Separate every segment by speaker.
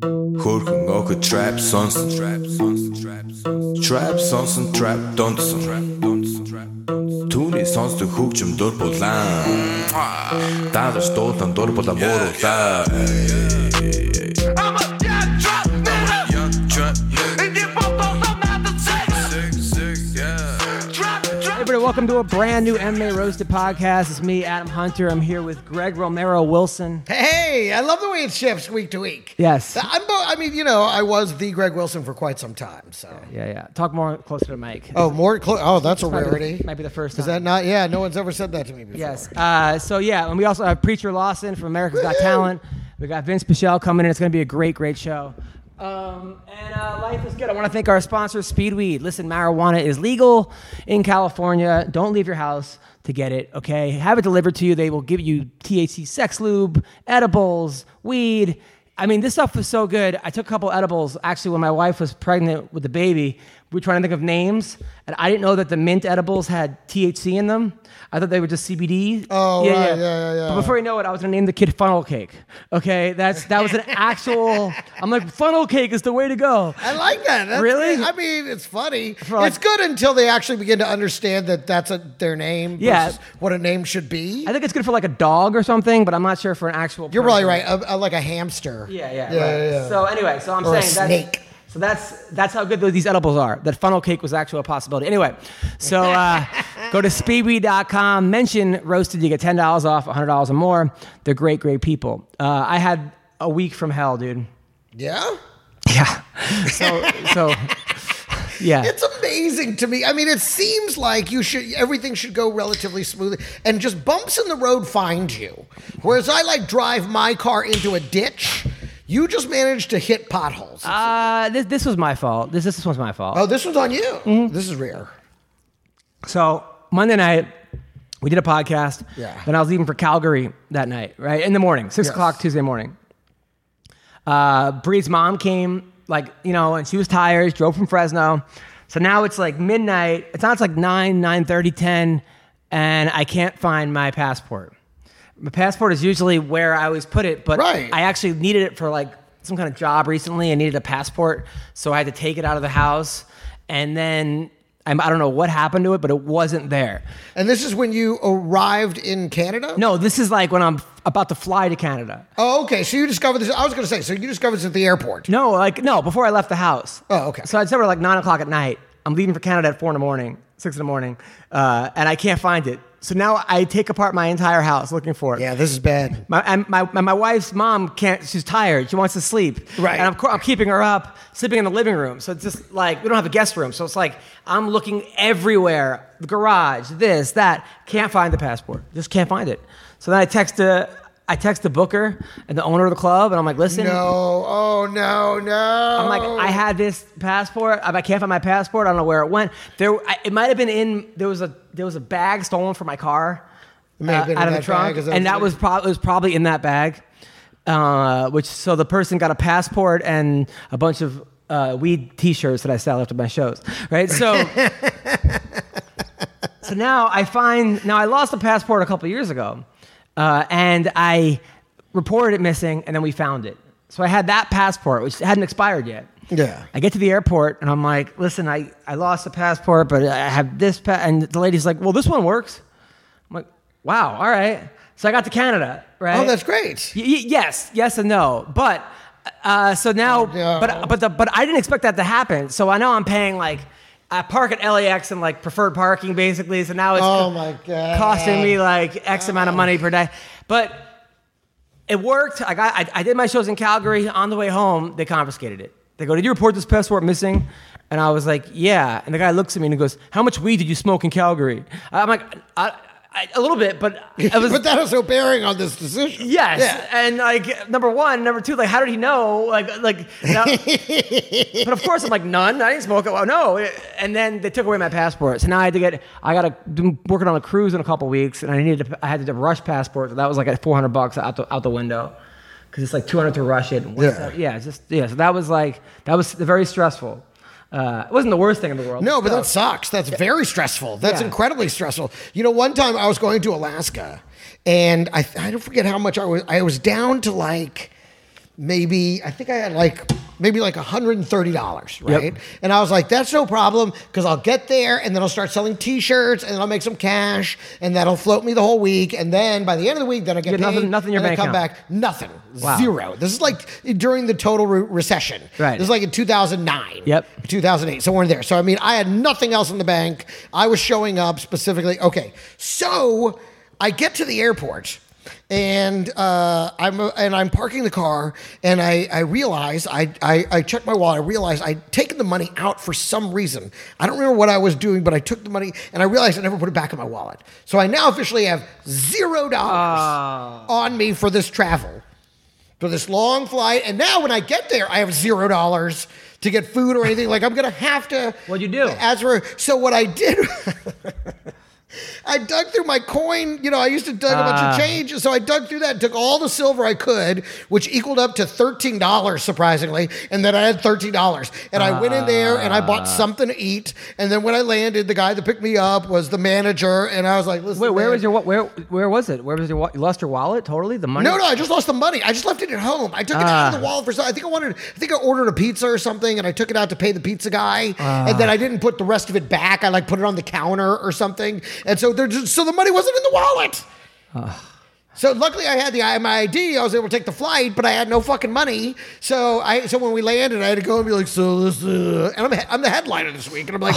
Speaker 1: Korkun oku trap sonsun Trap sonsun Trap sonsun Trap sonsun Trap donsun Trap donsun Trap donsun Түүний сонсдог хөгжим дур булаан Даалж дуулан дур булаан мууруулаа
Speaker 2: I'm a young trap nigga. And you both don't know not to take. Trap,
Speaker 3: Hey,
Speaker 2: trap.
Speaker 3: everybody, welcome to a brand new MMA Roasted podcast. It's me, Adam Hunter. I'm here with Greg Romero Wilson.
Speaker 4: Hey, Ah. I love the way it shifts week to week.
Speaker 3: Yes.
Speaker 4: I'm bo- I mean, you know, I was the Greg Wilson for quite some time. So,
Speaker 3: Yeah, yeah. Talk more closer to the mic.
Speaker 4: oh, more. Clo- oh, that's a
Speaker 3: Might be the-
Speaker 4: rarity.
Speaker 3: might be the first
Speaker 4: Is
Speaker 3: time.
Speaker 4: that not? Yeah, no one's ever said that to me before.
Speaker 3: Yes. Uh, so yeah, and we also have Preacher Lawson from America's Got Talent. We got Vince Pichel coming in. It's going to be a great, great show. Um, and uh, life is good. I want to thank our sponsor, Speedweed. Listen, marijuana is legal in California. Don't leave your house to get it. Okay, have it delivered to you. They will give you THC sex lube, edibles, weed. I mean, this stuff was so good. I took a couple edibles actually when my wife was pregnant with the baby. We were trying to think of names, and I didn't know that the mint edibles had THC in them. I thought they were just CBD.
Speaker 4: Oh, right. Yeah, yeah, yeah.
Speaker 3: But before you know it, I was gonna name the kid Funnel Cake. Okay, that's that was an actual. I'm like, Funnel Cake is the way to go.
Speaker 4: I like that. That's
Speaker 3: Really?
Speaker 4: good. I mean, it's funny.
Speaker 3: For-
Speaker 4: it's good until they actually begin to understand that that's a, their name.
Speaker 3: Yeah.
Speaker 4: versus What a name should be.
Speaker 3: I think it's good for like a dog or something, but I'm not sure for an actual.
Speaker 4: You're probably
Speaker 3: person.
Speaker 4: right. A, a, like a hamster.
Speaker 3: Yeah, yeah,
Speaker 4: Yeah,
Speaker 3: right.
Speaker 4: yeah, yeah.
Speaker 3: So anyway, so I'm
Speaker 4: Or a
Speaker 3: saying
Speaker 4: snake.
Speaker 3: That's, so that's that's how good these edibles are. That funnel cake was actually a possibility. Anyway, so uh, go to speedweed.com, mention roasted, you get ten dollars off, hundred dollars or more. They're great, great people. Uh, I had a week from hell, dude.
Speaker 4: Yeah.
Speaker 3: Yeah. So so yeah.
Speaker 4: It's amazing to me. I mean, it seems like you should everything should go relatively smoothly, and just bumps in the road find you. Whereas I like drive my car into a ditch. You just managed to hit potholes.
Speaker 3: Uh, this, this was my fault. This this one's my fault.
Speaker 4: oh, this one's on you.
Speaker 3: Mm-hmm.
Speaker 4: This is rare.
Speaker 3: So Monday night, we did a podcast.
Speaker 4: Yeah.
Speaker 3: Then I was leaving for Calgary that night, right? In the morning, six
Speaker 4: Yes.
Speaker 3: o'clock Tuesday morning. Uh, Bree's mom came, like, you know, and she was tired, she drove from Fresno. So now it's like midnight. It's now it's like 9, 9 10, and I can't find my passport. My passport is usually where I always put it, but
Speaker 4: Right.
Speaker 3: I actually needed it for like some kind of job recently. I needed a passport, so I had to take it out of the house, and then I'm, I don't know what happened to it, but it wasn't there.
Speaker 4: And this is when you arrived in Canada.
Speaker 3: No, this is like when I'm about to fly to Canada.
Speaker 4: Oh, okay. So you discovered this. I was going to say. So you discovered this at the airport.
Speaker 3: No, like no, before I left the house.
Speaker 4: Oh, okay.
Speaker 3: So I discovered like nine o'clock at night. I'm leaving for Canada at four in the morning, six in the morning, uh, and I can't find it. So now I take apart my entire house looking for it.
Speaker 4: Yeah, this is bad.
Speaker 3: My, and my, and my wife's mom can't, she's tired. She wants to sleep.
Speaker 4: Right.
Speaker 3: And I'm, co- I'm keeping her up, sleeping in the living room. So it's just like, we don't have a guest room. So it's like, I'm looking everywhere the garage, this, that. Can't find the passport. Just can't find it. So then I text the, I text the booker and the owner of the club, and I'm like, listen.
Speaker 4: No. Oh no. No. I'm
Speaker 3: I'm like, I had this passport. I can't find my passport. I don't know where it went. There, I, it might have been in. There was a there was a bag stolen from my car
Speaker 4: may have
Speaker 3: uh,
Speaker 4: been
Speaker 3: out
Speaker 4: in
Speaker 3: of the
Speaker 4: that bag,
Speaker 3: trunk,
Speaker 4: is that
Speaker 3: and that
Speaker 4: what-
Speaker 3: was probably was probably in that bag. Uh, which so the person got a passport and a bunch of uh, weed T-shirts that I sell after my shows, right? So. So now I find now I lost a passport a couple years ago, uh, and I reported it missing, and then we found it. So I had that passport, which hadn't expired yet.
Speaker 4: Yeah.
Speaker 3: I get to the airport, and I'm like, "Listen, I, I lost the passport, but I have this." Pa-. And the lady's like, "Well, this one works." I'm like, "Wow, all right." So I got to Canada, right?
Speaker 4: Oh, that's great.
Speaker 3: Y- y- yes, yes, and no, but uh, so now,
Speaker 4: Oh, no.
Speaker 3: but but the, but I didn't expect that to happen. So I know I'm paying like I park at LAX and like preferred parking basically. So now it's
Speaker 4: Oh
Speaker 3: co-
Speaker 4: my God.
Speaker 3: costing me like X amount of money per day, but. It worked. I got. I, I did my shows in Calgary. On the way home, they confiscated it. They go, "Did you report this passport missing?" And I was like, "Yeah." And the guy looks at me and he goes, "How much weed did you smoke in Calgary?" I'm like, "I, I, a little bit, but I was.
Speaker 4: but that has no bearing on this decision.
Speaker 3: Yes,
Speaker 4: Yeah.
Speaker 3: and like number one, number two, like how did he know? Like, like, now, but of course I'm like none. I didn't smoke it. Well, no, and then they took away my passport, so now I had to get. I got to working on a cruise in a couple weeks, and I needed. To, I had to rush passport, so that was like at 400 bucks out the out the window, because it's like 200 to rush it. And
Speaker 4: Yeah.
Speaker 3: yeah, yeah, it's just yeah. So that was like that was very stressful. Uh, it wasn't the worst thing in the world.
Speaker 4: No, but
Speaker 3: So-
Speaker 4: that sucks. That's very stressful. That's
Speaker 3: Yeah.
Speaker 4: incredibly stressful. You know, one time I was going to Alaska, and I I don't forget how much I was. I was down to like maybe I think I had like maybe like $130, right? And I was like, that's no problem because I'll get there and then I'll start selling t-shirts and then I'll make some cash and that'll float me the whole week. And then by the end of the week, then I get
Speaker 3: You get
Speaker 4: paid.
Speaker 3: nothing- nothing in your
Speaker 4: and I
Speaker 3: bank
Speaker 4: come
Speaker 3: account.
Speaker 4: back, nothing,
Speaker 3: Wow.
Speaker 4: zero. This is like during the total re- recession.
Speaker 3: Right.
Speaker 4: This is like in 2009.
Speaker 3: Yep.
Speaker 4: 2008, somewhere in there. So, I mean, I had nothing else in the bank. I was showing up specifically. Okay. So I get to the airport and uh, I'm and I'm parking the car and I, I realize I, I, I checked my wallet. I realized I'd taken the money out for some reason. I don't remember what I was doing, but I took the money and I realized I never put it back in my wallet. So I now officially have zero dollars on me for this travel for this long flight. And now when I get there, I have zero dollars to get food or anything. Like I'm gonna have to.
Speaker 3: What'd you do?
Speaker 4: As for so, what I did. I dug through my coin. You know, I used to dug a bunch
Speaker 3: Ah.
Speaker 4: of change, so I dug through that and took all the silver I could, which equaled up to thirteen dollars, surprisingly. And then I had thirteen dollars, and I went in there and I
Speaker 3: Ah.
Speaker 4: bought something to eat. And then when I landed, the guy that picked me up was the manager, and I was like, "Listen,
Speaker 3: Wait, where
Speaker 4: man,
Speaker 3: was your wa- where? Where was it? Where was your? wa- You lost your wallet totally? The money?
Speaker 4: No, no, I just lost the money. I just left it at home. I took it out
Speaker 3: Ah.
Speaker 4: of the wallet for some. I think I wanted. I think I ordered a pizza or something, and I took it out to pay the pizza guy,
Speaker 3: Ah.
Speaker 4: and then I didn't put the rest of it back. I like put it on the counter or something, and so there. Just, so the money wasn't in the wallet. So luckily, I had the I- my ID. I was able to take the flight, but I had no fucking money. So I so when we landed, I had to go and be like, so this, uh, and I'm he- I'm the headliner this week, and I'm like,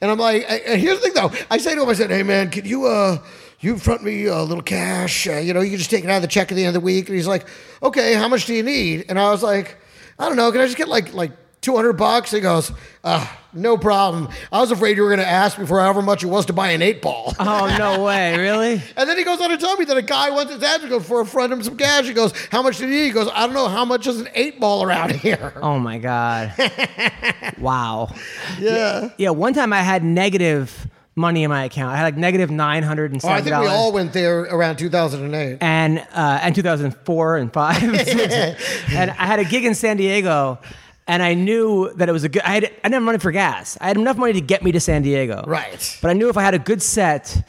Speaker 4: and I'm like, I- and here's the thing though. I say to him, I said, hey man, could you uh you front me a little cash? Uh, you know, you can just take it out of the check at the end of the week. And he's like, okay, how much do you need? And I was like, I don't know. Can I just get like like 200 bucks? He goes, uh, no problem. I was afraid you were going to ask me for however much it was to buy an eight ball.
Speaker 3: Oh no way! Really?
Speaker 4: And then he goes on to tell me that a guy went to his dad to go for a friend him some cash. He goes, How much did he need? He goes, I don't know. How much is an eight ball around here?
Speaker 3: Oh my god! wow.
Speaker 4: yeah.
Speaker 3: Yeah, one time I had negative money in my account. I had like negative nine hundred and
Speaker 4: Oh, I
Speaker 3: seventy
Speaker 4: think we
Speaker 3: dollars.
Speaker 4: all went there around 2008.
Speaker 3: and uh, and 2004 and five, and six. and I had a gig in San Diego, and I knew that it was a good. I had I didn't have money for gas. I had enough money to get me to San Diego.
Speaker 4: Right.
Speaker 3: But I knew if I had a good set,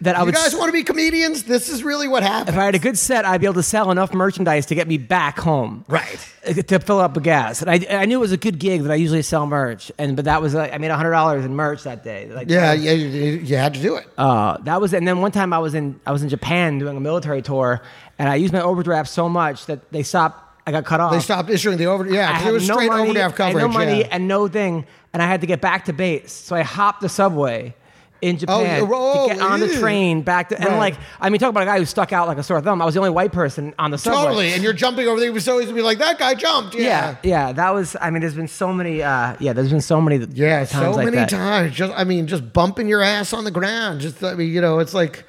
Speaker 3: that I
Speaker 4: You
Speaker 3: would.
Speaker 4: guys
Speaker 3: s-
Speaker 4: want to be comedians? This is really what
Speaker 3: if
Speaker 4: happened.
Speaker 3: I had a good set, I'd be able to sell enough merchandise to get me back home.
Speaker 4: Right.
Speaker 3: to fill up a gas. And I, I knew it was a good gig that I usually sell merch. And but that was like I made hundred dollars in merch that day. Like
Speaker 4: Yeah, yeah, you, you you had to do it.
Speaker 3: uh, that was and then one time I was in I was in Japan doing a military tour and I used my overdraft so much that they stopped I got cut off.
Speaker 4: they stopped issuing the over.
Speaker 3: Uh, I
Speaker 4: Yeah, 'cause
Speaker 3: had
Speaker 4: it was
Speaker 3: no
Speaker 4: straight
Speaker 3: money,
Speaker 4: overdraft
Speaker 3: I had
Speaker 4: coverage.
Speaker 3: no money
Speaker 4: yeah.
Speaker 3: and no thing, and I had to get back to base. So I hopped the subway in Japan
Speaker 4: yeah, oh,
Speaker 3: to get on the
Speaker 4: ew.
Speaker 3: train back to and
Speaker 4: Right.
Speaker 3: like I mean talk about a guy who stuck out like a sore thumb. I was the only white person on the subway.
Speaker 4: Totally. And you're jumping over there. It was always be like, That guy jumped.
Speaker 3: Yeah, yeah, that was. I mean, there's been so many. Uh, yeah, there's been so many. th-
Speaker 4: Yeah,
Speaker 3: times
Speaker 4: so
Speaker 3: like
Speaker 4: many
Speaker 3: that.
Speaker 4: times. Just, I mean, just bumping your ass on the ground. Just, I mean, you know, it's like,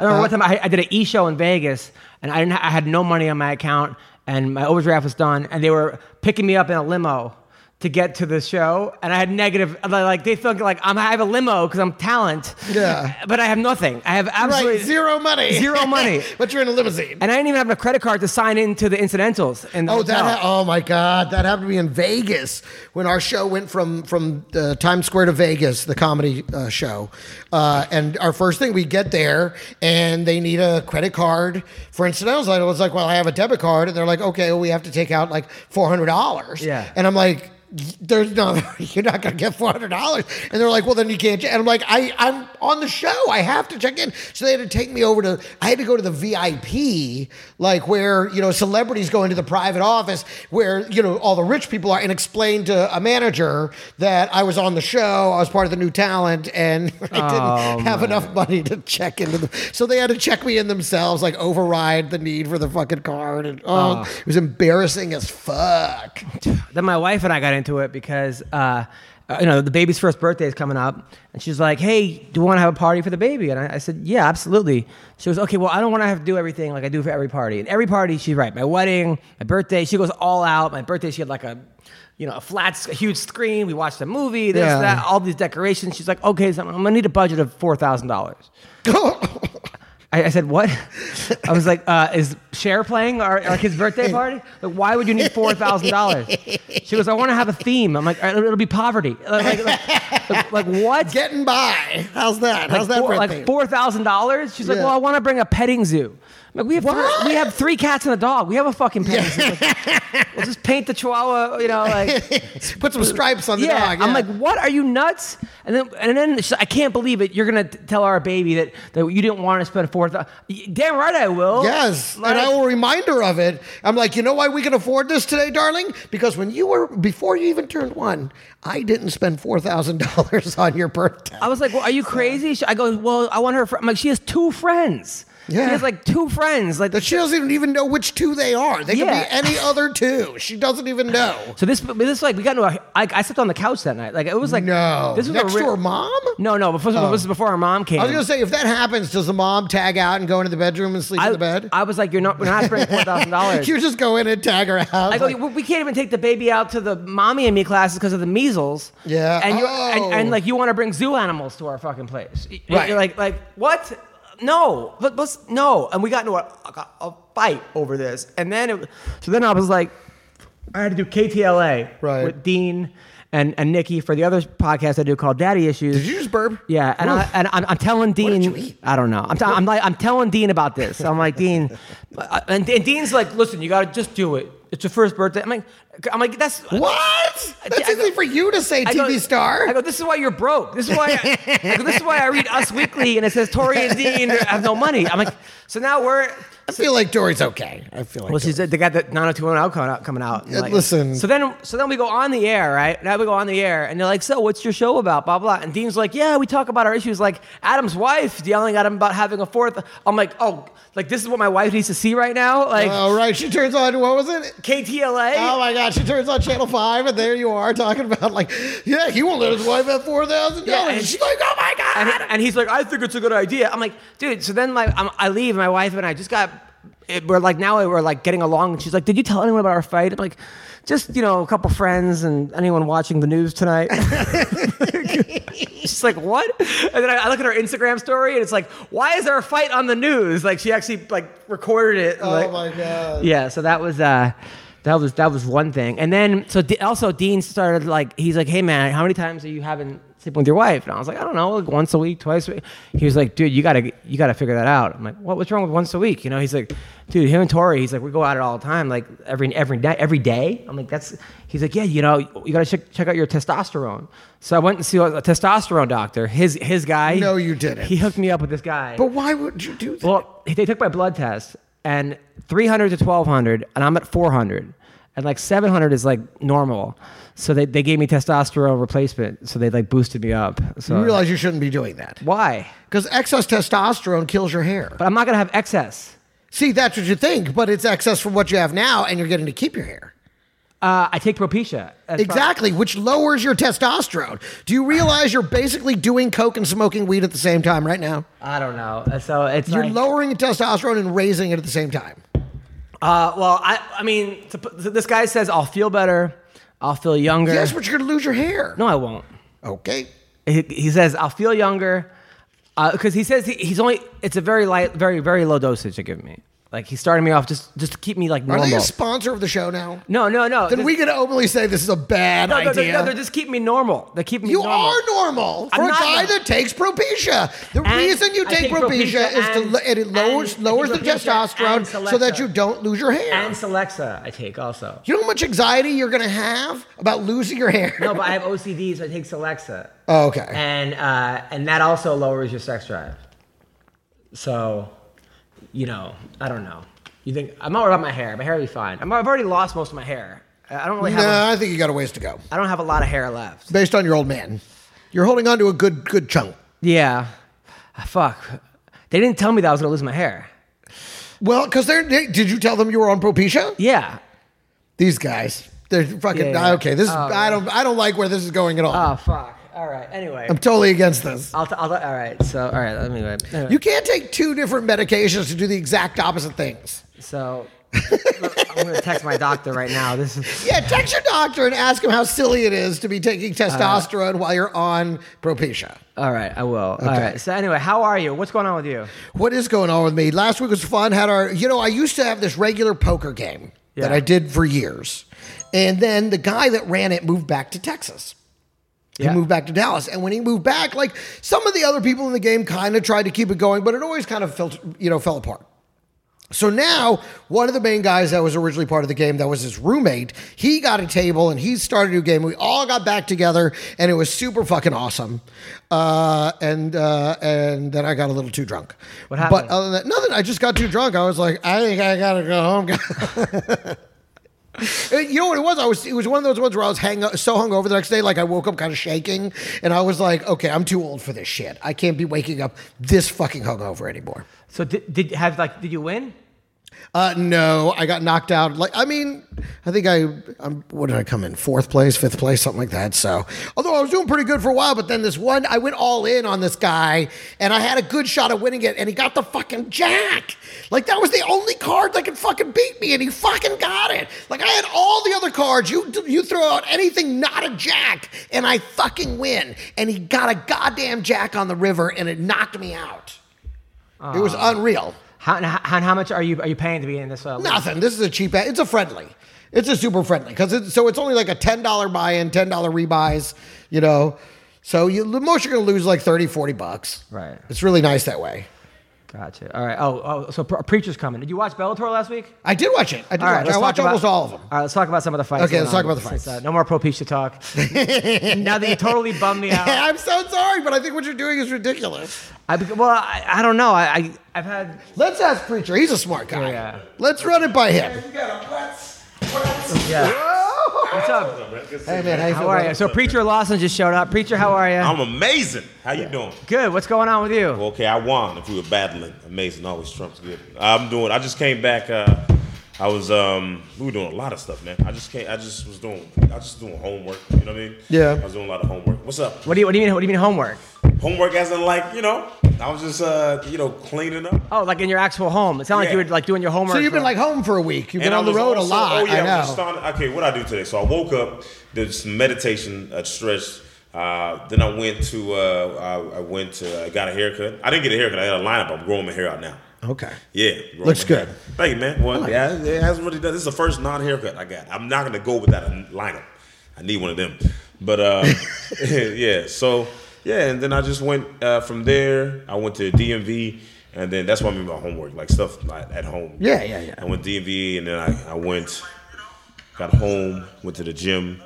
Speaker 3: I remember one time
Speaker 4: uh,
Speaker 3: I, I did an e show in Vegas, and I didn't. Ha- I had no money on my account, and my overdraft was done, and they were picking me up in a limo to get to the show, and I had negative. Like they think like I'm, I have a limo because I'm talent.
Speaker 4: Yeah.
Speaker 3: but I have nothing. I have absolutely
Speaker 4: right, zero money.
Speaker 3: Zero money.
Speaker 4: but you're in a limousine.
Speaker 3: and I didn't even have a credit card to sign into the incidentals. In the
Speaker 4: Oh, that!
Speaker 3: hotel.
Speaker 4: Ha- oh my God, that happened to me in Vegas when our show went from from uh, Times Square to Vegas, the comedy uh, show. Uh, and our first thing, we get there and they need a credit card for incidentals. I was like, well, I have a debit card, and they're like, okay, well, we have to take out like four hundred dollars.
Speaker 3: Yeah.
Speaker 4: and I'm like. There's no, you're not gonna get four hundred dollars, and they're like, well, then you can't. ch-" And I'm like, I, I'm on the show, I have to check in. So they had to take me over to, I had to go to the VIP, like where you know celebrities go into the private office where you know all the rich people are, and explain to a manager that I was on the show, I was part of the new talent, and I didn't have enough money to check into them. So they had to check me in themselves, like override the need for the fucking card, and oh. it was embarrassing as fuck.
Speaker 3: then my wife and I got into it because uh, uh, you know, the baby's first birthday is coming up, and she's like, "Hey, do you want to have a party for the baby?" And I, I said, "Yeah, absolutely." She goes, "Okay, well, I don't want to have to do everything like I do for every party." And every party, she's right. My wedding, my birthday, she goes all out. My birthday, she had like a, you know, a flat, s- a huge screen. We watched a movie. This,
Speaker 4: Yeah.
Speaker 3: that, all these decorations. She's like, "Okay, so I'm gonna need a budget of four thousand dollars." I, I said, "What?" I was like, uh, "Is Cher playing our, our kid's birthday party? Like, why would you need four thousand dollars?" She goes, "I want to have a theme." I'm like, "All right, "It'll be poverty." Like, like, like, like, what?
Speaker 4: Getting by. How's that? How's that
Speaker 3: four,
Speaker 4: for a
Speaker 3: like
Speaker 4: thing?
Speaker 3: four thousand dollars? She's like,
Speaker 4: Yeah.
Speaker 3: "Well, I want to bring a petting zoo." I'm like, we have
Speaker 4: What?
Speaker 3: three, we have three cats and a dog. We have a fucking petting zoo. Like, we'll just paint the Chihuahua, you know, like
Speaker 4: Put some stripes on the
Speaker 3: yeah.
Speaker 4: dog.
Speaker 3: I'm like, what? Are you nuts? And then, and then she's like, I can't believe it. You're gonna t- tell our baby that, that you didn't want to spend four thousand. Damn right I will.
Speaker 4: Yes,
Speaker 3: Like-
Speaker 4: and I will remind her of it. I'm like, you know why we can afford this today, darling? Because when you were before you even turned one, I didn't spend four thousand dollars on your birthday.
Speaker 3: I was like, well, are you crazy? She- I go, well, I want her. Fr-. I'm like, she has two friends.
Speaker 4: Yeah.
Speaker 3: She has like two friends. Like
Speaker 4: That she doesn't even know which two they are. They
Speaker 3: Yeah.
Speaker 4: could be any other two. She doesn't even know.
Speaker 3: so this, but this like we got into. A, I, I slept on the couch that night. Like it was like
Speaker 4: No,
Speaker 3: This was
Speaker 4: next
Speaker 3: a real,
Speaker 4: to her mom. Oh.
Speaker 3: No, no. Before, This was before our mom came.
Speaker 4: I was gonna say, if that happens, does the mom tag out and go into the bedroom and sleep
Speaker 3: I,
Speaker 4: in the bed?
Speaker 3: I was like, you're not. We're not spending four thousand dollars.
Speaker 4: you just go in and tag her out.
Speaker 3: I go,
Speaker 4: like-
Speaker 3: "We- we can't even take the baby out to the mommy and me classes because of the measles.
Speaker 4: Yeah.
Speaker 3: and you
Speaker 4: Oh.
Speaker 3: and, and like you want to bring zoo animals to our fucking place. Y-
Speaker 4: Right.
Speaker 3: You're like, like what? No, let, us no. And we got into a, a, a fight over this, and then it, so then I was like, I had to do KTLA
Speaker 4: Right.
Speaker 3: with Dean and and Nikki for the other podcast I do called Daddy Issues.
Speaker 4: Did you just burp?
Speaker 3: Yeah, and, I,
Speaker 4: Oof.
Speaker 3: and I'm, I'm telling Dean.
Speaker 4: did you eat?
Speaker 3: I don't know. I'm, t- I'm like I'm telling Dean about this. I'm like Dean, uh, and, and Dean's like, listen, you gotta just do it. It's your first birthday. I'm like, I'm like that's
Speaker 4: What? That's
Speaker 3: I go-
Speaker 4: easy for you to say,
Speaker 3: I go-
Speaker 4: TV star.
Speaker 3: I go, this is why you're broke. This is why. I, I go, this is why I read Us Weekly and it says Tori and Dean have no money. I'm like, so now we're.
Speaker 4: I feel like Dory's okay. I feel like.
Speaker 3: Well,
Speaker 4: Dory's-
Speaker 3: she said they got the 90210 coming out. Coming out and
Speaker 4: Yeah, listen.
Speaker 3: So then, so then we go on the air, right? Now we go on the air, and they're like, "So, what's your show about?" Blah blah. And Dean's like, "Yeah, we talk about our issues." Like Adam's wife yelling at him about having a fourth. I'm like, "Oh, like this is what my wife needs to see right now." Like
Speaker 4: Oh, right. She turns on, what was it?
Speaker 3: KTLA.
Speaker 4: Oh my God, she turns on Channel 5, and there you are talking about, like, yeah, he won't let his wife have $4,000.
Speaker 3: Yeah,
Speaker 4: and
Speaker 3: and-
Speaker 4: she's like, oh my God.
Speaker 3: and, he- and he's like, I think it's a good idea. I'm like, dude. So then, like, I'm, I leave. My wife and I just got. It, we're like now we're like getting along, and she's like, "Did you tell anyone about our fight?" I'm like, "Just you know, a couple friends and anyone watching the news tonight." she's like, "What?" And then I, I look at her Instagram story, and it's like, "Why is there a fight on the news?" Like she actually like recorded it. and,
Speaker 4: oh
Speaker 3: like,
Speaker 4: my God.
Speaker 3: yeah, so that was uh that was that was one thing. And then so D- also Dean started like he's like, "Hey man, how many times are you having sleeping with your wife?" And I was like, "I don't know, like once a week, twice a week." He was like, "Dude, you got to you got to figure that out." I'm like, "What what's wrong with once a week?" You know, he's like, "Dude, him and Tori, he's like, we go out all the time, like every every day, every day." I'm like, "That's He's like, "Yeah, you know, you got to check check out your testosterone." So I went and see a a testosterone doctor. His his guy
Speaker 4: No, you didn't.
Speaker 3: He hooked me up with this guy.
Speaker 4: But why would you do that?
Speaker 3: Well, they took my blood test and 300 to 1200, and I'm at 400. And like 700 is like normal. So they, they gave me testosterone replacement. So they like boosted me up. So
Speaker 4: you realize you shouldn't be doing that.
Speaker 3: why?
Speaker 4: Because excess testosterone kills your hair.
Speaker 3: But I'm not going to have excess.
Speaker 4: See, that's what you think, but it's excess from what you have now, and you're getting to keep your hair.
Speaker 3: Uh, I take Propecia. That's
Speaker 4: Exactly, which lowers your testosterone. Do you realize you're basically doing coke and smoking weed at the same time right now?
Speaker 3: fine. I don't know. So it's
Speaker 4: You're
Speaker 3: like-
Speaker 4: lowering testosterone and raising it at the same time.
Speaker 3: Uh, well, I, I mean, to put- so this guy says I'll feel better. I'll feel younger.
Speaker 4: Yes, but you're going to lose your hair.
Speaker 3: no, I won't.
Speaker 4: Okay.
Speaker 3: he, he says i'll feel younger because he says he, he's only it's a very light very very low dosage they give me like he started me off just just to keep me like
Speaker 4: Are
Speaker 3: normal
Speaker 4: they a sponsor of the show now?
Speaker 3: no no no
Speaker 4: Then
Speaker 3: This-
Speaker 4: we can openly say this is a bad
Speaker 3: no, no, no,
Speaker 4: idea.
Speaker 3: no, they're just keeping me normal they're keeping me
Speaker 4: you
Speaker 3: normal.
Speaker 4: are normal for
Speaker 3: I'm
Speaker 4: a
Speaker 3: not
Speaker 4: guy
Speaker 3: normal.
Speaker 4: that takes Propecia. The
Speaker 3: And
Speaker 4: reason you
Speaker 3: I
Speaker 4: take
Speaker 3: take
Speaker 4: Propecia
Speaker 3: Propecia
Speaker 4: is to
Speaker 3: and-
Speaker 4: lo- and it lowers
Speaker 3: and I
Speaker 4: lowers the
Speaker 3: take Propecia
Speaker 4: testosterone
Speaker 3: and
Speaker 4: so that
Speaker 3: Celexa.
Speaker 4: you don't lose your hair.
Speaker 3: and celexa i take also
Speaker 4: you know how much anxiety you're going to have about losing your hair.
Speaker 3: no but i have ocd so i take celexa
Speaker 4: Oh, okay.
Speaker 3: and uh, and that also lowers your sex drive so you know i don't know you think i'm not worried about my hair my hair will be fine I'm, i've already lost most of my hair i I don't really have
Speaker 4: No,
Speaker 3: a,
Speaker 4: I think you got a ways to go
Speaker 3: i don't have a lot of hair left
Speaker 4: based on your old man. You're holding on to a good good chunk.
Speaker 3: Yeah. Ah, Fuck. They didn't tell me that I was gonna lose my hair.
Speaker 4: Well, because they're they, did you tell them you were on Propecia?
Speaker 3: Yeah.
Speaker 4: These guys. They're fucking
Speaker 3: Yeah, yeah.
Speaker 4: okay. This is,
Speaker 3: Oh,
Speaker 4: I don't I don't like where this is going at all.
Speaker 3: Oh fuck. All right. Anyway.
Speaker 4: I'm totally against this.
Speaker 3: I'll, t- I'll t- all right. So all right. Let me. Anyway,
Speaker 4: You can't take two different medications to do the exact opposite things.
Speaker 3: so I'm gonna text my doctor right now. This is
Speaker 4: Yeah, text your doctor and ask him how silly it is to be taking
Speaker 3: Uh-huh.
Speaker 4: testosterone while you're on Propecia.
Speaker 3: all right. I will. All right. So anyway, how are you? What's going on with you?
Speaker 4: What is going on with me? Last week was fun. Had our, you know, I used to have this regular poker game that
Speaker 3: Yeah.
Speaker 4: I did for years. And then the guy that ran it moved back to Texas.
Speaker 3: Yeah.
Speaker 4: He moved back to Dallas. And when he moved back, like some of the other people in the game kind of tried to keep it going, but it always kind of felt, you know, fell apart. So now, one of the main guys that was originally part of the game, that was his roommate, he got a table and he started a new game. We all got back together, and it was super fucking awesome. Uh, and uh, and then I got a little too drunk.
Speaker 3: What happened?
Speaker 4: But other than that, nothing. I just got too drunk. I was like, I think I gotta go home. And you know what it was? I was it was one of those ones where I was hang so hungover the next day, like I woke up kind of shaking, and I was like, okay, I'm too old for this shit. I can't be waking up this fucking hungover anymore.
Speaker 3: So did, did have like did you win?
Speaker 4: Uh, no, I got knocked out. Like, I mean, I think I, I'm, what did I come in? Fourth place, fifth place, something like that. So, although I was doing pretty good for a while, but then this one, I went all in on this guy and I had a good shot at winning it and he got the fucking jack. Like, that was the only card that could fucking beat me and he fucking got it. Like, I had all the other cards. You, you throw out anything not a jack and I fucking win. And he got a goddamn jack on the river and it knocked me out. It was unreal.
Speaker 3: How and how, and how much are you are you paying to be in this? Uh, league?
Speaker 4: Nothing. This is a cheap. It's a friendly. It's a super friendly because it's, so it's only like a ten dollar buy in, ten dollar rebuys. You know, so you the most you're gonna lose is like 30, 40 bucks.
Speaker 3: Right.
Speaker 4: It's really nice that way.
Speaker 3: Gotcha. All right. Oh, oh. So pre- preacher's coming. Did you watch Bellator last week?
Speaker 4: I did watch it. I did
Speaker 3: All right.
Speaker 4: watch. it. I
Speaker 3: let's
Speaker 4: watch
Speaker 3: talk
Speaker 4: almost
Speaker 3: about-
Speaker 4: all of them.
Speaker 3: All right. Let's talk about some of the fights.
Speaker 4: Okay,
Speaker 3: going
Speaker 4: let's talk
Speaker 3: on.
Speaker 4: about the
Speaker 3: Since,
Speaker 4: fights.
Speaker 3: uh, no more pro pizza talk. now that you totally bummed me out.
Speaker 4: I'm so sorry, but I think what you're doing is ridiculous.
Speaker 3: I, bec- well, I, I don't know. I, I I've had.
Speaker 4: Let's ask preacher. He's a smart guy.
Speaker 3: Yeah.
Speaker 4: Let's run it by him.
Speaker 3: Yeah. What's up?
Speaker 4: Hey man, how you
Speaker 3: How
Speaker 4: feel,
Speaker 3: are
Speaker 4: brother?
Speaker 3: you? So preacher Lawson just showed up. Preacher, how are you?
Speaker 5: I'm amazing. How you doing?
Speaker 3: Good. What's going on with you?
Speaker 5: Okay, I won. If we were battling, amazing. Always Trump's good. I'm doing. I just came back. Uh, I was. Um, we were doing a lot of stuff, man. I just came. I just was doing. I was just doing homework. You know what I mean?
Speaker 4: Yeah.
Speaker 5: I was doing a lot of homework. What's up?
Speaker 3: What do you What do you mean? What do you mean homework?
Speaker 5: Homework as in like you know. I was just uh, you know cleaning up.
Speaker 3: Oh, like in your actual home. It sounded like you
Speaker 5: Yeah.
Speaker 3: were like doing your homework.
Speaker 4: So you've been
Speaker 3: for-
Speaker 4: like home for a week. You've been
Speaker 5: I
Speaker 4: on the
Speaker 5: was
Speaker 4: road a
Speaker 5: also-
Speaker 4: lot.
Speaker 5: Oh yeah, I, was
Speaker 4: I
Speaker 5: just
Speaker 4: know.
Speaker 5: starting, okay, what I do today? So I woke up, did some meditation, a stretch. Uh, then I went to uh, I, I went to I got a haircut. I didn't get a haircut. I had a lineup. I'm growing my hair out now.
Speaker 4: Okay.
Speaker 5: Yeah, growing
Speaker 4: Looks
Speaker 5: my hair.
Speaker 4: good.
Speaker 5: Thank you, man. Well, yeah, it hasn't really done. This is the first non-haircut I got. I'm not gonna go without a lineup. I need one of them. But uh, yeah, so yeah, and then I just went uh, from there. I went to DMV, and then that's why I'm doing my homework, like stuff like, at home.
Speaker 4: Yeah, yeah, yeah.
Speaker 5: I went DMV, and then I, I went, got home, went to the gym.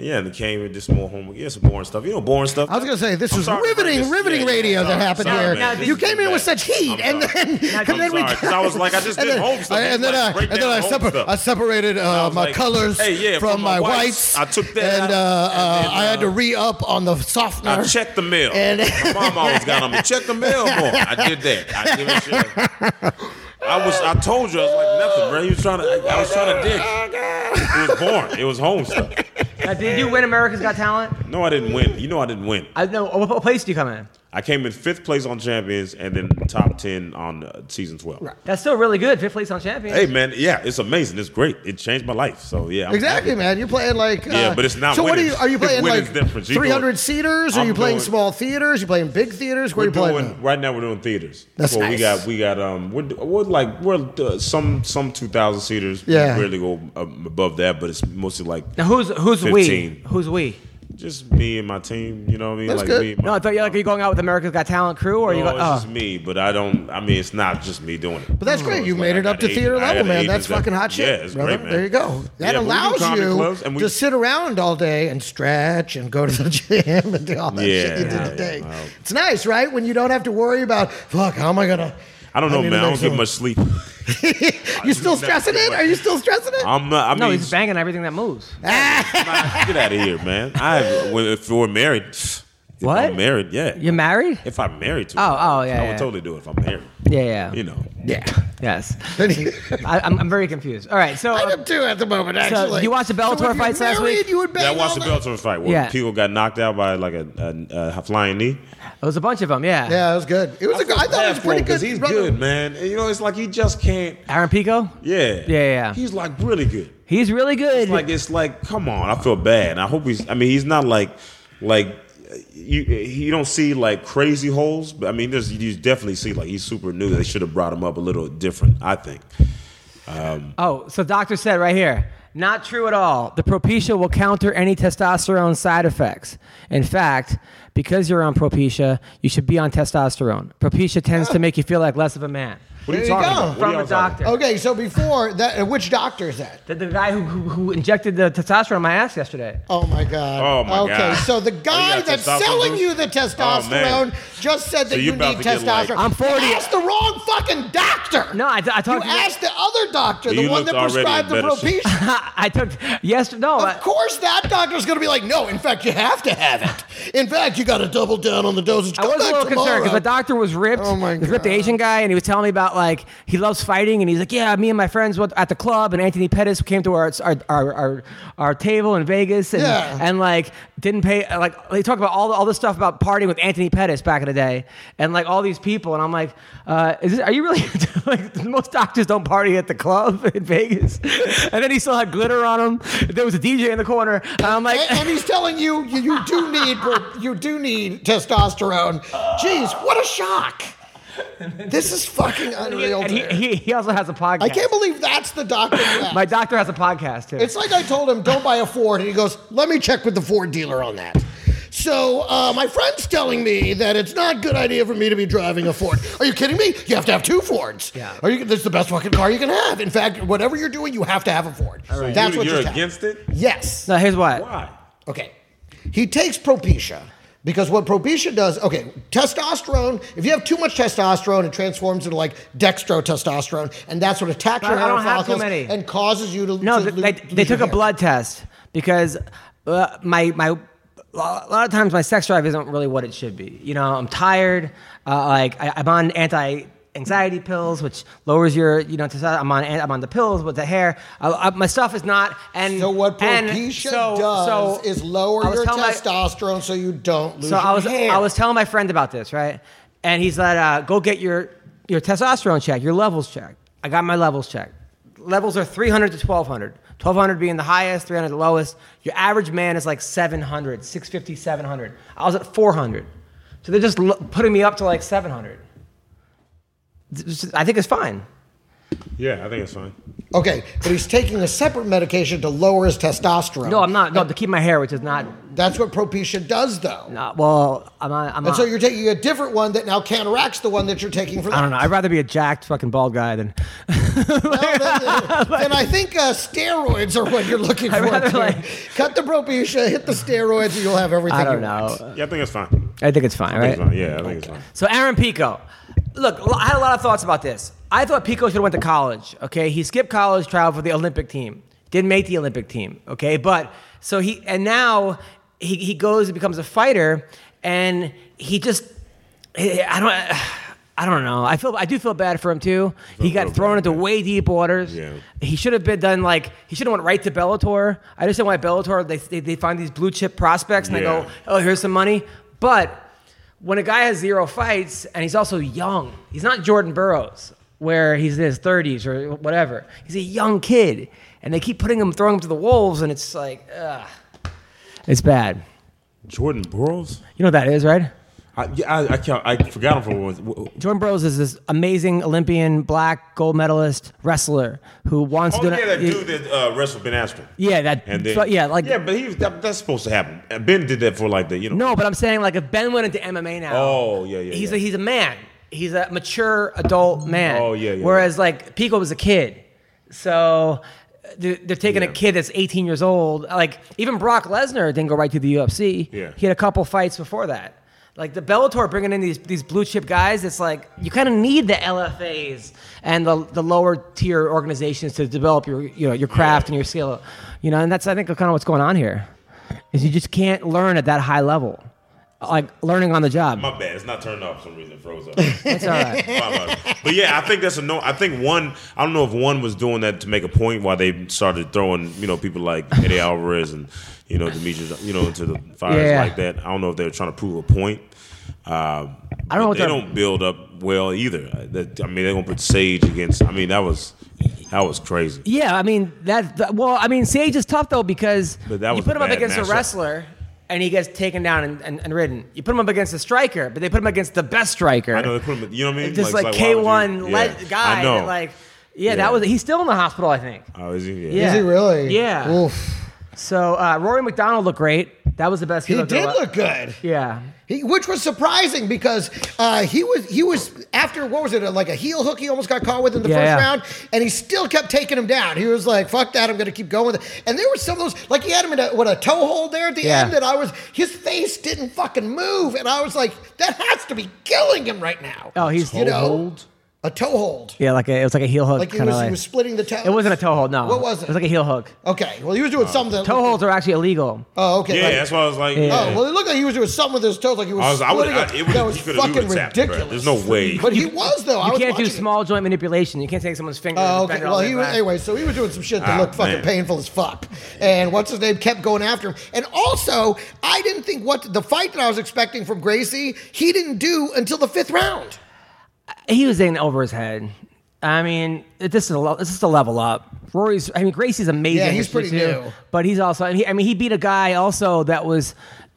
Speaker 5: Yeah, and then came and did some more homework. Yeah, some boring stuff. You know, boring stuff.
Speaker 4: I was gonna say this
Speaker 5: I'm
Speaker 4: was
Speaker 5: sorry to bring
Speaker 4: riveting,
Speaker 5: this-
Speaker 4: riveting
Speaker 5: yeah, yeah,
Speaker 4: radio
Speaker 5: sorry,
Speaker 4: that happened
Speaker 5: sorry,
Speaker 4: here.
Speaker 5: man, this
Speaker 4: you
Speaker 5: is
Speaker 4: came in with
Speaker 5: bad.
Speaker 4: such heat,
Speaker 5: I'm
Speaker 4: and
Speaker 5: sorry.
Speaker 4: then and
Speaker 5: I'm
Speaker 4: then we.
Speaker 5: sorry, 'cause I was like, I just
Speaker 4: and
Speaker 5: did
Speaker 4: then-
Speaker 5: home stuff.
Speaker 4: And then,
Speaker 5: Like,
Speaker 4: I,
Speaker 5: break
Speaker 4: and then
Speaker 5: down
Speaker 4: I,
Speaker 5: home
Speaker 4: separ-
Speaker 5: stuff.
Speaker 4: I separated
Speaker 5: I
Speaker 4: uh,
Speaker 5: was
Speaker 4: my
Speaker 5: like,
Speaker 4: colors
Speaker 5: hey, yeah,
Speaker 4: from,
Speaker 5: from
Speaker 4: my
Speaker 5: my
Speaker 4: whites.
Speaker 5: whites. I took that
Speaker 4: and,
Speaker 5: out,
Speaker 4: uh, uh,
Speaker 5: and then,
Speaker 4: I had to
Speaker 5: uh,
Speaker 4: re up on the softener.
Speaker 5: I checked the mail.
Speaker 4: And-
Speaker 5: My mom always got on me. Check the mail more. I did that. I did that shit. I was. I told you. I was like nothing, bro. You was trying to. I, I was trying to dig. It was boring. It was home stuff.
Speaker 3: Now, Uh, did you win America's Got Talent?
Speaker 5: No, I didn't win. You know, I didn't win.
Speaker 3: I know. What, what place do you come in?
Speaker 5: I came in fifth place on Champions and then top ten on uh, season twelve.
Speaker 3: That's still really good. Fifth place on champions.
Speaker 5: Hey man, yeah, it's amazing. It's great. It changed my life. So yeah, I'm
Speaker 4: Exactly,
Speaker 5: happy.
Speaker 4: man. You're playing like uh,
Speaker 5: Yeah, but it's not
Speaker 4: So what are
Speaker 5: winning.
Speaker 4: you? Are you
Speaker 5: It's
Speaker 4: playing
Speaker 5: winning's
Speaker 4: like
Speaker 5: different. You go-
Speaker 4: 300 seaters? Are
Speaker 5: I'm
Speaker 4: you playing
Speaker 5: doing-
Speaker 4: small theaters? You playing big theaters? Where
Speaker 5: We're
Speaker 4: you playing?
Speaker 5: doing right now. We're doing theaters.
Speaker 4: That's
Speaker 5: well,
Speaker 4: nice.
Speaker 5: We got we got um we're, we're like we're uh, some some two thousand seaters.
Speaker 4: Yeah.
Speaker 5: we rarely go um, above that, but it's mostly like
Speaker 3: Now who's who's we?
Speaker 5: 15.
Speaker 3: Who's we?
Speaker 5: just me and my team. You know what I mean?
Speaker 4: That's
Speaker 5: like
Speaker 4: good.
Speaker 5: me. And my,
Speaker 3: No, I thought you like are you going out with America's Got Talent crew or are you
Speaker 5: No,
Speaker 3: going?
Speaker 5: it's
Speaker 3: Oh.
Speaker 5: just me, but I don't. I mean, it's not just me doing it.
Speaker 4: But that's
Speaker 5: So
Speaker 4: great.
Speaker 5: it's
Speaker 4: You
Speaker 5: like
Speaker 4: made
Speaker 5: I
Speaker 4: it up
Speaker 5: got
Speaker 4: to
Speaker 5: agents-
Speaker 4: theater
Speaker 5: I got
Speaker 4: level, man.
Speaker 5: agents
Speaker 4: That's
Speaker 5: that-
Speaker 4: fucking hot shit.
Speaker 5: Yeah, it's
Speaker 4: brother.
Speaker 5: great, man.
Speaker 4: There you go. That
Speaker 5: Yeah, but we do
Speaker 4: allows
Speaker 5: comedy
Speaker 4: you
Speaker 5: clubs and we-
Speaker 4: to sit around all day and stretch and go to the gym and do all that
Speaker 5: Yeah,
Speaker 4: shit you
Speaker 5: yeah,
Speaker 4: did today.
Speaker 5: yeah, wow.
Speaker 4: It's nice, right? When you don't have to worry about fuck, how am I gonna?
Speaker 5: I don't know,
Speaker 4: need
Speaker 5: man.
Speaker 4: to
Speaker 5: I
Speaker 4: make
Speaker 5: don't get
Speaker 4: some-
Speaker 5: much sleep.
Speaker 4: you still
Speaker 5: do not
Speaker 4: stressing
Speaker 5: get
Speaker 4: it?
Speaker 5: much-
Speaker 4: Are you still stressing it?
Speaker 5: I'm not. I mean,
Speaker 3: No, he's banging everything that moves.
Speaker 5: get out of here, man. I when, if we're married. If
Speaker 3: What?
Speaker 5: I'm married. Yeah.
Speaker 3: You're married?
Speaker 5: If I'm married to
Speaker 3: Oh,
Speaker 5: her,
Speaker 3: oh, yeah,
Speaker 5: I
Speaker 3: yeah.
Speaker 5: would totally do it if I'm married.
Speaker 3: Yeah, yeah.
Speaker 5: You know.
Speaker 4: yeah.
Speaker 3: Yes.
Speaker 4: I
Speaker 3: I, I'm, I'm very confused. All right, so uh,
Speaker 4: am too at the moment, actually.
Speaker 3: you watched the Bellator
Speaker 4: if you're
Speaker 3: fights last
Speaker 4: married,
Speaker 3: week?
Speaker 4: You would bang
Speaker 5: Yeah, I watched
Speaker 4: all
Speaker 5: the
Speaker 4: night.
Speaker 5: Bellator fight where
Speaker 3: Yeah.
Speaker 5: people got knocked out by like a, a, a flying knee.
Speaker 3: it was a bunch of them. Yeah.
Speaker 4: Yeah, it was good. It was. a good- I thought it was
Speaker 5: Afro,
Speaker 4: pretty
Speaker 5: 'cause
Speaker 4: good.
Speaker 5: He's
Speaker 4: brother.
Speaker 5: good, man. And, you know, it's like he just can't.
Speaker 3: Aaron Pico.
Speaker 5: Yeah.
Speaker 3: yeah.
Speaker 5: He's like really good.
Speaker 3: He's really good.
Speaker 5: It's like it's like come on. I feel bad. And I hope he's. I mean, he's not like like you. You don't see like crazy holes, but I mean, there's you definitely see like he's super new. They should have brought him up a little different. I think.
Speaker 3: Oh, so doctor said right here, not true at all. The Propecia will counter any testosterone side effects. In fact, because you're on Propecia, you should be on testosterone. Propecia tends to make you feel like less of a man.
Speaker 5: What are
Speaker 4: There
Speaker 5: you
Speaker 4: you
Speaker 5: talking
Speaker 4: go.
Speaker 5: about? What are
Speaker 3: From
Speaker 5: y'all
Speaker 3: a
Speaker 5: talking about?
Speaker 3: doctor.
Speaker 4: Okay, so before that, uh, which doctor is that?
Speaker 3: The, the guy who, who, who injected the testosterone in my ass yesterday.
Speaker 4: Oh my god.
Speaker 5: Oh, my
Speaker 4: okay,
Speaker 5: God.
Speaker 4: so the
Speaker 5: Oh, you
Speaker 4: guy
Speaker 5: got
Speaker 4: that's
Speaker 5: testosterone
Speaker 4: selling
Speaker 5: boost?
Speaker 4: you the
Speaker 5: Oh, man.
Speaker 4: testosterone just said that
Speaker 5: you're
Speaker 4: you
Speaker 5: about
Speaker 4: need
Speaker 5: to get, like-
Speaker 4: testosterone.
Speaker 3: I'm 40.
Speaker 4: You asked the wrong fucking doctor.
Speaker 3: No, I, I
Speaker 4: You
Speaker 3: talked. to you-
Speaker 4: asked the other doctor, the
Speaker 5: You
Speaker 4: one that
Speaker 5: looked already
Speaker 4: prescribed the
Speaker 5: in better shape.
Speaker 4: propecia.
Speaker 3: I took yesterday. No, I-
Speaker 4: Of course, that doctor's going to be like, no, in fact, you have to have it. In fact, you got to double down on the dosage.
Speaker 3: I
Speaker 4: Come
Speaker 3: was a
Speaker 4: back
Speaker 3: little concerned because the
Speaker 4: tomorrow.
Speaker 3: doctor was ripped.
Speaker 4: Oh my
Speaker 3: he was ripped
Speaker 4: God.
Speaker 3: Asian guy, and he was telling me about like he loves fighting, and he's like, yeah, me and my friends went at the club, and Anthony Pettis came to our our our, our, our table in Vegas, and,
Speaker 4: Yeah.
Speaker 3: and like didn't pay. Like they talk about all the, all this stuff about partying with Anthony Pettis back in the day, and like all these people, and I'm like, uh, is this, are you really like most doctors don't party at the club in Vegas? and then he still had glitter on him. There was a DJ in the corner, and I'm like.
Speaker 4: And, and he's telling you, you, you do need pro- you do need testosterone. Jeez, what a shock! This is fucking unreal.
Speaker 3: and he,
Speaker 4: dude.
Speaker 3: he, he also has a podcast.
Speaker 4: I can't believe that's the doctor. you asked.
Speaker 3: My doctor has a podcast too.
Speaker 4: It's like I told him, don't buy a Ford. And he goes, let me check with the Ford dealer on that. So uh, my friend's telling me that it's not a good idea for me to be driving a Ford. Are you kidding me? You have to have two Fords.
Speaker 3: Yeah.
Speaker 4: Are you, this is the best fucking car you can have. In fact, whatever you're doing, you have to have a Ford. That's
Speaker 5: you,
Speaker 4: what
Speaker 5: you're
Speaker 4: just happened.
Speaker 5: against it.
Speaker 4: Yes.
Speaker 3: no, here's what.
Speaker 5: Why?
Speaker 4: Okay. He takes Propecia because what Propecia does, okay, testosterone, if you have too much testosterone, it transforms into like dextrotestosterone, and that's what attacks
Speaker 3: But
Speaker 4: your
Speaker 3: I
Speaker 4: hair
Speaker 3: don't have too
Speaker 4: follicles
Speaker 3: many.
Speaker 4: and causes you to
Speaker 3: No,
Speaker 4: to
Speaker 3: th-
Speaker 4: lo-
Speaker 3: they,
Speaker 4: lose
Speaker 3: they took
Speaker 4: your
Speaker 3: a
Speaker 4: hair.
Speaker 3: blood test because uh, my my a lot of times my sex drive isn't really what it should be. You know, I'm tired. Uh, like I, I'm on anti anxiety pills, which lowers your you know. testo- I'm on an- I'm on the pills with the hair. I, I, my stuff is not. And
Speaker 4: So what
Speaker 3: and
Speaker 4: Propecia
Speaker 3: so-
Speaker 4: does
Speaker 3: so
Speaker 4: is lower
Speaker 3: I was
Speaker 4: your
Speaker 3: telling my-
Speaker 4: testosterone so you don't lose
Speaker 3: so
Speaker 4: your
Speaker 3: I was
Speaker 4: hair.
Speaker 3: I was telling my friend about this, right? And he's like, uh, "Go get your your testosterone check, your levels check." I got my levels checked. Levels are 300 to 1200. 1200 being the highest, 300 the lowest. Your average man is like 700, 650, 700. I was at 400. So they're just l- putting me up to like 700. This is- I think it's fine.
Speaker 5: Yeah, I think it's fine.
Speaker 4: okay, but he's taking a separate medication to lower his testosterone.
Speaker 3: No, I'm not. No, to keep my hair, which is not.
Speaker 4: That's what Propecia does, though.
Speaker 3: not well, I'm not. I'm
Speaker 4: And
Speaker 3: not.
Speaker 4: so you're taking a different one that now counteracts the one that you're taking for.
Speaker 3: I don't know. I'd rather be a jacked fucking bald guy than.
Speaker 4: then I think uh, steroids are what you're looking for.
Speaker 3: rather,
Speaker 4: too.
Speaker 3: like-
Speaker 4: Cut the Propecia, hit the steroids, and you'll have everything.
Speaker 3: I don't
Speaker 4: you want.
Speaker 3: know.
Speaker 5: Yeah, I think it's fine.
Speaker 3: I think it's fine,
Speaker 5: I think
Speaker 3: right?
Speaker 5: it's fine. Yeah, I think it's fine.
Speaker 3: So Aaron Pico, look, I had a lot of thoughts about this. I thought Pico should have went to college. Okay, he skipped college, trial for the Olympic team, didn't make the Olympic team. Okay, but so he and now he he goes and becomes a fighter, and he just I don't. I don't know. I feel I do feel bad for him too. He got thrown into way deep waters.
Speaker 5: Yeah.
Speaker 3: He should have been done like he should have went right to Bellator. I understand why Bellator they they, they find these blue chip prospects and
Speaker 5: Yeah.
Speaker 3: they go, oh, here's some money. But when a guy has zero fights and he's also young, he's not Jordan Burroughs, where he's in his 30s or whatever. He's a young kid, and they keep putting him, throwing him to the wolves, and it's like, ugh, it's bad.
Speaker 5: Jordan Burroughs.
Speaker 3: You know what that is, right?
Speaker 5: I, yeah, I, I, can't, I forgot him for one.
Speaker 3: Jordan Burroughs is this amazing Olympian black gold medalist wrestler who wants
Speaker 5: Oh
Speaker 3: to.
Speaker 5: yeah, that dude that uh, wrestled Ben Askren.
Speaker 3: Yeah, that.
Speaker 5: And then,
Speaker 3: so- yeah, like.
Speaker 5: yeah, but he was, that, that's supposed to happen. And Ben did that for like the you know.
Speaker 3: No, but I'm saying like if Ben went into MMA now.
Speaker 5: Oh, yeah, yeah,
Speaker 3: He's
Speaker 5: yeah.
Speaker 3: a he's a man. He's a mature adult man.
Speaker 5: Oh, yeah, yeah,
Speaker 3: Whereas like Pico was a kid, so they're, they're taking
Speaker 5: Yeah.
Speaker 3: a kid that's 18 years old. Like even Brock Lesnar didn't go right to the UFC.
Speaker 5: Yeah.
Speaker 3: He had a couple fights before that. Like the Bellator bringing in these these blue chip guys, it's like you kind of need the LFAs and the, the lower tier organizations to develop your you know your craft and your skill, you know, and that's I think kind of what's going on here, is you just can't learn at that high level like learning on the job.
Speaker 5: My bad. It's not turned off for some reason. It froze up.
Speaker 3: It's all right.
Speaker 5: My bad. but yeah, I think that's a no. I think one. I don't know if one was doing that to make a point while they started throwing you know people like Eddie Alvarez and you know Demetrius you know into the fires
Speaker 3: Yeah.
Speaker 5: like that. I don't know if they were trying to prove a point. Uh,
Speaker 3: I don't know
Speaker 5: but
Speaker 3: what
Speaker 5: they
Speaker 3: that-
Speaker 5: don't build up well either. Uh, that- I mean, they're gonna put Sage against. I mean, that was that was crazy.
Speaker 3: Yeah, I mean that. that- Well, I mean Sage is tough though because
Speaker 5: But that
Speaker 3: you
Speaker 5: was
Speaker 3: put
Speaker 5: a
Speaker 3: him up
Speaker 5: bad
Speaker 3: against
Speaker 5: matchup.
Speaker 3: a wrestler and he gets taken down and, and, and ridden. You put him up against a striker, but they put him against the best striker.
Speaker 5: I know they put him. You know what I mean?
Speaker 3: Just
Speaker 5: it's
Speaker 3: like,
Speaker 5: why
Speaker 3: K
Speaker 5: would
Speaker 3: one
Speaker 5: you-
Speaker 3: le-
Speaker 5: yeah.
Speaker 3: guy.
Speaker 5: I know.
Speaker 3: that, like, yeah,
Speaker 5: Yeah.
Speaker 3: that was. He's still in the hospital, I think.
Speaker 5: oh, is he? Yeah.
Speaker 3: Yeah.
Speaker 4: Is he really?
Speaker 3: Yeah.
Speaker 4: Oof.
Speaker 3: So uh, Rory McDonald looked great. That was the best he,
Speaker 4: He
Speaker 3: looked.
Speaker 4: did
Speaker 3: all-
Speaker 4: look good.
Speaker 3: Yeah.
Speaker 4: He, which was surprising because uh, he was he was after what was it uh, like a heel hook he almost got caught with in the
Speaker 3: Yeah,
Speaker 4: first
Speaker 3: yeah.
Speaker 4: round and he still kept taking him down. He was like, "Fuck that, I'm gonna keep going." with it." And there was some of those like he had him in a what a toe hold there at the
Speaker 3: Yeah.
Speaker 4: end that I was his face didn't fucking move and I was like, "That has to be killing him right now."
Speaker 3: Oh, he's
Speaker 4: you know a toe hold
Speaker 3: Yeah, like a, it was like a heel hook.
Speaker 4: like he
Speaker 3: kinda
Speaker 4: was
Speaker 3: like-
Speaker 4: he was splitting the toe.
Speaker 3: it wasn't a toe hold. No.
Speaker 4: What was it?
Speaker 3: It was like a heel hook.
Speaker 4: Okay, well he was doing something.
Speaker 3: Toe holds are actually illegal.
Speaker 4: Oh, okay.
Speaker 5: Yeah,
Speaker 4: like-
Speaker 5: that's why I was like,
Speaker 3: Yeah.
Speaker 4: Oh well, it looked like he was doing something with his toes, like he was.
Speaker 5: I was, I would,
Speaker 4: splitting
Speaker 5: I,
Speaker 4: it.
Speaker 5: it would,
Speaker 4: that was
Speaker 5: he could've- he
Speaker 4: fucking
Speaker 5: would've tapped, bro.
Speaker 4: ridiculous.
Speaker 5: There's no way.
Speaker 4: But he was though. I
Speaker 3: You
Speaker 4: was
Speaker 3: can't do
Speaker 4: watching it.
Speaker 3: small joint manipulation. You can't take someone's finger.
Speaker 4: Oh,
Speaker 3: and
Speaker 4: okay.
Speaker 3: bend it
Speaker 4: Well,
Speaker 3: all the
Speaker 4: he
Speaker 3: way
Speaker 4: was,
Speaker 3: back.
Speaker 4: anyway, so he was doing some shit that
Speaker 5: Ah,
Speaker 4: looked fucking
Speaker 5: man.
Speaker 4: painful as fuck. And what's his name kept going after him. And also, I didn't think what the fight that I was expecting from Gracie, he didn't do until the fifth round.
Speaker 3: he was in over his head. I mean, it- this is a lo- this is a level up. Rory's, I mean, Gracie's amazing.
Speaker 4: Yeah, he's
Speaker 3: at this
Speaker 4: pretty
Speaker 3: shit, too.
Speaker 4: new.
Speaker 3: but he's also. I mean, he, I mean, he beat a guy also that was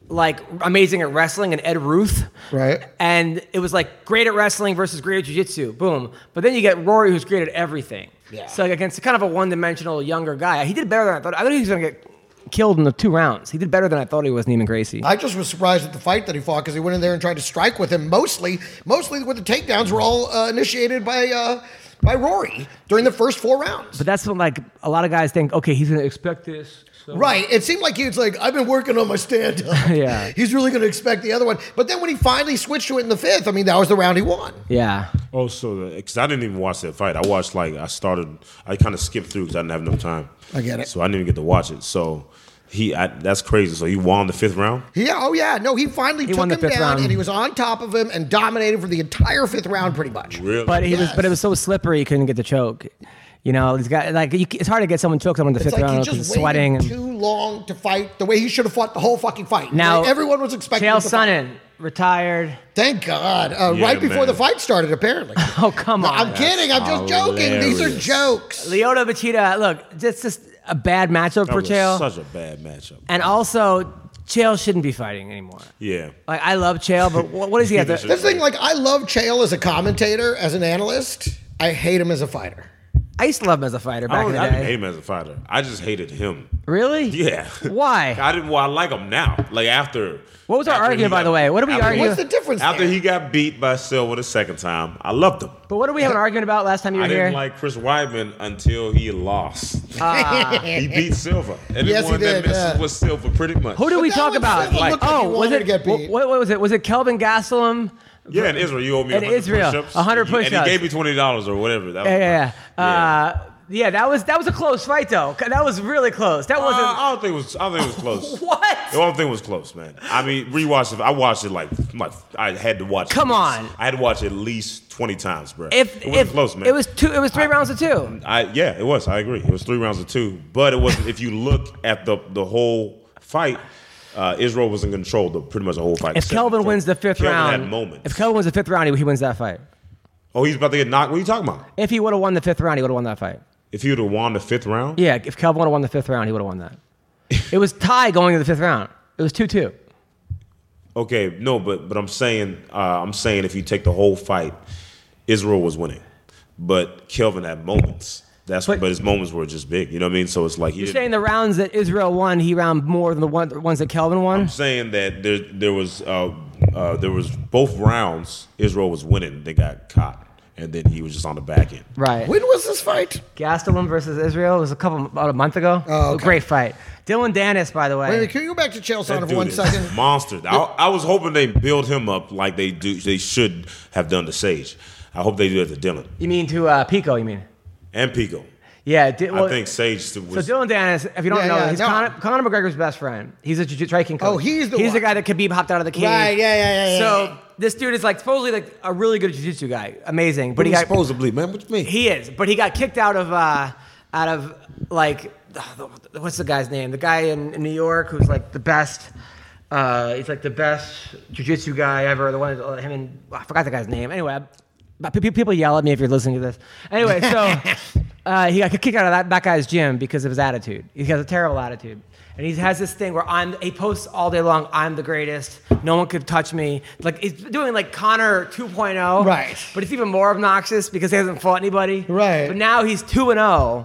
Speaker 3: like amazing at wrestling, and Ed Ruth.
Speaker 4: Right.
Speaker 3: And it was like great at wrestling versus great at jiu-jitsu. Boom. But then you get Rory, who's great at everything.
Speaker 4: Yeah.
Speaker 3: So like, against kind of a one-dimensional younger guy, he did better than I thought. I thought he was gonna get killed in the two rounds. He did better than I thought he was, Neiman Gracie.
Speaker 4: I just was surprised at the fight that he fought because he went in there and tried to strike with him mostly. Mostly with the takedowns were all uh, initiated by uh, by Rory during the first four rounds.
Speaker 3: but that's when like a lot of guys think, okay, he's gonna expect this. So.
Speaker 4: Right. It seemed like he was like, I've been working on my stand up.
Speaker 3: Yeah.
Speaker 4: He's really going to expect the other one. But then when he finally switched to it in the fifth, I mean, that was the round he won.
Speaker 3: Yeah.
Speaker 5: Oh, so because I didn't even watch that fight. I watched like I started. I kind of skipped through because I didn't have enough time.
Speaker 4: I get it.
Speaker 5: So I didn't even get to watch it. So he, I, that's crazy. So he won the fifth round.
Speaker 4: Yeah, oh yeah. No, he finally took
Speaker 3: won the
Speaker 4: him
Speaker 3: fifth
Speaker 4: down
Speaker 3: round.
Speaker 4: and he was on top of him and dominated for the entire fifth round pretty much.
Speaker 5: Really?
Speaker 3: But he was, but it was so slippery, he couldn't get the choke. You know, he's got like you, c- it's hard to get someone to choke someone in the
Speaker 4: It's
Speaker 3: fifth
Speaker 4: like he
Speaker 3: round because
Speaker 4: just
Speaker 3: he's sweating.
Speaker 4: waited too long to fight the way he should have fought the whole fucking fight.
Speaker 3: now
Speaker 4: Like, everyone was expecting
Speaker 3: Chael
Speaker 4: him to fight.
Speaker 3: Sonnen retired.
Speaker 4: Thank God. Uh,
Speaker 5: Yeah,
Speaker 4: right before
Speaker 5: man.
Speaker 4: the fight started, apparently.
Speaker 3: Oh come
Speaker 4: No,
Speaker 3: on,
Speaker 4: I'm kidding. I'm just joking. These are
Speaker 5: hilarious.
Speaker 4: jokes.
Speaker 3: Leota Machida. Look, that's just a bad matchup
Speaker 5: that
Speaker 3: for
Speaker 5: was
Speaker 3: Chael,
Speaker 5: such a bad matchup.
Speaker 3: and also Chael shouldn't be fighting anymore.
Speaker 5: yeah.
Speaker 3: Like I love Chael, but what, what does he have to?
Speaker 4: That's the thing, like I love Chael as a commentator, as an analyst. I hate him as a fighter.
Speaker 3: I used to love him as a fighter
Speaker 5: I,
Speaker 3: back in
Speaker 5: don't,
Speaker 3: the
Speaker 5: I didn't hate
Speaker 3: day.
Speaker 5: him as a fighter. I just hated him.
Speaker 3: Really?
Speaker 5: Yeah.
Speaker 3: Why?
Speaker 5: I didn't. Well, I like him now. Like after.
Speaker 3: What was our
Speaker 5: after he
Speaker 3: argument, by
Speaker 5: got-
Speaker 3: the way? What did we
Speaker 5: after-
Speaker 3: argue?
Speaker 4: What's the difference?
Speaker 5: After
Speaker 4: there?
Speaker 5: he got beat by Silva the second time, I loved him.
Speaker 3: But what did we have an argument about last time you were
Speaker 5: I didn't
Speaker 3: here?
Speaker 5: like Chris Weidman until he lost.
Speaker 3: Ah.
Speaker 5: he beat Silva. Everyone
Speaker 4: Yes, he
Speaker 5: that
Speaker 4: did,
Speaker 5: messes
Speaker 4: yeah.
Speaker 5: with Silva pretty much.
Speaker 3: Who did
Speaker 4: But
Speaker 3: we
Speaker 4: that
Speaker 3: talk
Speaker 4: was
Speaker 3: about?
Speaker 4: Silva looked like he
Speaker 3: oh, was
Speaker 4: wanted
Speaker 3: it
Speaker 4: to get beat.
Speaker 3: What, what was it? Was it Kelvin Gastelum?
Speaker 5: Yeah, in Israel, you owe me
Speaker 3: In
Speaker 5: 100
Speaker 3: Israel,
Speaker 5: push-ups.
Speaker 3: 100
Speaker 5: And you- And
Speaker 3: push-ups.
Speaker 5: he gave me twenty dollars or whatever. That was
Speaker 3: Yeah, yeah, yeah.
Speaker 5: Yeah.
Speaker 3: Uh, yeah, that was that was a close fight though. That was really close. That
Speaker 5: Uh,
Speaker 3: wasn't
Speaker 5: I don't think it was. I don't think it was close.
Speaker 3: what.
Speaker 5: I don't think it was close, man. I mean, rewatched it. I watched it like, like I had to watch. it
Speaker 3: Come
Speaker 5: at
Speaker 3: on.
Speaker 5: least- I had to watch it at least twenty times, bro.
Speaker 3: If
Speaker 5: it wasn't
Speaker 3: if
Speaker 5: close, man.
Speaker 3: it was two, it was three
Speaker 5: I-
Speaker 3: rounds of two.
Speaker 5: I yeah, it was. I agree. It was three rounds of two, but it wasn't. if you look at the the whole fight, uh, Israel was in control the pretty much the whole fight.
Speaker 3: If
Speaker 5: Except
Speaker 3: Kelvin
Speaker 5: for-
Speaker 3: wins the fifth
Speaker 5: Kelvin
Speaker 3: round,
Speaker 5: had moments.
Speaker 3: if Kelvin wins the fifth round, he, he wins that fight.
Speaker 5: oh, he's about to get knocked. What are you talking about?
Speaker 3: If he would have won the fifth round, he would have won that fight.
Speaker 5: If he would have won the fifth round,
Speaker 3: Yeah, if Kelvin would have won the fifth round, he would have won that. it was tie going to the fifth round. It was two two.
Speaker 5: okay, no, but but I'm saying uh, I'm saying if you take the whole fight, Israel was winning, but Kelvin had moments. That's
Speaker 3: But-
Speaker 5: but, his moments were just big. You know what I mean? So it's like he
Speaker 3: You're
Speaker 5: didn't-
Speaker 3: saying the rounds that Israel won, he round more than the one, the ones that Kelvin won.
Speaker 5: I'm saying that there there was uh, uh, there was both rounds Israel was winning. They got caught, and then he was just on the back end.
Speaker 3: right.
Speaker 4: when was this fight?
Speaker 3: Gastelum versus Israel was a couple about a month ago.
Speaker 4: Oh, okay.
Speaker 3: great fight. Dylan Dennis, by the way.
Speaker 4: Wait, a minute, can you go back to Chael
Speaker 5: That
Speaker 4: Sonnen for
Speaker 5: dude
Speaker 4: one
Speaker 5: is
Speaker 4: second?
Speaker 5: a monster. I, I was hoping they build him up like they do. They should have done to Sage. I hope they do it to Dylan
Speaker 3: You mean to uh, Pico? You mean?
Speaker 5: and Pico.
Speaker 3: Yeah, Di- well,
Speaker 5: I think Sage
Speaker 3: So
Speaker 5: was.
Speaker 3: Dylan Dennis, if you don't
Speaker 4: Yeah,
Speaker 3: know,
Speaker 4: yeah,
Speaker 3: he's
Speaker 4: no.
Speaker 3: Conor, Conor McGregor's best friend. He's a jiu- striking coach.
Speaker 4: Oh, he's the
Speaker 3: he's the
Speaker 4: one.
Speaker 3: guy that Khabib hopped out of the cage.
Speaker 4: Right, yeah, yeah, yeah, yeah,
Speaker 3: So
Speaker 4: yeah.
Speaker 3: this dude is like supposedly like a really good jiu-jitsu guy, amazing. But he
Speaker 1: He's
Speaker 3: got
Speaker 1: supposedly, man. What you mean?
Speaker 3: he is, but he got kicked out of uh, out of like oh, the- what's the guy's name? The guy in, in New York who's like the best. Uh, he's like the best jujitsu guy ever. The one uh, him and I forgot the guy's name. Anyway, I, but pe- pe- people yell at me if you're listening to this. Anyway, so uh, he got kicked out of that, that guy's gym because of his attitude. He has a terrible attitude. And he has this thing where I'm, he posts all day long, I'm the greatest. No one could touch me. Like, he's doing like Connor oh. 2.0.
Speaker 4: Right.
Speaker 3: But it's even more obnoxious because he hasn't fought anybody.
Speaker 4: Right.
Speaker 3: But now he's 2 and 0,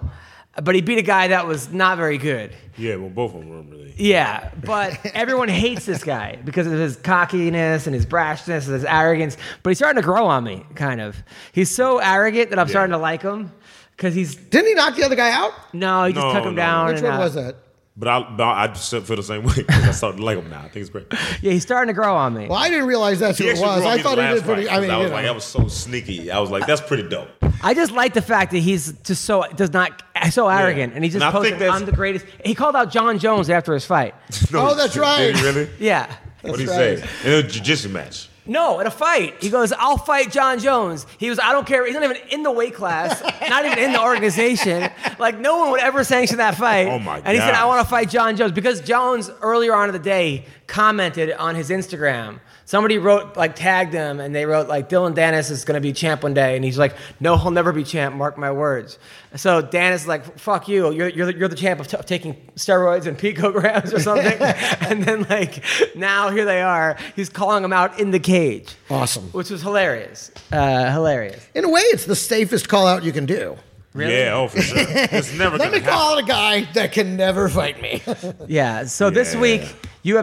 Speaker 3: but he beat a guy that was not very good.
Speaker 5: yeah, well, both of them were really.
Speaker 3: Yeah, but everyone hates this guy because of his cockiness and his brashness and his arrogance. But he's starting to grow on me, kind of. He's so arrogant that I'm starting to like him because he's
Speaker 4: Didn't he knock the other guy out?
Speaker 3: no, he just
Speaker 5: No,
Speaker 3: took him
Speaker 5: no.
Speaker 3: down.
Speaker 4: Which
Speaker 3: and uh,
Speaker 4: one
Speaker 3: out.
Speaker 4: was that?
Speaker 5: But I, but I just feel the same way 'cause I started to like him now. I think it's great.
Speaker 3: Yeah, he's starting to grow on me.
Speaker 4: Well, I didn't realize that's who
Speaker 5: He
Speaker 4: it
Speaker 5: actually
Speaker 4: was.
Speaker 5: brought
Speaker 4: I
Speaker 5: me
Speaker 4: thought
Speaker 5: the
Speaker 4: he
Speaker 5: last
Speaker 4: did pretty.
Speaker 5: fight, Oh,
Speaker 4: I mean,
Speaker 5: 'cause I
Speaker 4: you
Speaker 5: was
Speaker 4: know.
Speaker 5: like, that was so sneaky. I was like, that's pretty dope.
Speaker 3: I just like the fact that he's just so does not so arrogant, and he just
Speaker 5: And I think
Speaker 3: posted,
Speaker 5: that's-
Speaker 3: "I'm the greatest." He called out John Jones after his fight.
Speaker 4: Oh, that's right.
Speaker 5: Did he really?
Speaker 3: Yeah,
Speaker 5: What did he
Speaker 4: right.
Speaker 5: say? In a jiu-jitsu match.
Speaker 3: no, in a fight, he goes, "I'll fight John Jones." He was, "I don't care." He's not even in the weight class, not even in the organization. Like no one would ever sanction that fight.
Speaker 5: Oh, my
Speaker 3: And he said,
Speaker 5: God.
Speaker 3: "I want to fight John Jones because Jones earlier on in the day commented on his Instagram." Somebody wrote like tagged him, and they wrote like Dylan Dennis is going to be champ one day, and he's like, "No, he'll never be champ. Mark my words." So Dennis is like, "Fuck you! You're you're the, you're the champ of, t- of taking steroids and picograms or something." and then like now here they are. He's calling him out in the cage,
Speaker 4: awesome.
Speaker 3: which was hilarious. Uh, hilarious.
Speaker 4: In a way, it's the safest call out you can do.
Speaker 3: Really?
Speaker 5: Yeah, oh, for sure. It's never
Speaker 4: Let
Speaker 5: going
Speaker 4: me
Speaker 5: to
Speaker 4: call
Speaker 5: happen.
Speaker 4: out a guy that can never fight me.
Speaker 3: Yeah. So this
Speaker 5: Yeah.
Speaker 3: week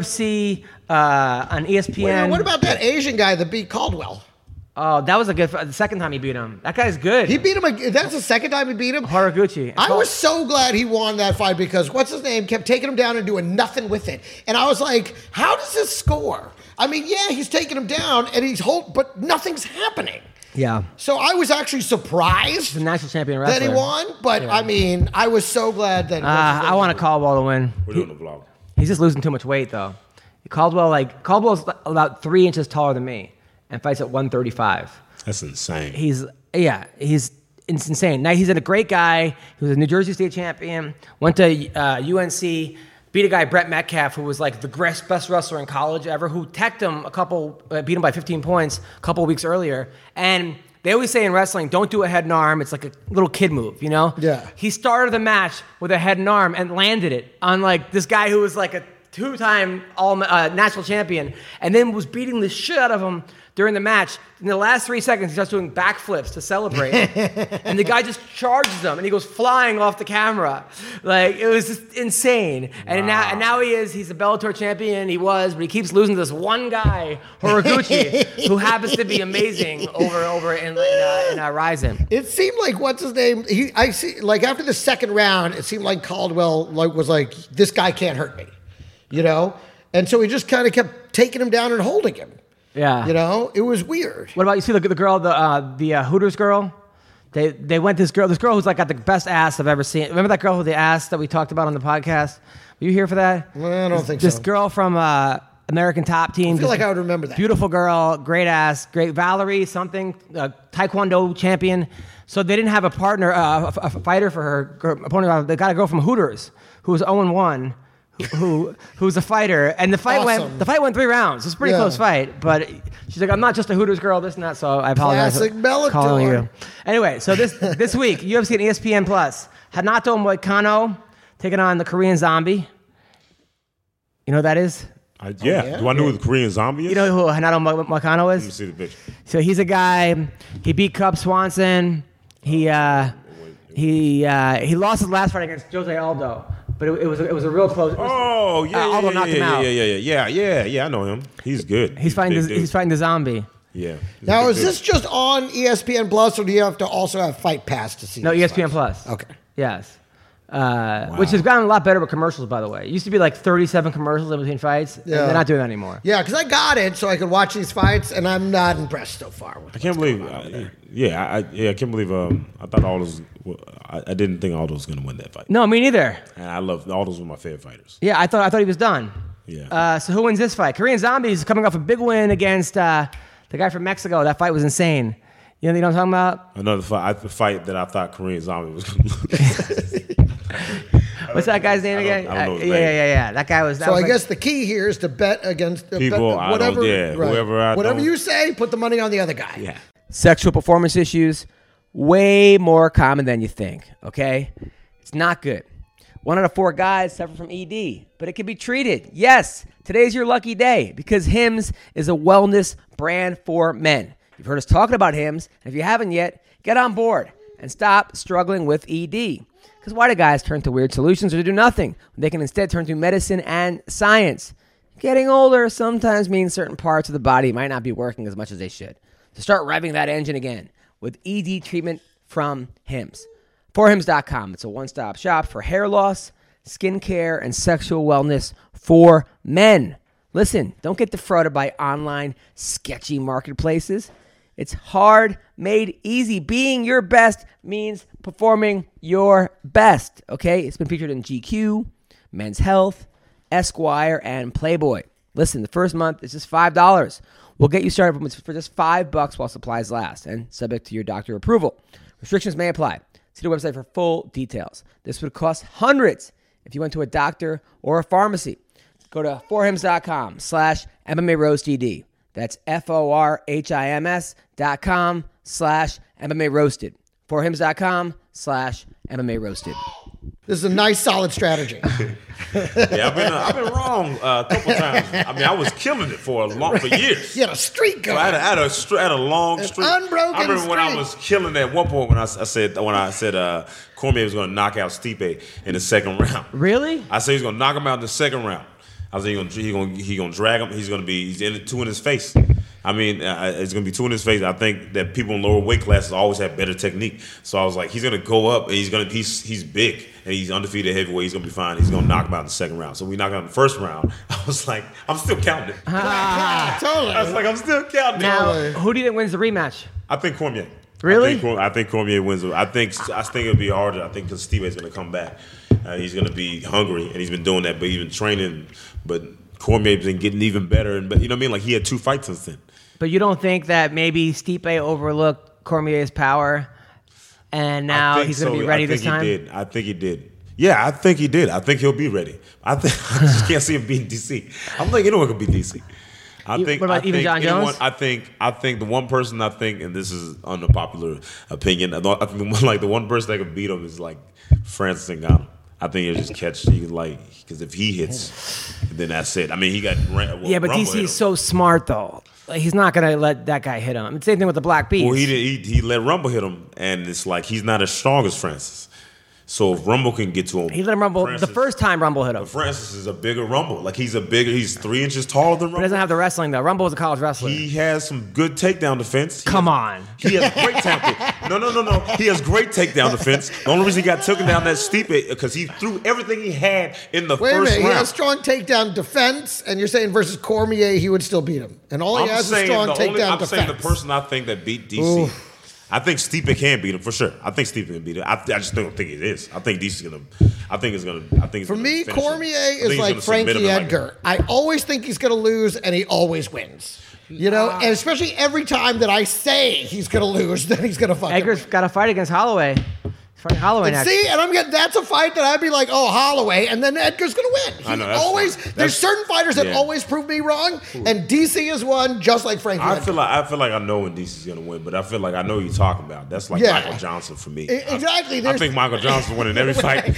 Speaker 3: UFC uh, on ESPN.
Speaker 4: Now, what about that Asian guy that beat Caldwell?
Speaker 3: Oh, that was a good. The second time he beat him, that guy's good.
Speaker 4: He beat him. ag- That's the second time he beat him.
Speaker 3: Haraguchi.
Speaker 4: I was so glad he won that fight because what's his name kept taking him down and doing nothing with it, and I was like, how does this score? I mean, yeah, he's taking him down and he's hold, but nothing's happening.
Speaker 3: yeah,
Speaker 4: So I was actually surprised
Speaker 3: the national champion wrestler.
Speaker 4: that he won, but I mean, I was so glad that.
Speaker 3: Uh, I want to Caldwell to win.
Speaker 5: We're doing the vlog.
Speaker 3: He's just losing too much weight though. Caldwell like Caldwell's about three inches taller than me and fights at 135.
Speaker 5: That's insane.
Speaker 3: He's yeah, he's it's insane. Now he's a great guy. He was a New Jersey State champion. Went to uh, UNC, beat a guy Brett Metcalf who was like the gres- best wrestler in college ever, who teched him a couple, uh, beat him by 15 points a couple weeks earlier. And they always say in wrestling, don't do a head and arm. It's like a little kid move, you know?
Speaker 4: Yeah.
Speaker 3: He started the match with a head and arm and landed it on like this guy who was like a two-time all uh, national champion, and then was beating the shit out of him during the match. In the last three seconds, he starts doing backflips to celebrate, and the guy just charges him, and he goes flying off the camera. Like it was just insane. And now, and now he is. He's a Bellator champion. He was, but he keeps losing to this one guy, Horiguchi, who happens to be amazing over and over in, in, uh, in uh, Ryzen.
Speaker 4: It seemed like what's his name? He, I see. Like after the second round, it seemed like Caldwell like was like, this guy can't hurt me, you know. And so he just kind of kept taking him down and holding him.
Speaker 3: Yeah.
Speaker 4: You know, it was weird.
Speaker 3: What about you? See the, the girl, the uh, the uh, Hooters girl. They they went this girl, this girl who's like got the best ass I've ever seen. Remember that girl with the ass that we talked about on the podcast? Were you here for that?
Speaker 4: I don't think
Speaker 3: this
Speaker 4: so.
Speaker 3: girl from uh, American Top Team. I
Speaker 4: feel like I would remember that.
Speaker 3: Beautiful girl, great ass, great Valerie something, uh, Taekwondo champion. So they didn't have a partner, uh, a, a fighter for her her opponent. uh, They got a girl from Hooters who was 0 1, who who's a fighter, and the fight
Speaker 4: Awesome.
Speaker 3: went the fight went three rounds. It was a pretty
Speaker 4: Yeah.
Speaker 3: close fight, but she's like, I'm not just a Hooters girl, this and that. So I apologize.
Speaker 4: Classic
Speaker 3: for
Speaker 4: Bellator.
Speaker 3: Calling you. Anyway, so this this week UFC and E ESPN Plus, Hanato Moicano taking on the Korean Zombie. You know who that is?
Speaker 5: I, yeah. Do I know who the Korean zombie is?
Speaker 3: Oh, You know who Hanato Mo- Moicano
Speaker 5: Let me
Speaker 3: is?
Speaker 5: see the picture.
Speaker 3: So he's a guy. He beat Cub Swanson. He uh, he uh, he lost his last fight against Jose Aldo, but it, it was it was a real close. it was-
Speaker 5: Oh, yeah.
Speaker 3: Uh,
Speaker 5: yeah,
Speaker 3: Aldo
Speaker 5: yeah,
Speaker 3: knocked
Speaker 5: yeah,
Speaker 3: him
Speaker 5: yeah,
Speaker 3: out.
Speaker 5: Yeah, yeah, yeah, yeah, yeah, yeah. I know him. He's good.
Speaker 3: he's
Speaker 5: a
Speaker 3: fighting
Speaker 5: big
Speaker 3: the,
Speaker 5: dude.
Speaker 3: he's fighting the zombie.
Speaker 5: Yeah. He's a
Speaker 4: Now
Speaker 5: big
Speaker 4: is
Speaker 5: dude.
Speaker 4: this just E on ESPN Plus, or do you have to also have Fight Pass to see?
Speaker 5: E
Speaker 3: No, E
Speaker 4: this
Speaker 3: ESPN
Speaker 4: fight?
Speaker 3: Plus.
Speaker 4: Okay.
Speaker 3: Yes. Uh, Which has gotten a lot better with commercials, by the way. It used to be like 37 commercials in between fights, and
Speaker 4: Yeah.
Speaker 3: they're not doing that anymore.
Speaker 4: Yeah, because I got it, so I could watch these fights, and I'm not impressed so far. With
Speaker 5: I can't believe. I, yeah, I, I- yeah, I can't believe. Um, I thought Aldo's. I, I didn't think Aldo was going to win that fight,
Speaker 3: No, me neither.
Speaker 5: and I love Aldo's one of my favorite fighters.
Speaker 3: Yeah, I thought I thought he was done.
Speaker 5: Yeah.
Speaker 3: Uh, so who wins this fight? Korean Zombies is coming off a big win against uh, the guy from Mexico. That fight was insane. You know, you know what I'm talking about?
Speaker 5: Another fight, I, fight that I thought Korean Zombie was going to lose.
Speaker 3: What's that guy's name
Speaker 5: I don't-
Speaker 3: again?
Speaker 5: I don't know his
Speaker 3: Uh, yeah,
Speaker 5: name.
Speaker 3: yeah, yeah, yeah. That guy was. That
Speaker 4: So I
Speaker 3: was like-
Speaker 4: guess the key here is to bet against uh,
Speaker 5: People, I
Speaker 4: bet,
Speaker 5: don't-
Speaker 4: whatever,
Speaker 5: yeah, whoever I
Speaker 4: whatever
Speaker 5: don't-
Speaker 4: you say, put the money on the other guy.
Speaker 5: yeah,
Speaker 3: sexual performance issues way more common than you think okay it's not good one out of four guys suffer from ed but it can be treated yes today's your lucky day because hims is a wellness brand for men you've heard us talking about hims and if you haven't yet get on board and stop struggling with ed because why do guys turn to weird solutions or do nothing they can instead turn to medicine and science Getting older sometimes means certain parts of the body might not be working as much as they should. So start revving that engine again with ED treatment from Hims. ForHims.com. It's a one stop shop for hair loss, skin care, and sexual wellness for men. Listen, don't get defrauded by online sketchy marketplaces. It's hard made easy. Being your best means performing your best. Okay? It's been featured in GQ, Men's Health, Esquire, and Playboy. Listen, the first month is just five dollars. We'll get you started from- for just five bucks while supplies last, and subject to your doctor approval. Restrictions may apply. See the website for full details. This would cost hundreds if you went to a doctor or a pharmacy. Go to forhims.com slash MMA Roast ED. That's F O R H I M S dot com slash MMA Roasted. Forhims.com slash MMA Roasted.
Speaker 4: This is a nice, solid strategy.
Speaker 5: yeah. I've been, uh, I've been wrong uh, a couple times. I mean, I was killing it for a long for years.
Speaker 4: you had a street
Speaker 5: So I had
Speaker 4: going.
Speaker 5: a, I had a, str- I had a long streak.
Speaker 4: unbroken
Speaker 5: I remember when I
Speaker 4: streak.
Speaker 5: was killing at one point when I, s- I said when I said uh, Cormier was going to knock out Stipe in the second round.
Speaker 3: Really?
Speaker 5: I said he's going to knock him out in the second round. I was going he going he going to drag him. He's going to be he's in two in his face. I mean, uh, it's going to be two in his face. I think that people in lower weight classes always have better technique. So I was like, he's going to go up and he's going to he's he's big and he's undefeated heavyweight. He's going to be fine. He's going to knock him out in the second round. So we knocked him out in the first round. I was like, I'm still counting. it.
Speaker 4: Yeah,
Speaker 5: I was
Speaker 4: totally.
Speaker 5: like, I'm still counting. it.
Speaker 3: Now,
Speaker 4: Really?
Speaker 3: who do you think wins the rematch?
Speaker 5: I think Cormier.
Speaker 3: Really?
Speaker 5: I think, Corm- I think Cormier wins. it. I think I think it'll be harder. I think because Stipe's going to come back. Uh, he's going to be hungry, and he's been doing that, but he's been training. But Cormier's been getting even better, and but you know what I mean. Like he had two fights since then.
Speaker 3: But you don't think that maybe Stipe overlooked Cormier's power and
Speaker 5: I
Speaker 3: now
Speaker 5: think
Speaker 3: he's going to
Speaker 5: so.
Speaker 3: be ready
Speaker 5: I think
Speaker 3: this
Speaker 5: he
Speaker 3: time?
Speaker 5: Did. I think he did. Yeah, I think he did. I think he'll be ready. I think I just can't see him beating DC. I'm like, anyone could beat DC. I
Speaker 3: You-
Speaker 5: think.
Speaker 3: what about
Speaker 5: I
Speaker 3: even
Speaker 5: think
Speaker 3: John
Speaker 5: anyone-
Speaker 3: Jones?
Speaker 5: I think. I think the one person I think, and this is an unpopular opinion, I don't- I think the one- like the one person that could beat him is like Francis Ngannou. I think he'll just catch. He could, like because if he hits, then that's it. I mean, he got ran- well,
Speaker 3: yeah, but
Speaker 5: Rumble hit
Speaker 3: DC
Speaker 5: him.
Speaker 3: is so smart, though. Like, he's not going to let that guy hit him. Same thing with the Black Beast.
Speaker 5: Well, he, did, he he let Rumble hit him, and it's like he's not as strong as Francis. So if Rumble can get to him,
Speaker 3: He let him rumble the
Speaker 5: Francis-
Speaker 3: first time Rumble hit him.
Speaker 5: Francis is a bigger Rumble. Like he's a bigger. He's three inches taller than
Speaker 3: He
Speaker 5: Rumble.
Speaker 3: doesn't have the wrestling though. Rumble is a college wrestler.
Speaker 5: he has some good takedown defense. He
Speaker 3: Come
Speaker 5: has-
Speaker 3: on.
Speaker 5: He has great takedown. No, no, no, no. He has great takedown defense. The only reason he got taken down that steep because he threw everything he had in the
Speaker 4: Wait a
Speaker 5: first
Speaker 4: minute. He
Speaker 5: round.
Speaker 4: has strong takedown defense, and you're saying versus Cormier, he would still beat him. And all he
Speaker 5: I'm
Speaker 4: has is
Speaker 5: saying
Speaker 4: strong
Speaker 5: the
Speaker 4: takedown
Speaker 5: only, I'm
Speaker 4: defense.
Speaker 5: saying the person I think that beat DC. I think Stipe can beat him for sure. I think Stipe can beat him. I, I just don't think it is. I think DC's gonna. I think it's gonna. I think it's
Speaker 4: For
Speaker 5: gonna
Speaker 4: me,
Speaker 5: finish him.
Speaker 4: Cormier
Speaker 5: I think
Speaker 4: is
Speaker 5: he's
Speaker 4: like
Speaker 5: gonna submit him
Speaker 4: Frankie
Speaker 5: and, like,
Speaker 4: Edgar. I always think he's going to lose, and he always wins. You know,
Speaker 3: Ah.
Speaker 4: and especially every time that I say he's going to lose, then he's going to fucking
Speaker 3: Edgar's got a fight against Holloway. He's fighting Holloway
Speaker 4: And
Speaker 3: next.
Speaker 4: see, and I'm getting that's a fight that I'd be like, oh Holloway, and then Edgar's gonna win. He
Speaker 5: I know, that's
Speaker 4: always
Speaker 5: fine.
Speaker 4: there's
Speaker 5: That's-
Speaker 4: certain fighters that
Speaker 5: yeah.
Speaker 4: always prove me wrong, and DC is one just like Frankie.
Speaker 5: I
Speaker 4: Edgar.
Speaker 5: feel like I feel like I know when DC's gonna win, but I feel like I know who you're talking about. That's like
Speaker 4: Yeah.
Speaker 5: Michael Johnson for me.
Speaker 4: E- exactly,
Speaker 5: I,
Speaker 4: there's-
Speaker 5: think Michael Johnson winning every fight, and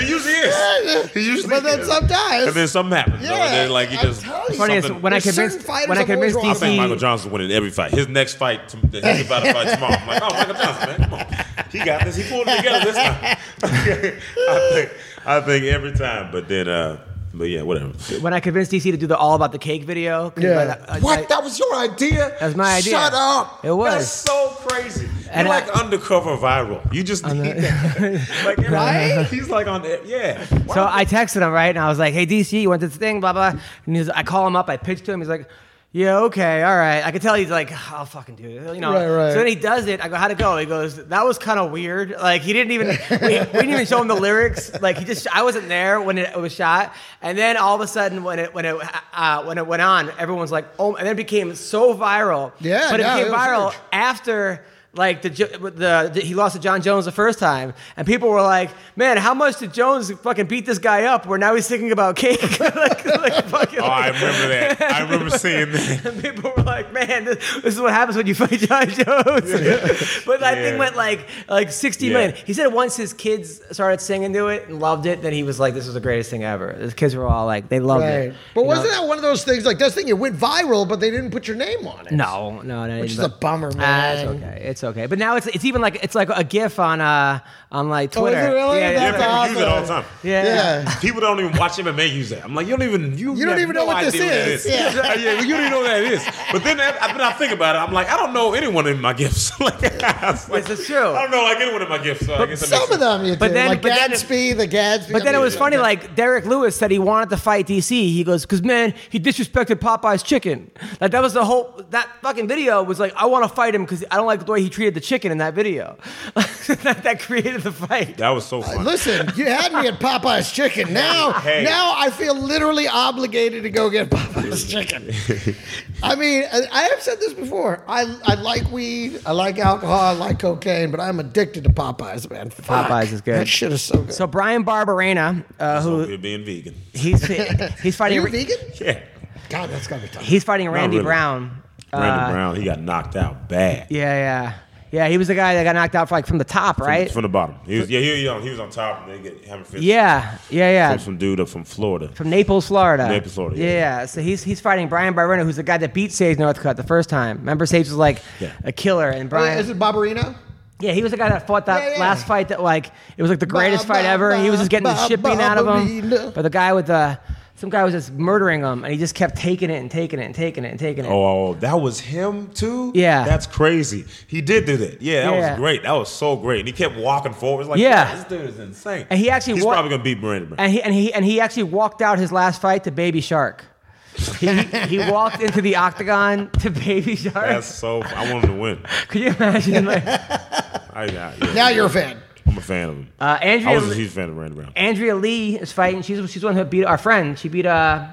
Speaker 5: he usually is. He usually
Speaker 4: But then
Speaker 5: is.
Speaker 4: sometimes-
Speaker 5: and then something happens. Yeah,
Speaker 4: Yeah,
Speaker 5: then, like he
Speaker 4: I'm
Speaker 5: just.
Speaker 4: telling you.
Speaker 3: Funny is
Speaker 5: something-
Speaker 3: when I
Speaker 4: There's certain
Speaker 3: convinced
Speaker 4: fighters
Speaker 3: when I
Speaker 4: I'm always
Speaker 3: convinced
Speaker 4: wrong.
Speaker 5: I think Michael
Speaker 3: DC
Speaker 5: Johnson winning every fight. His next fight, to, he's about to fight tomorrow. I'm like, oh, Michael Johnson, man, come on, he got this. He pulled it together this time. I think, I think every time, but then, uh, but yeah, whatever.
Speaker 3: when I convinced DC to do the all about the cake video. 'cause
Speaker 4: Yeah.
Speaker 3: by the- I-
Speaker 5: What? That was your idea?
Speaker 3: That's my idea.
Speaker 5: Shut up.
Speaker 3: It was.
Speaker 5: That's so crazy.
Speaker 3: And
Speaker 5: You're
Speaker 3: I-
Speaker 5: like undercover viral. You just need that. like you're right? He's like on the yeah. Why
Speaker 3: So
Speaker 5: don't-
Speaker 3: I texted him, right? And I was like, hey, DC, you want this thing? Blah, blah. And he's, I call him up. I pitch to him. He's like, yeah, okay, all right. I could tell he's like, I'll fucking do it. You know.
Speaker 4: Right, right.
Speaker 3: So then he does it. I go, how'd it go? He goes, that was kind of weird. Like, he didn't even, we, we didn't even show him the lyrics. Like, he just, I wasn't there when it was shot. And then all of a sudden, when it, when it, uh, when it went on, everyone's like, oh, and then it became so viral.
Speaker 4: Yeah,
Speaker 3: But it
Speaker 4: yeah,
Speaker 3: became
Speaker 4: it was
Speaker 3: viral
Speaker 4: huge.
Speaker 3: after like the, Jo- the the he lost to John Jones the first time, and people were like, "Man, how much did Jones fucking beat this guy up?" Where now he's thinking about cake. like, like, fucking,
Speaker 5: Oh, I remember that. I remember seeing that.
Speaker 3: and people were like, "Man, this, this is what happens when you fight John Jones." but that
Speaker 5: Yeah.
Speaker 3: thing went like like sixty
Speaker 5: Yeah.
Speaker 3: million. He said once his kids started singing to it and loved it, then he was like, "This was the greatest thing ever." His kids were all like, "They loved
Speaker 4: Right.
Speaker 3: it."
Speaker 4: But
Speaker 3: You
Speaker 4: wasn't
Speaker 3: know?
Speaker 4: that one of those things like this thing? It went viral, but they didn't put your name on it.
Speaker 3: No, no, no.
Speaker 4: Which is
Speaker 3: but-
Speaker 4: a bummer,
Speaker 3: Ah,
Speaker 4: man.
Speaker 3: it's okay. It's okay. But now it's it's even like it's like a GIF on uh on like
Speaker 4: Oh, is
Speaker 3: Twitter.
Speaker 4: it really?
Speaker 3: Yeah, yeah,
Speaker 5: Yeah,
Speaker 4: That's
Speaker 5: people
Speaker 3: yeah.
Speaker 4: awesome.
Speaker 5: use it all the time.
Speaker 3: yeah.
Speaker 4: Yeah.
Speaker 5: People don't even watch MMA use that. I'm like, you don't even you,
Speaker 4: You don't
Speaker 5: have
Speaker 4: even know
Speaker 5: no
Speaker 4: what this
Speaker 5: idea that
Speaker 4: is.
Speaker 5: Yeah, well, you don't even know what that is. But then, I, then I think about it. I'm like, I don't know anyone in my gifts. like, I was like,
Speaker 3: This is true.
Speaker 5: I don't know like anyone in my gifts. So I guess that makes
Speaker 4: Some of
Speaker 5: sense.
Speaker 4: them you
Speaker 3: But
Speaker 4: did.
Speaker 3: then-
Speaker 4: like
Speaker 3: but then-
Speaker 4: Gadsby, the Gadsby.
Speaker 3: But then it was funny, like Derek Lewis said he wanted to fight DC. He goes, "Cause man, he disrespected Popeye's chicken." Like that was the whole that fucking video was like, "I want to fight him because I don't like the way he treated the chicken in that video." that, that created the fight.
Speaker 5: That was so funny.
Speaker 4: Listen, you had me at Popeye's Chicken. Now,
Speaker 5: Hey.
Speaker 4: now I feel literally obligated to go get Popeye's Chicken. I mean, I, I have said this before. I, I like weed, I like alcohol, I like cocaine, but I'm addicted to Popeyes, man. Fuck.
Speaker 3: Popeyes is good.
Speaker 4: That shit is so good.
Speaker 3: So Brian Barberena, uh, who
Speaker 5: You're being vegan.
Speaker 3: he's he's
Speaker 4: Are
Speaker 3: fighting
Speaker 4: you vegan?
Speaker 5: Yeah.
Speaker 4: God, that's gotta be tough.
Speaker 3: he's fighting Randy
Speaker 5: really.
Speaker 3: Brown.
Speaker 5: Brandon
Speaker 3: Uh,
Speaker 5: Brown, he got knocked out bad.
Speaker 3: Yeah, yeah, yeah. He was the guy that got knocked out for, like from the top, right?
Speaker 5: From the bottom. He was, yeah, he was, on, he was on top and they get hammer fist.
Speaker 3: yeah, yeah, yeah.
Speaker 5: From some dude up from Florida.
Speaker 3: From Naples, Florida.
Speaker 5: Naples, Florida,
Speaker 3: Yeah,
Speaker 5: yeah.
Speaker 3: yeah. So he's he's fighting Brian Barberena, who's the guy that beat Sage Northcutt the first time. Remember, Sage was like
Speaker 5: Yeah.
Speaker 3: a killer, and Brian.
Speaker 4: Is it Barbarino?
Speaker 3: yeah, he was the guy that fought that
Speaker 4: Yeah, yeah.
Speaker 3: last fight that like it was like the greatest fight
Speaker 4: ba-
Speaker 3: ever. he was
Speaker 4: ba-
Speaker 3: just getting the
Speaker 4: ba-
Speaker 3: shipping out of him.
Speaker 4: Barberena.
Speaker 3: But the guy with the some guy was just murdering him, and he just kept taking it and taking it and taking it and taking it.
Speaker 5: Oh, that was him too?
Speaker 3: Yeah.
Speaker 5: That's crazy. He did do that. Yeah, that
Speaker 3: Yeah.
Speaker 5: was great. That was so great. And he kept walking forward. It's like,
Speaker 3: Yeah.
Speaker 5: yeah, this dude is insane.
Speaker 3: And he actually
Speaker 5: He's
Speaker 3: wa-
Speaker 5: probably going to beat Brandon Brown.
Speaker 3: And he and he and he actually walked out his last fight to Baby Shark. He, he he walked into the octagon to Baby Shark.
Speaker 5: That's so I want him to win.
Speaker 3: Could you imagine? Like,
Speaker 5: I, I, yeah.
Speaker 4: Now you're a fan.
Speaker 5: I'm a fan of him.
Speaker 3: uh, Andrea
Speaker 5: I was a huge fan of Brandon Brown.
Speaker 3: Andrea Lee is fighting. She's she's the one who beat our friend. She beat uh,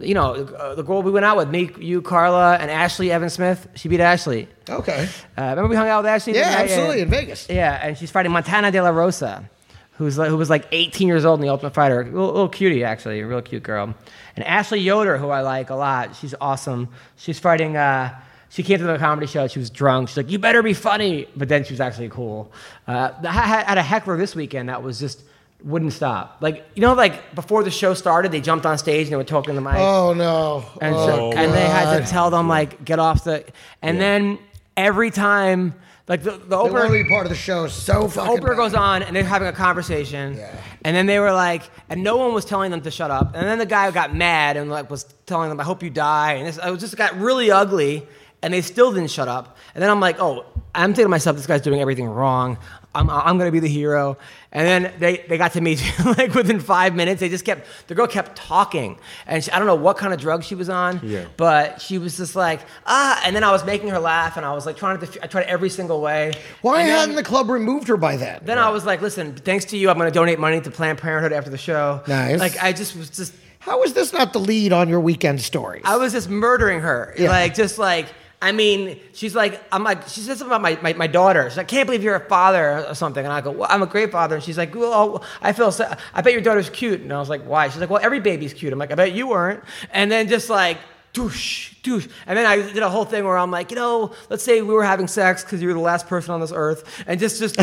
Speaker 3: you know, uh, the girl we went out with, me, you, Carla, and Ashley Evan Smith. She beat Ashley.
Speaker 4: Okay.
Speaker 3: Uh, remember we hung out with Ashley? the
Speaker 4: Yeah,
Speaker 3: night?
Speaker 4: absolutely. In
Speaker 3: And-
Speaker 4: Vegas.
Speaker 3: yeah, and she's fighting Montana De La Rosa, who's like, who was like 18 years old in the Ultimate Fighter. A little, little cutie, actually, a real cute girl. And Ashley Yoder, who I like a lot, she's awesome. She's fighting. Uh, she came to the comedy show. She was drunk. She's like, "You better be funny," but then she was actually cool. Uh, I had had a heckler this weekend that was just wouldn't stop. Like you know, like before the show started, they jumped on stage and they were talking to the mic
Speaker 4: Oh no.
Speaker 3: and, so,
Speaker 4: Oh,
Speaker 3: and they had to tell them like get off the and then every time like the, the
Speaker 4: they want
Speaker 3: opener
Speaker 4: to be part of the show so fucking.
Speaker 3: opener
Speaker 4: bad.
Speaker 3: goes on and they're having a conversation
Speaker 4: Yeah.
Speaker 3: and then they were like and no one was telling them to shut up and then the guy got mad and like was telling them i hope you die and this, it was just got really ugly and they still didn't shut up and then i'm like oh i'm thinking to myself this guy's doing everything wrong I'm, I'm gonna be the hero, and then they, they got to me like within five minutes. They just kept the girl kept talking, and she, I don't know what kind of drug she was on,
Speaker 5: Yeah.
Speaker 3: but she was just like ah. And then I was making her laugh, and I was like trying to def- I tried every single way.
Speaker 4: Why
Speaker 3: And then-
Speaker 4: hadn't the club removed her by then?
Speaker 3: then I was like, listen, thanks to you, I'm going to donate money to Planned Parenthood after the show.
Speaker 4: Nice.
Speaker 3: Like, I just was just,
Speaker 4: How is this not the lead on your weekend stories?
Speaker 3: I was just murdering her.
Speaker 4: Yeah.
Speaker 3: Like, just like, I mean, she's like, I'm like, she said something about my, my, my daughter. She's like, I can't believe you're a father or something. And I go, well, I'm a great father. And she's like, well, I feel, so, I bet your daughter's cute. And I was like, why? She's like, well, every baby's cute. I'm like, I bet you weren't. And then just like, douche, douche. And then I did a whole thing where I'm like, you know, let's say we were having sex because you were the last person on this earth. And just, just,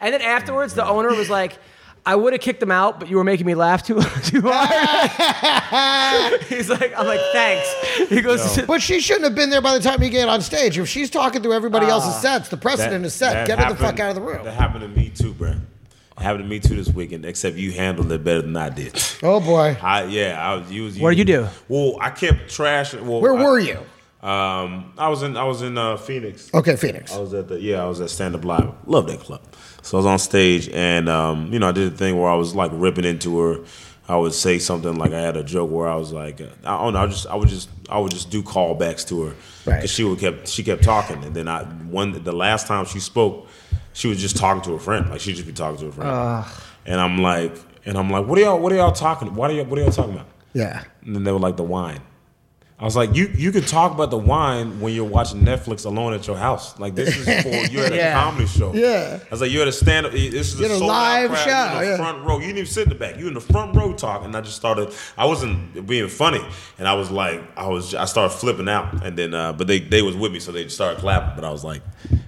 Speaker 3: And then afterwards, the owner was like, I would have kicked him out, but you were making me laugh too, too hard. He's like, I'm like, thanks. He goes,
Speaker 4: but she shouldn't have been there by the time you get on stage. If she's talking through
Speaker 3: Ah,
Speaker 4: everybody else's sets, the precedent is set. Get her the fuck
Speaker 5: happened-
Speaker 4: out of the room.
Speaker 5: That happened to me too, bro. It happened to me too this weekend, except you handled it better than I did.
Speaker 4: Oh boy.
Speaker 5: I yeah, I was you was
Speaker 3: What did you do?
Speaker 5: Well, I kept trashing. Well,
Speaker 4: Where
Speaker 5: I-
Speaker 4: were you?
Speaker 5: Um, I was in I was in uh, Phoenix.
Speaker 4: Okay, Phoenix.
Speaker 5: I was at the yeah, I was at Stand Up Live. Love that club. So I was on stage, and um, you know, I did a thing where I was like ripping into her. I would say something like I had a joke where I was like, uh, I don't know, I just I would just I would just do callbacks to her
Speaker 4: Right.
Speaker 5: because she would kept she kept talking, and then I one the last time she spoke, she was just talking to her friend, like she'd just be talking to her friend, and I'm like, and I'm like, what are y'all what are y'all talking? What are y'all what are y'all talking about?
Speaker 4: Yeah.
Speaker 5: And then they were like the wine. I was like, you you can talk about the wine when you're watching Netflix alone at your house. Like this is for you're at a
Speaker 3: Yeah.
Speaker 5: comedy show.
Speaker 4: Yeah.
Speaker 5: I was like, you're at a stand up. This is
Speaker 4: You're
Speaker 5: a,
Speaker 4: at a
Speaker 5: sold-out
Speaker 4: live show,
Speaker 5: crowd. You're in
Speaker 4: yeah.
Speaker 5: the front row. You didn't even sit in the back. You in the front row talking. And I just started. I wasn't being funny, and I was like, I was. I started flipping out, and then uh, but they they was with me, so they started clapping. But I was like,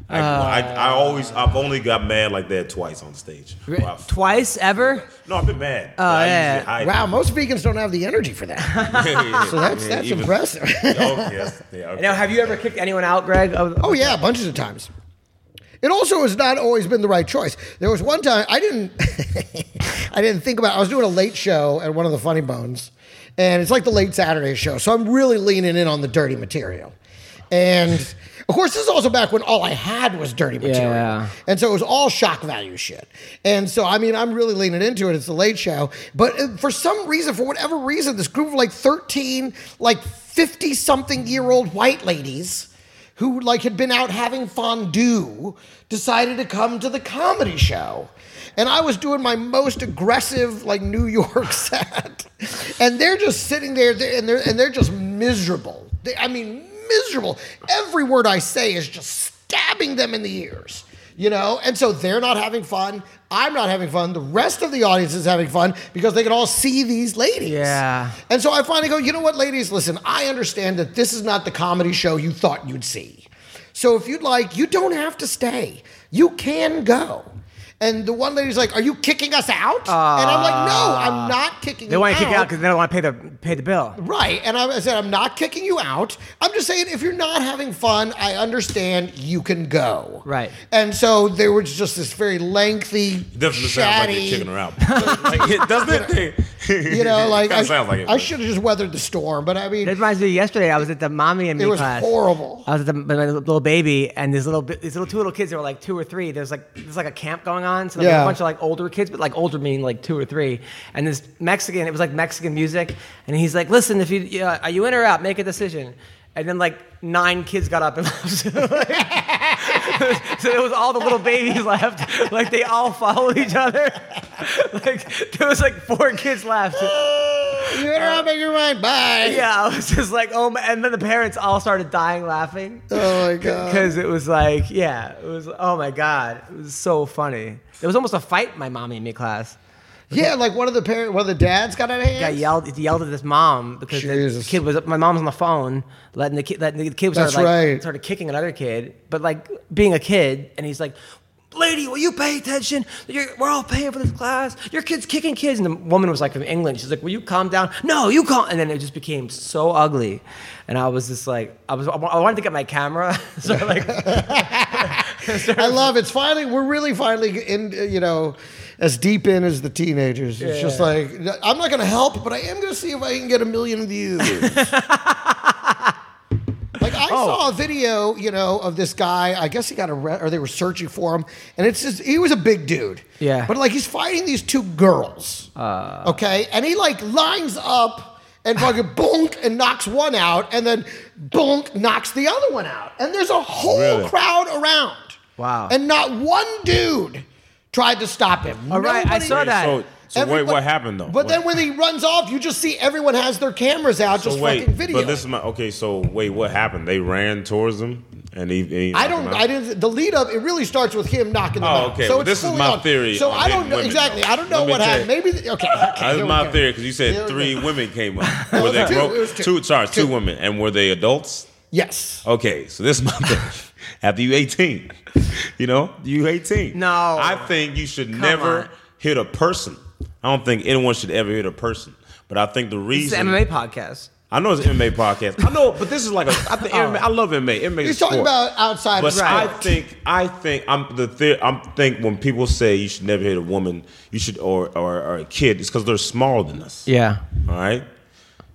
Speaker 5: I, I, I
Speaker 4: Uh.
Speaker 5: always I've only got mad like that twice on stage. Wow.
Speaker 3: Twice ever?
Speaker 5: No, I've been mad.
Speaker 3: Oh,
Speaker 5: I usually
Speaker 3: yeah.
Speaker 5: hide it.
Speaker 4: Wow, most vegans don't have the energy for that.
Speaker 5: so
Speaker 4: That's that's impressive.
Speaker 5: oh yes. Yeah, okay.
Speaker 3: Now, have you ever kicked anyone out, Greg? Of-
Speaker 4: Oh yeah, bunches of times. It also has not always been the right choice. There was one time I didn't I didn't think about I was doing a late show at one of the funny bones. And it's like the late Saturday show. So I'm really leaning in on the dirty material. And of course, this is also back when all I had was dirty material.
Speaker 3: Yeah.
Speaker 4: And so it was all shock value shit. And so, I mean, I'm really leaning into it. It's the late show. But uh, for some reason, for whatever reason, this group of like 13, like 50 something year old white ladies who like had been out having fondue decided to come to the comedy show. And I was doing my most aggressive, like New York set. And they're just sitting there they're- and they're, and they're just miserable. They, I mean, miserable. Every word I say is just stabbing them in the ears you know and so they're not having fun i'm not having fun the rest of the audience is having fun because they can all see these ladies
Speaker 3: Yeah.
Speaker 4: and so i finally go you know what ladies listen i understand that this is not the comedy show you thought you'd see so if you'd like you don't have to stay you can go and the one lady's like are you kicking us out and i'm like no i'm not kicking
Speaker 3: Ah. They
Speaker 4: you
Speaker 3: want to kick you out because they don't want to pay the pay the bill.
Speaker 4: Right. And I, I said, I'm not kicking you out. I'm just saying, if you're not having fun, I understand you can go.
Speaker 3: Right.
Speaker 4: And so there was just this very lengthy,
Speaker 5: Definitely sounds like
Speaker 4: chatty,
Speaker 5: they're kicking her out. Like, it- doesn't it?
Speaker 4: you know, like I,
Speaker 5: Kinda sounds like it.
Speaker 4: I should have just weathered the storm. But I mean,
Speaker 3: That reminds me. Yesterday, I was at the mommy and me
Speaker 4: It was
Speaker 3: class.
Speaker 4: horrible.
Speaker 3: I was at the with my little baby, and these little bi- these little two little kids. They were like two or three. There's like there's like a camp going on. So there were
Speaker 4: Yeah.
Speaker 3: a bunch of like older kids, but like older meaning like two or three. And this Mexican, it was like Mexican music, and he's like, "Listen, if you uh, are you in or out, make a decision." And then like nine kids got up and left. so it was all the little babies left. Like they all followed each other. like there was like four kids left.
Speaker 4: you better not make your mind. Bye.
Speaker 3: Yeah, I was just like, oh my, and then the parents all started dying laughing
Speaker 4: Oh my god.
Speaker 3: because it was like, yeah, it was, oh my god, it was so funny. There was almost a fight in my mommy and me class.
Speaker 4: Yeah, like one of the parent, one of the dads got out of hand.
Speaker 3: Got yelled, it yelled at this mom because the
Speaker 4: Jesus.
Speaker 3: kid was my mom was on the phone letting the kid, letting the kid was
Speaker 4: That's
Speaker 3: started, like,
Speaker 4: right.
Speaker 3: started kicking another kid, but like being a kid, and he's like. Lady, will you pay attention? You're, we're all paying for this class. Your kid's kicking kids, and the woman was like from England. She's like, "Will you calm down?" No, you calm. And then it just became so ugly, and I was just like, I was, I wa- I wanted to get my camera, so I, like,
Speaker 4: I love it. it's finally we're really finally in you know as deep in as the teenagers. It's just like I'm not going to help, but I am going to see if I can get a million views. like I saw a video, you know, of this guy. I guess he got arrested, or they were searching for him, and it's just he was a big dude.
Speaker 3: Yeah.
Speaker 4: but like he's fighting these two girls. okay, and he like lines up. And fucking bonk and knocks one out, and then bonk knocks the other one out. And there's a whole
Speaker 5: Really?
Speaker 4: crowd around.
Speaker 3: Wow.
Speaker 4: And not one dude tried to stop him.
Speaker 3: All right, I
Speaker 4: Nobody-
Speaker 3: saw that.
Speaker 5: So, so wait,
Speaker 4: everybody-
Speaker 5: what happened though?
Speaker 4: But
Speaker 5: What-
Speaker 4: then when he runs off, you just see everyone has their cameras out,
Speaker 5: so
Speaker 4: just
Speaker 5: wait,
Speaker 4: fucking video.
Speaker 5: but this is my okay. So wait, what happened? They ran towards him, and he. and he
Speaker 4: I
Speaker 5: knocked him
Speaker 4: don't.
Speaker 5: out?
Speaker 4: I didn't. The lead up. It really starts with him knocking them
Speaker 5: Oh,
Speaker 4: out.
Speaker 5: okay.
Speaker 4: So
Speaker 5: Well,
Speaker 4: it's
Speaker 5: this is
Speaker 4: fully
Speaker 5: my
Speaker 4: on.
Speaker 5: theory
Speaker 4: So
Speaker 5: on
Speaker 4: I don't
Speaker 5: hitting
Speaker 4: know
Speaker 5: women,
Speaker 4: exactly.
Speaker 5: though.
Speaker 4: I don't know
Speaker 5: Let me
Speaker 4: what
Speaker 5: tell you.
Speaker 4: happened. Maybe. The, okay. okay,
Speaker 5: That
Speaker 4: here
Speaker 5: was
Speaker 4: we
Speaker 5: my
Speaker 4: go.
Speaker 5: theory because you
Speaker 4: Here
Speaker 5: said
Speaker 4: we
Speaker 5: three
Speaker 4: go.
Speaker 5: women came up. Were they
Speaker 4: was two, it was
Speaker 5: broke?
Speaker 4: two.
Speaker 5: Two, sorry, two
Speaker 4: Two.
Speaker 5: women, and were they adults?
Speaker 4: Yes.
Speaker 5: Okay, so this is my thing. After you 18, you know, you 18.
Speaker 3: No.
Speaker 5: I think you should never
Speaker 3: on.
Speaker 5: hit a person. I don't think anyone should ever hit a person. But I think the
Speaker 3: This is an
Speaker 5: reason
Speaker 3: MMA podcast.
Speaker 5: I know it's an MMA podcast. I know, but this is like a. I
Speaker 3: Oh.
Speaker 5: think MMA, I love MMA. MMA.
Speaker 4: He's
Speaker 5: is
Speaker 4: talking
Speaker 5: sport.
Speaker 4: about outside
Speaker 5: But
Speaker 4: of sport.
Speaker 5: I think I think I'm the theory, I'm think when people say you should never hit a woman, you should or or, or a kid, it's because they're smaller than us.
Speaker 3: Yeah.
Speaker 5: All right.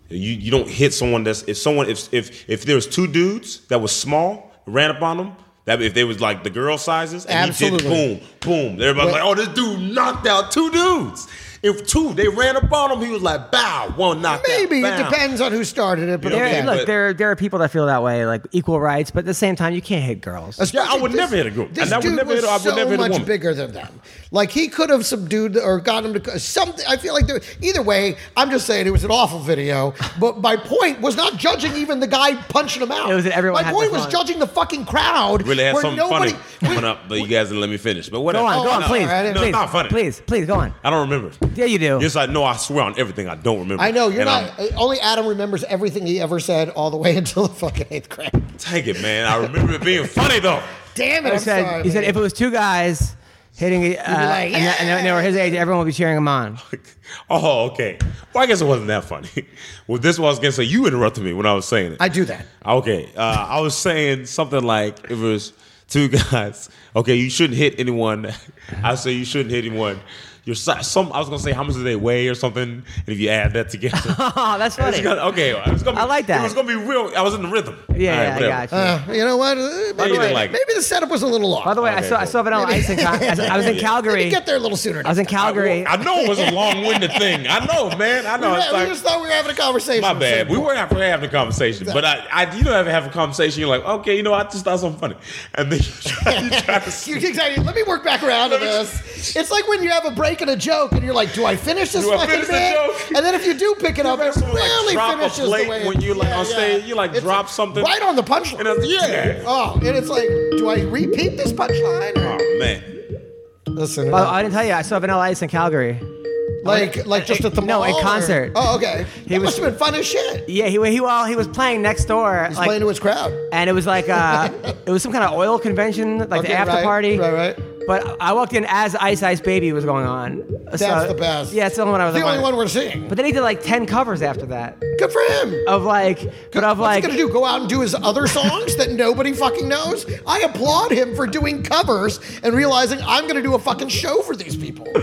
Speaker 5: You you don't hit someone that's if someone if if if there was two dudes that was small ran up on them. That if they was like the girl sizes and he
Speaker 4: Absolutely.
Speaker 5: did boom boom everybody's like oh this dude knocked out two dudes if two they ran up on him he was like bow one knocked
Speaker 4: Maybe
Speaker 5: out,
Speaker 4: it
Speaker 5: bow.
Speaker 4: depends on who started it, but
Speaker 5: Yeah.
Speaker 3: There,
Speaker 4: okay.
Speaker 5: Yeah,
Speaker 3: look,
Speaker 5: but-
Speaker 3: there there are people that feel that way, like equal rights, but at the same time, you can't hit girls.
Speaker 5: Yeah, I would
Speaker 4: This-
Speaker 5: never hit a girl. And
Speaker 4: This
Speaker 5: I would
Speaker 4: dude
Speaker 5: never
Speaker 4: was
Speaker 5: hit a- I would
Speaker 4: so
Speaker 5: never hit a
Speaker 4: much
Speaker 5: woman.
Speaker 4: bigger than them. Like he could have subdued or got him to something. I feel like there, either way, I'm just saying it was an awful video. But my point was not judging even the guy punching him out.
Speaker 3: It was that everyone
Speaker 4: My
Speaker 3: had
Speaker 4: point
Speaker 3: their
Speaker 4: was
Speaker 3: fun.
Speaker 4: judging the fucking crowd.
Speaker 5: really had
Speaker 4: where
Speaker 5: something
Speaker 4: nobody-
Speaker 5: funny coming up but you guys didn't let me finish but whatever
Speaker 3: Go on,
Speaker 4: Oh,
Speaker 3: go on,
Speaker 4: no,
Speaker 3: please,
Speaker 4: I didn't-
Speaker 5: no
Speaker 3: please,
Speaker 5: it's not funny
Speaker 3: please, please, go on.
Speaker 5: I don't remember
Speaker 3: Yeah, you do.
Speaker 5: yes I know I swear on everything I don't remember
Speaker 4: I know you're
Speaker 5: And um, I'm-
Speaker 4: not. uh, Only Adam remembers everything he ever said all the way until the fucking eighth grade.
Speaker 5: Take it, man. I remember it being funny though.
Speaker 4: Damn it!
Speaker 3: he
Speaker 4: I'm
Speaker 3: said,
Speaker 4: sorry,
Speaker 3: he said
Speaker 4: man.
Speaker 3: if it was two guys hitting, uh,
Speaker 4: like,
Speaker 3: and, they- and they- and they were his age, everyone would be cheering him on.
Speaker 5: Oh, okay. Well, I guess it wasn't that funny. Well, this is what I was gonna say. You interrupted me when I was saying it.
Speaker 4: I do that.
Speaker 5: Okay, uh, I was saying something like it was two guys. Okay, you shouldn't hit anyone. I say you shouldn't hit anyone. Your si- some. I was gonna say how much do they weigh or something, and if you add that together,
Speaker 3: Oh, that's
Speaker 5: it's
Speaker 3: funny.
Speaker 5: gonna, okay. It was gonna be,
Speaker 3: I like that.
Speaker 5: It was gonna be real. I was in the rhythm.
Speaker 3: Yeah,
Speaker 5: All right,
Speaker 3: yeah, I
Speaker 5: whatever.
Speaker 3: got you.
Speaker 4: Uh, you know what? Uh, Maybe,
Speaker 5: didn't
Speaker 4: the-
Speaker 5: like it.
Speaker 4: maybe the setup was a little off.
Speaker 3: By the way, I
Speaker 5: Okay,
Speaker 3: saw I
Speaker 5: cool.
Speaker 3: saw Vanilla Ice in. Con- I, I was in Calgary.
Speaker 4: Maybe get there a little sooner.
Speaker 3: I was in Calgary.
Speaker 5: I know it was a long-winded thing. I know, man. I know.
Speaker 4: We,
Speaker 5: It's
Speaker 4: we
Speaker 5: like-
Speaker 4: just thought we were having a conversation.
Speaker 5: My bad. We were not really having a conversation, but I, I you don't ever have a conversation. You're like, okay, you know, I just thought something funny, and then you try, you try to
Speaker 4: You-
Speaker 5: see.
Speaker 4: Exactly. Let me work back around to
Speaker 5: Let me-
Speaker 4: this. It's like when you have a break in a joke and you're like, "Do I finish this
Speaker 5: Do I
Speaker 4: fucking
Speaker 5: finish the
Speaker 4: bit?"
Speaker 5: joke?
Speaker 4: And then if you do pick it up, it
Speaker 5: someone, like,
Speaker 4: really
Speaker 5: drop a
Speaker 4: finishes the
Speaker 5: plate
Speaker 4: way.
Speaker 5: when you, like, on stage, you, like,
Speaker 4: It's
Speaker 5: drop something.
Speaker 4: right on the punchline.
Speaker 5: And I was- yeah.
Speaker 4: oh, and it's like, do I repeat this punchline? Or-
Speaker 5: Oh man,
Speaker 4: Listen,
Speaker 3: Well, Oh, I didn't tell you. I saw Vanilla Ice in Calgary.
Speaker 4: like, like just at the
Speaker 3: no,
Speaker 4: mall
Speaker 3: a
Speaker 4: or-
Speaker 3: concert.
Speaker 4: oh, okay. He
Speaker 3: was-
Speaker 4: must have been fun as shit.
Speaker 3: Yeah, he he well, he was playing next door,
Speaker 4: He's
Speaker 3: like,
Speaker 4: playing to his crowd.
Speaker 3: and it was like uh, it was some kind of oil convention, like
Speaker 4: Okay,
Speaker 3: the after
Speaker 4: right,
Speaker 3: party.
Speaker 4: Right, right.
Speaker 3: But I walked in as Ice Ice Baby was going on. That's
Speaker 4: the best.
Speaker 3: Yeah, it's the only one I was.
Speaker 4: The
Speaker 3: like,
Speaker 4: only one we're seeing.
Speaker 3: But then he did like ten covers after that
Speaker 4: Good for him.
Speaker 3: of like, but of
Speaker 4: What's
Speaker 3: like,
Speaker 4: he gonna do? Go out and do his other songs that nobody fucking knows? I applaud him for doing covers and realizing I'm gonna do a fucking show for these people.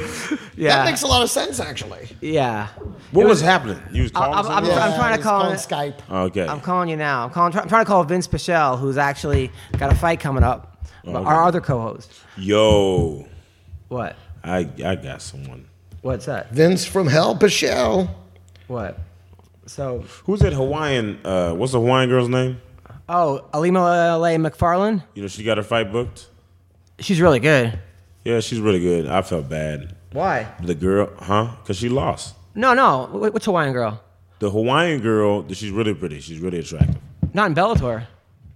Speaker 3: yeah,
Speaker 4: That makes a lot of sense, actually.
Speaker 3: yeah.
Speaker 5: what was, happening? You was calling
Speaker 3: I'm-
Speaker 5: someone?
Speaker 3: I'm- I'm trying to
Speaker 4: he's
Speaker 3: call
Speaker 4: calling
Speaker 3: it-
Speaker 4: Skype.
Speaker 5: okay.
Speaker 3: I'm calling you now. I'm calling. I'm trying to call Vince Pichel, who's actually got a fight coming up.
Speaker 5: Oh.
Speaker 3: Our other co-host.
Speaker 5: Yo,
Speaker 3: What?
Speaker 5: I I got someone.
Speaker 3: What's that?
Speaker 4: Vince from Hell, Pichelle.
Speaker 3: What? So,
Speaker 5: Who's that Hawaiian? Uh, what's the Hawaiian girl's name?
Speaker 3: oh, Alima La McFarlane.
Speaker 5: You know, she got her fight booked.
Speaker 3: She's really good.
Speaker 5: Yeah, she's really good. I felt bad.
Speaker 3: Why?
Speaker 5: The girl, huh? Because she lost.
Speaker 3: No, no. Wh- Which Hawaiian girl?
Speaker 5: The Hawaiian girl, she's really pretty. She's really attractive.
Speaker 3: Not in Bellator.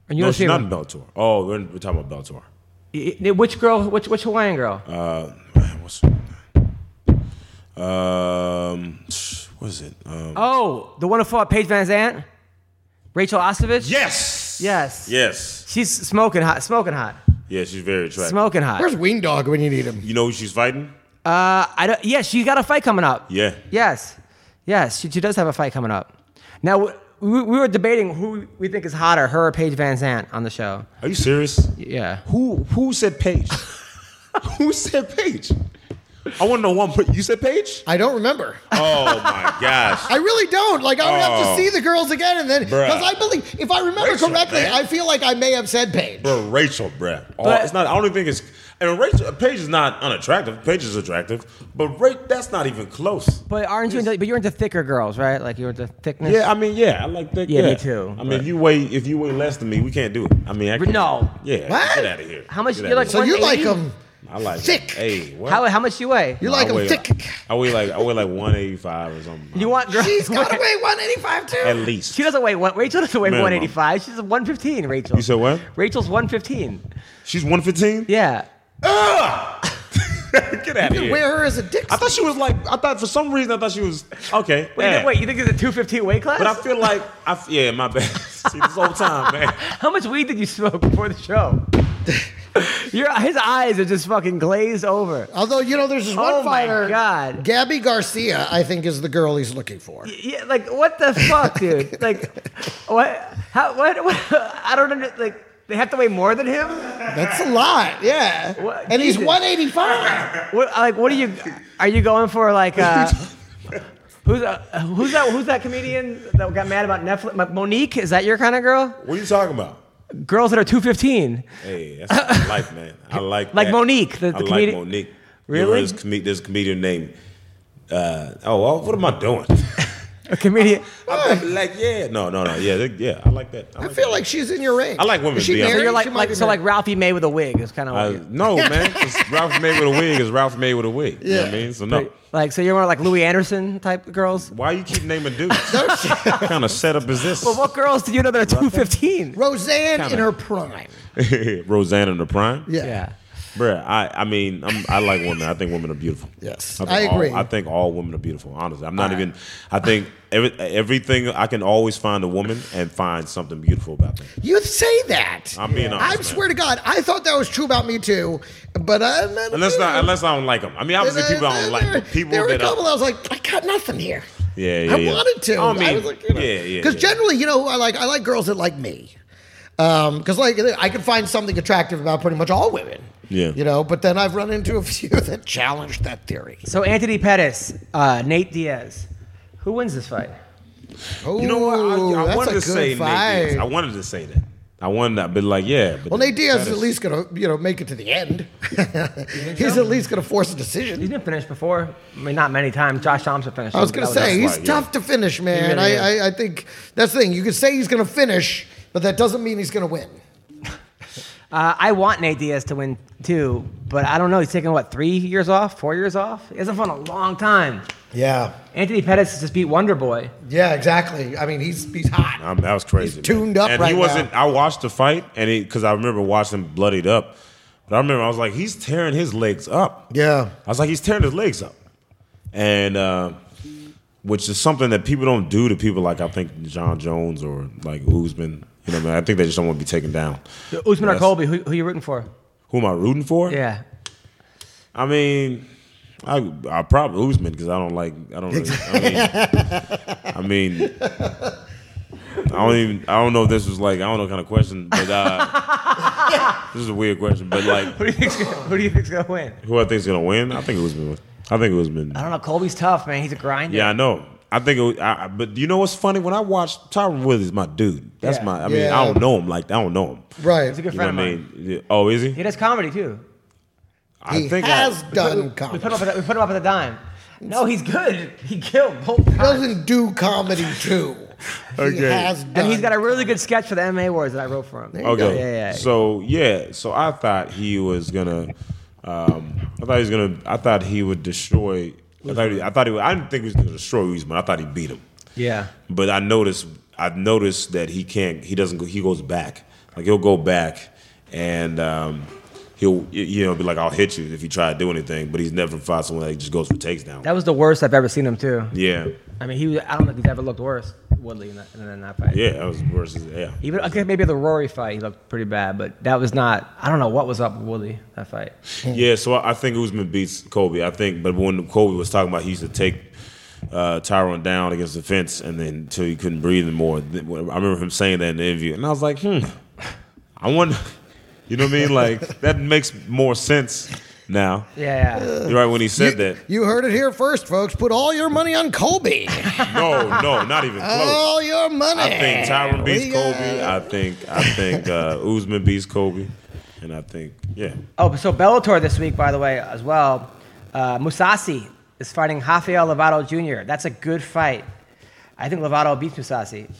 Speaker 3: And you
Speaker 5: No, she's not in Bellator. Oh, we're, we're talking about Bellator.
Speaker 3: Which girl? Which which Hawaiian girl?
Speaker 5: Uh, man, what's um, what is it? Um,
Speaker 3: oh, the one who fought Paige Van Zant, Rachel Ostovich.
Speaker 5: yes,
Speaker 3: Yes.
Speaker 5: yes,
Speaker 3: She's smoking hot. Smoking hot.
Speaker 5: yeah. She's very attractive.
Speaker 3: Smoking hot.
Speaker 4: Where's Ween Dog when you need him?
Speaker 5: You know who she's fighting?
Speaker 3: Uh, I don't. Yeah, she's got a fight coming up.
Speaker 5: Yeah.
Speaker 3: Yes. Yes, she, she does have a fight coming up. Now we, we were debating who we think is hotter, her or Paige Van Zant, on the show.
Speaker 5: Are you serious?
Speaker 3: Yeah.
Speaker 5: Who who said Paige? who said Paige? I want to know one. per- You said Paige?
Speaker 4: I don't remember.
Speaker 5: Oh my gosh!
Speaker 4: I really don't. Like, I would have
Speaker 5: Oh.
Speaker 4: to see the girls again and then. Because
Speaker 5: Bruh.
Speaker 4: I believe, if I remember
Speaker 5: Rachel,
Speaker 4: correctly,
Speaker 5: man.
Speaker 4: I feel like I may have said Paige.
Speaker 5: Bro, Rachel, bruh. Oh,
Speaker 3: But-
Speaker 5: it's not. I don't even think it's. And Rachel Paige is not unattractive. Paige is attractive, but Ra- that's not even close.
Speaker 3: But aren't you? Into, but you're into thicker girls, right? Like you're into thickness.
Speaker 5: Yeah, I mean, yeah, I like that.
Speaker 3: Yeah, me too.
Speaker 5: I mean, if you weigh if you weigh less than me, we can't do it. I mean, I can't.
Speaker 3: No.
Speaker 5: Yeah,
Speaker 4: What?
Speaker 5: get out of here.
Speaker 3: How much-
Speaker 5: Get outta
Speaker 3: you're like-
Speaker 4: So you like
Speaker 3: 180?
Speaker 4: them.
Speaker 5: here. I like
Speaker 4: thick.
Speaker 5: Hey, what?
Speaker 3: How, how much you weigh?
Speaker 4: You like
Speaker 5: I
Speaker 4: them
Speaker 5: weigh,
Speaker 4: thick.
Speaker 5: I weigh like I weigh like one eighty five or something.
Speaker 3: You want girls?
Speaker 4: She's got to weigh 185 too.
Speaker 5: at least?
Speaker 3: She doesn't weigh one. Rachel doesn't weigh
Speaker 5: Minimum.
Speaker 3: 185. She's 115. Rachel.
Speaker 5: You said what?
Speaker 3: Rachel's 115.
Speaker 5: She's one fifteen.
Speaker 3: Yeah.
Speaker 5: Get out of here.
Speaker 4: Wear her as a dick.
Speaker 5: I thought she was like I thought for some reason I thought she was okay.
Speaker 3: Wait,
Speaker 5: yeah.
Speaker 3: wait. You think it's a 215 weight class?
Speaker 5: But I feel like I f- yeah, my bad. See this whole time, man.
Speaker 3: How much weed did you smoke before the show? Your his eyes are just fucking glazed over.
Speaker 4: Although you know, there's this one
Speaker 3: Oh my
Speaker 4: fighter,
Speaker 3: God.
Speaker 4: Gabby Garcia. I think is the girl he's looking for.
Speaker 3: Yeah, like what the fuck, dude? Like, what? How? What? what I don't under, like. They have to weigh more than him.
Speaker 4: That's a lot, yeah.
Speaker 3: What-
Speaker 4: and he's
Speaker 3: Jesus.
Speaker 4: 185.
Speaker 3: What? Like, what are you? Are you going for like? Uh, Who's uh, who's that? Who's that comedian that got mad about Netflix? Mo- Monique, is that your kind of girl?
Speaker 5: What are you talking about?
Speaker 3: Girls that are two fifteen.
Speaker 5: Hey, that's my life, man. I like
Speaker 3: Like
Speaker 5: that.
Speaker 3: Monique, the-
Speaker 5: I
Speaker 3: the
Speaker 5: like
Speaker 3: comedian-
Speaker 5: Monique.
Speaker 3: Really?
Speaker 5: You heard this, com- this comedian named. Uh, oh, oh, what am I doing?
Speaker 3: A comedian.
Speaker 5: I'm like, yeah, no, no, no, yeah, that- yeah. I like that.
Speaker 4: I feel
Speaker 5: that.
Speaker 4: like she's in your range.
Speaker 5: I like women,
Speaker 4: Is she
Speaker 5: to be honest.
Speaker 4: married?
Speaker 3: So you're like,
Speaker 4: She might
Speaker 3: like
Speaker 4: be
Speaker 3: so like
Speaker 4: married.
Speaker 3: Ralphie May with a wig is kind of
Speaker 5: Uh, no, man. It's Ralph made with a wig is Ralph made with a wig. You know what I
Speaker 4: Yeah.
Speaker 5: mean? So no.
Speaker 3: like so you're more like Louis Anderson type of girls.
Speaker 5: Why you keep naming dudes? what kind of setup is this?
Speaker 3: But what girls do you know that are two fifteen?
Speaker 4: Roseanne
Speaker 5: Kinda.
Speaker 4: in her prime.
Speaker 5: Roseanne in the prime?
Speaker 4: Yeah.
Speaker 3: Yeah.
Speaker 5: Bruh, I, I mean, I'm, I like women. I think women are beautiful.
Speaker 4: Yes.
Speaker 5: think
Speaker 4: I
Speaker 5: all-
Speaker 4: agree.
Speaker 5: I think all women are beautiful. Honestly, I'm not even. I think every, everything I can always find a woman and find something beautiful about them.
Speaker 4: You say that.
Speaker 5: I'm being honest,
Speaker 4: I
Speaker 5: man.
Speaker 4: swear to God, I thought that was true about me too. But I,
Speaker 5: Unless not, unless I don't like them. I mean, obviously people I don't like
Speaker 4: There,
Speaker 5: but people
Speaker 4: there were a
Speaker 5: that
Speaker 4: couple.
Speaker 5: I,
Speaker 4: I was like, I got nothing here.
Speaker 5: yeah, yeah,
Speaker 4: I
Speaker 5: yeah.
Speaker 4: wanted to.
Speaker 5: I mean,
Speaker 4: I was like, you know.
Speaker 5: yeah, yeah.
Speaker 4: Because
Speaker 5: yeah.
Speaker 4: generally, you know, who I like I like girls that like me. Because like I can find something attractive about pretty much all women.
Speaker 5: Yeah.
Speaker 4: You know, but then I've run into a few that challenge that theory.
Speaker 3: So Anthony Pettis, uh, Nate Diaz, who wins this fight?
Speaker 4: Oh,
Speaker 5: you know what? I- I,
Speaker 4: that's
Speaker 5: wanted
Speaker 4: a
Speaker 5: to
Speaker 4: good
Speaker 5: say Nate Diaz.
Speaker 4: fight.
Speaker 5: I wanted to say that. I wanted to be like, yeah. But
Speaker 4: Well, Nate Diaz is
Speaker 5: that
Speaker 4: at least gonna, you know, make it to the end. he's at least gonna force a
Speaker 3: He's
Speaker 4: decision.
Speaker 3: been finished before. I mean, not many times. Josh Thompson finished.
Speaker 4: I was
Speaker 3: him,
Speaker 4: gonna
Speaker 3: but that
Speaker 4: say
Speaker 5: that's
Speaker 4: he's
Speaker 5: right, yeah.
Speaker 4: tough to finish, man.
Speaker 3: really
Speaker 4: I, I, I think that's the thing. You can say he's gonna finish, but that doesn't mean he's gonna win.
Speaker 3: Uh, I want Nate Diaz to win too, but I don't know. He's taking what three years off, four years off. He hasn't fought in a long time.
Speaker 4: Yeah.
Speaker 3: Anthony Pettis just beat Wonder Boy.
Speaker 4: Yeah. Exactly. I mean, he's he's hot.
Speaker 5: Um, that was crazy.
Speaker 4: He's tuned
Speaker 5: man.
Speaker 4: up
Speaker 5: and
Speaker 4: right
Speaker 5: he
Speaker 4: now.
Speaker 5: wasn't. I watched the fight, and he because I remember watching him bloodied up. But I remember I was like, he's tearing his legs up.
Speaker 4: Yeah.
Speaker 5: I was like, he's tearing his legs up, and uh, which is something that people don't do to people like I think John Jones or like Usman. You know, what I mean, I think they just don't want to be taken down.
Speaker 3: Usman or
Speaker 5: Yes.
Speaker 3: Colby? Who, who you rooting for?
Speaker 5: Who am I rooting for?
Speaker 3: Yeah.
Speaker 5: I mean, I I probably Usman because I don't like I don't. Really, I mean, I mean, I don't even I don't know if this was like I don't know what kind of question, but uh, this is a weird question. But
Speaker 3: Who
Speaker 5: like,
Speaker 3: do you think's gonna, who do you think's gonna win?
Speaker 5: who I think's gonna win? I think Usman. would. I think Usman.
Speaker 3: I don't know. Colby's tough, man. He's a grinder.
Speaker 5: Yeah, I know. I think, it, was- I, I- but you know what's funny? When I watch Tyron Woodley, is my dude. That's
Speaker 3: Yeah.
Speaker 5: my. I mean,
Speaker 4: Yeah.
Speaker 5: I don't know him like I don't know him.
Speaker 4: Right.
Speaker 3: He's a good
Speaker 5: You know what
Speaker 3: friend
Speaker 5: I
Speaker 3: of mine.
Speaker 5: mean? Yeah. Oh, is he?
Speaker 3: He does comedy too.
Speaker 5: I
Speaker 4: he
Speaker 5: think
Speaker 4: has
Speaker 5: I,
Speaker 4: done
Speaker 3: We
Speaker 4: comedy.
Speaker 3: put him up. At, we put him up at the dime. No, he's good. He killed both
Speaker 4: He
Speaker 3: times.
Speaker 4: doesn't do comedy too. He
Speaker 5: Okay.
Speaker 4: has done.
Speaker 3: And he's got a really good sketch for the MMA Awards that I wrote for him.
Speaker 5: Okay.
Speaker 3: Yeah, yeah, yeah.
Speaker 5: So yeah, so I thought he was gonna. Um, I thought he was gonna. I thought he would destroy. I thought, he, I thought he. Would, I didn't think he was gonna destroy Usman. I thought he beat him.
Speaker 3: yeah.
Speaker 5: But I noticed. I've noticed that he can't. He doesn't. go He goes back. Like he'll go back, and um, he'll y- you know be like, "I'll hit you if you try to do anything." But he's never fought someone that just goes for takedown.
Speaker 3: That was the worst I've ever seen him too.
Speaker 5: yeah,
Speaker 3: I mean, he. Was, I don't know if he's ever looked worse Woodley in that, than that fight.
Speaker 5: yeah, that was worse. Yeah.
Speaker 3: Even okay, maybe the Rory fight, he looked pretty bad, but that was not. I don't know what was up with Woodley that fight.
Speaker 5: Yeah, so I, I think Usman beats Kobe. I think, but when Kobe was talking about he used to take uh, Tyron down against the fence and then until he couldn't breathe anymore. Th- I remember him saying that in the interview, and I was like, hmm, I wonder, you know what I mean? Like that makes more sense now.
Speaker 3: Yeah, yeah.
Speaker 5: You're right when he said that.
Speaker 4: You heard it here first, folks. Put all your money on Colby.
Speaker 5: No, no, not even close.
Speaker 4: all your money.
Speaker 5: I think Tyron beats
Speaker 4: We got-
Speaker 5: Kobe. I think I think uh, Usman beats Kobe, and I think yeah.
Speaker 3: Oh, so Bellator this week, by the way, as well. Uh, Musasi is fighting Rafael Lovato Jr. That's a good fight. I think Lovato beats Musasi.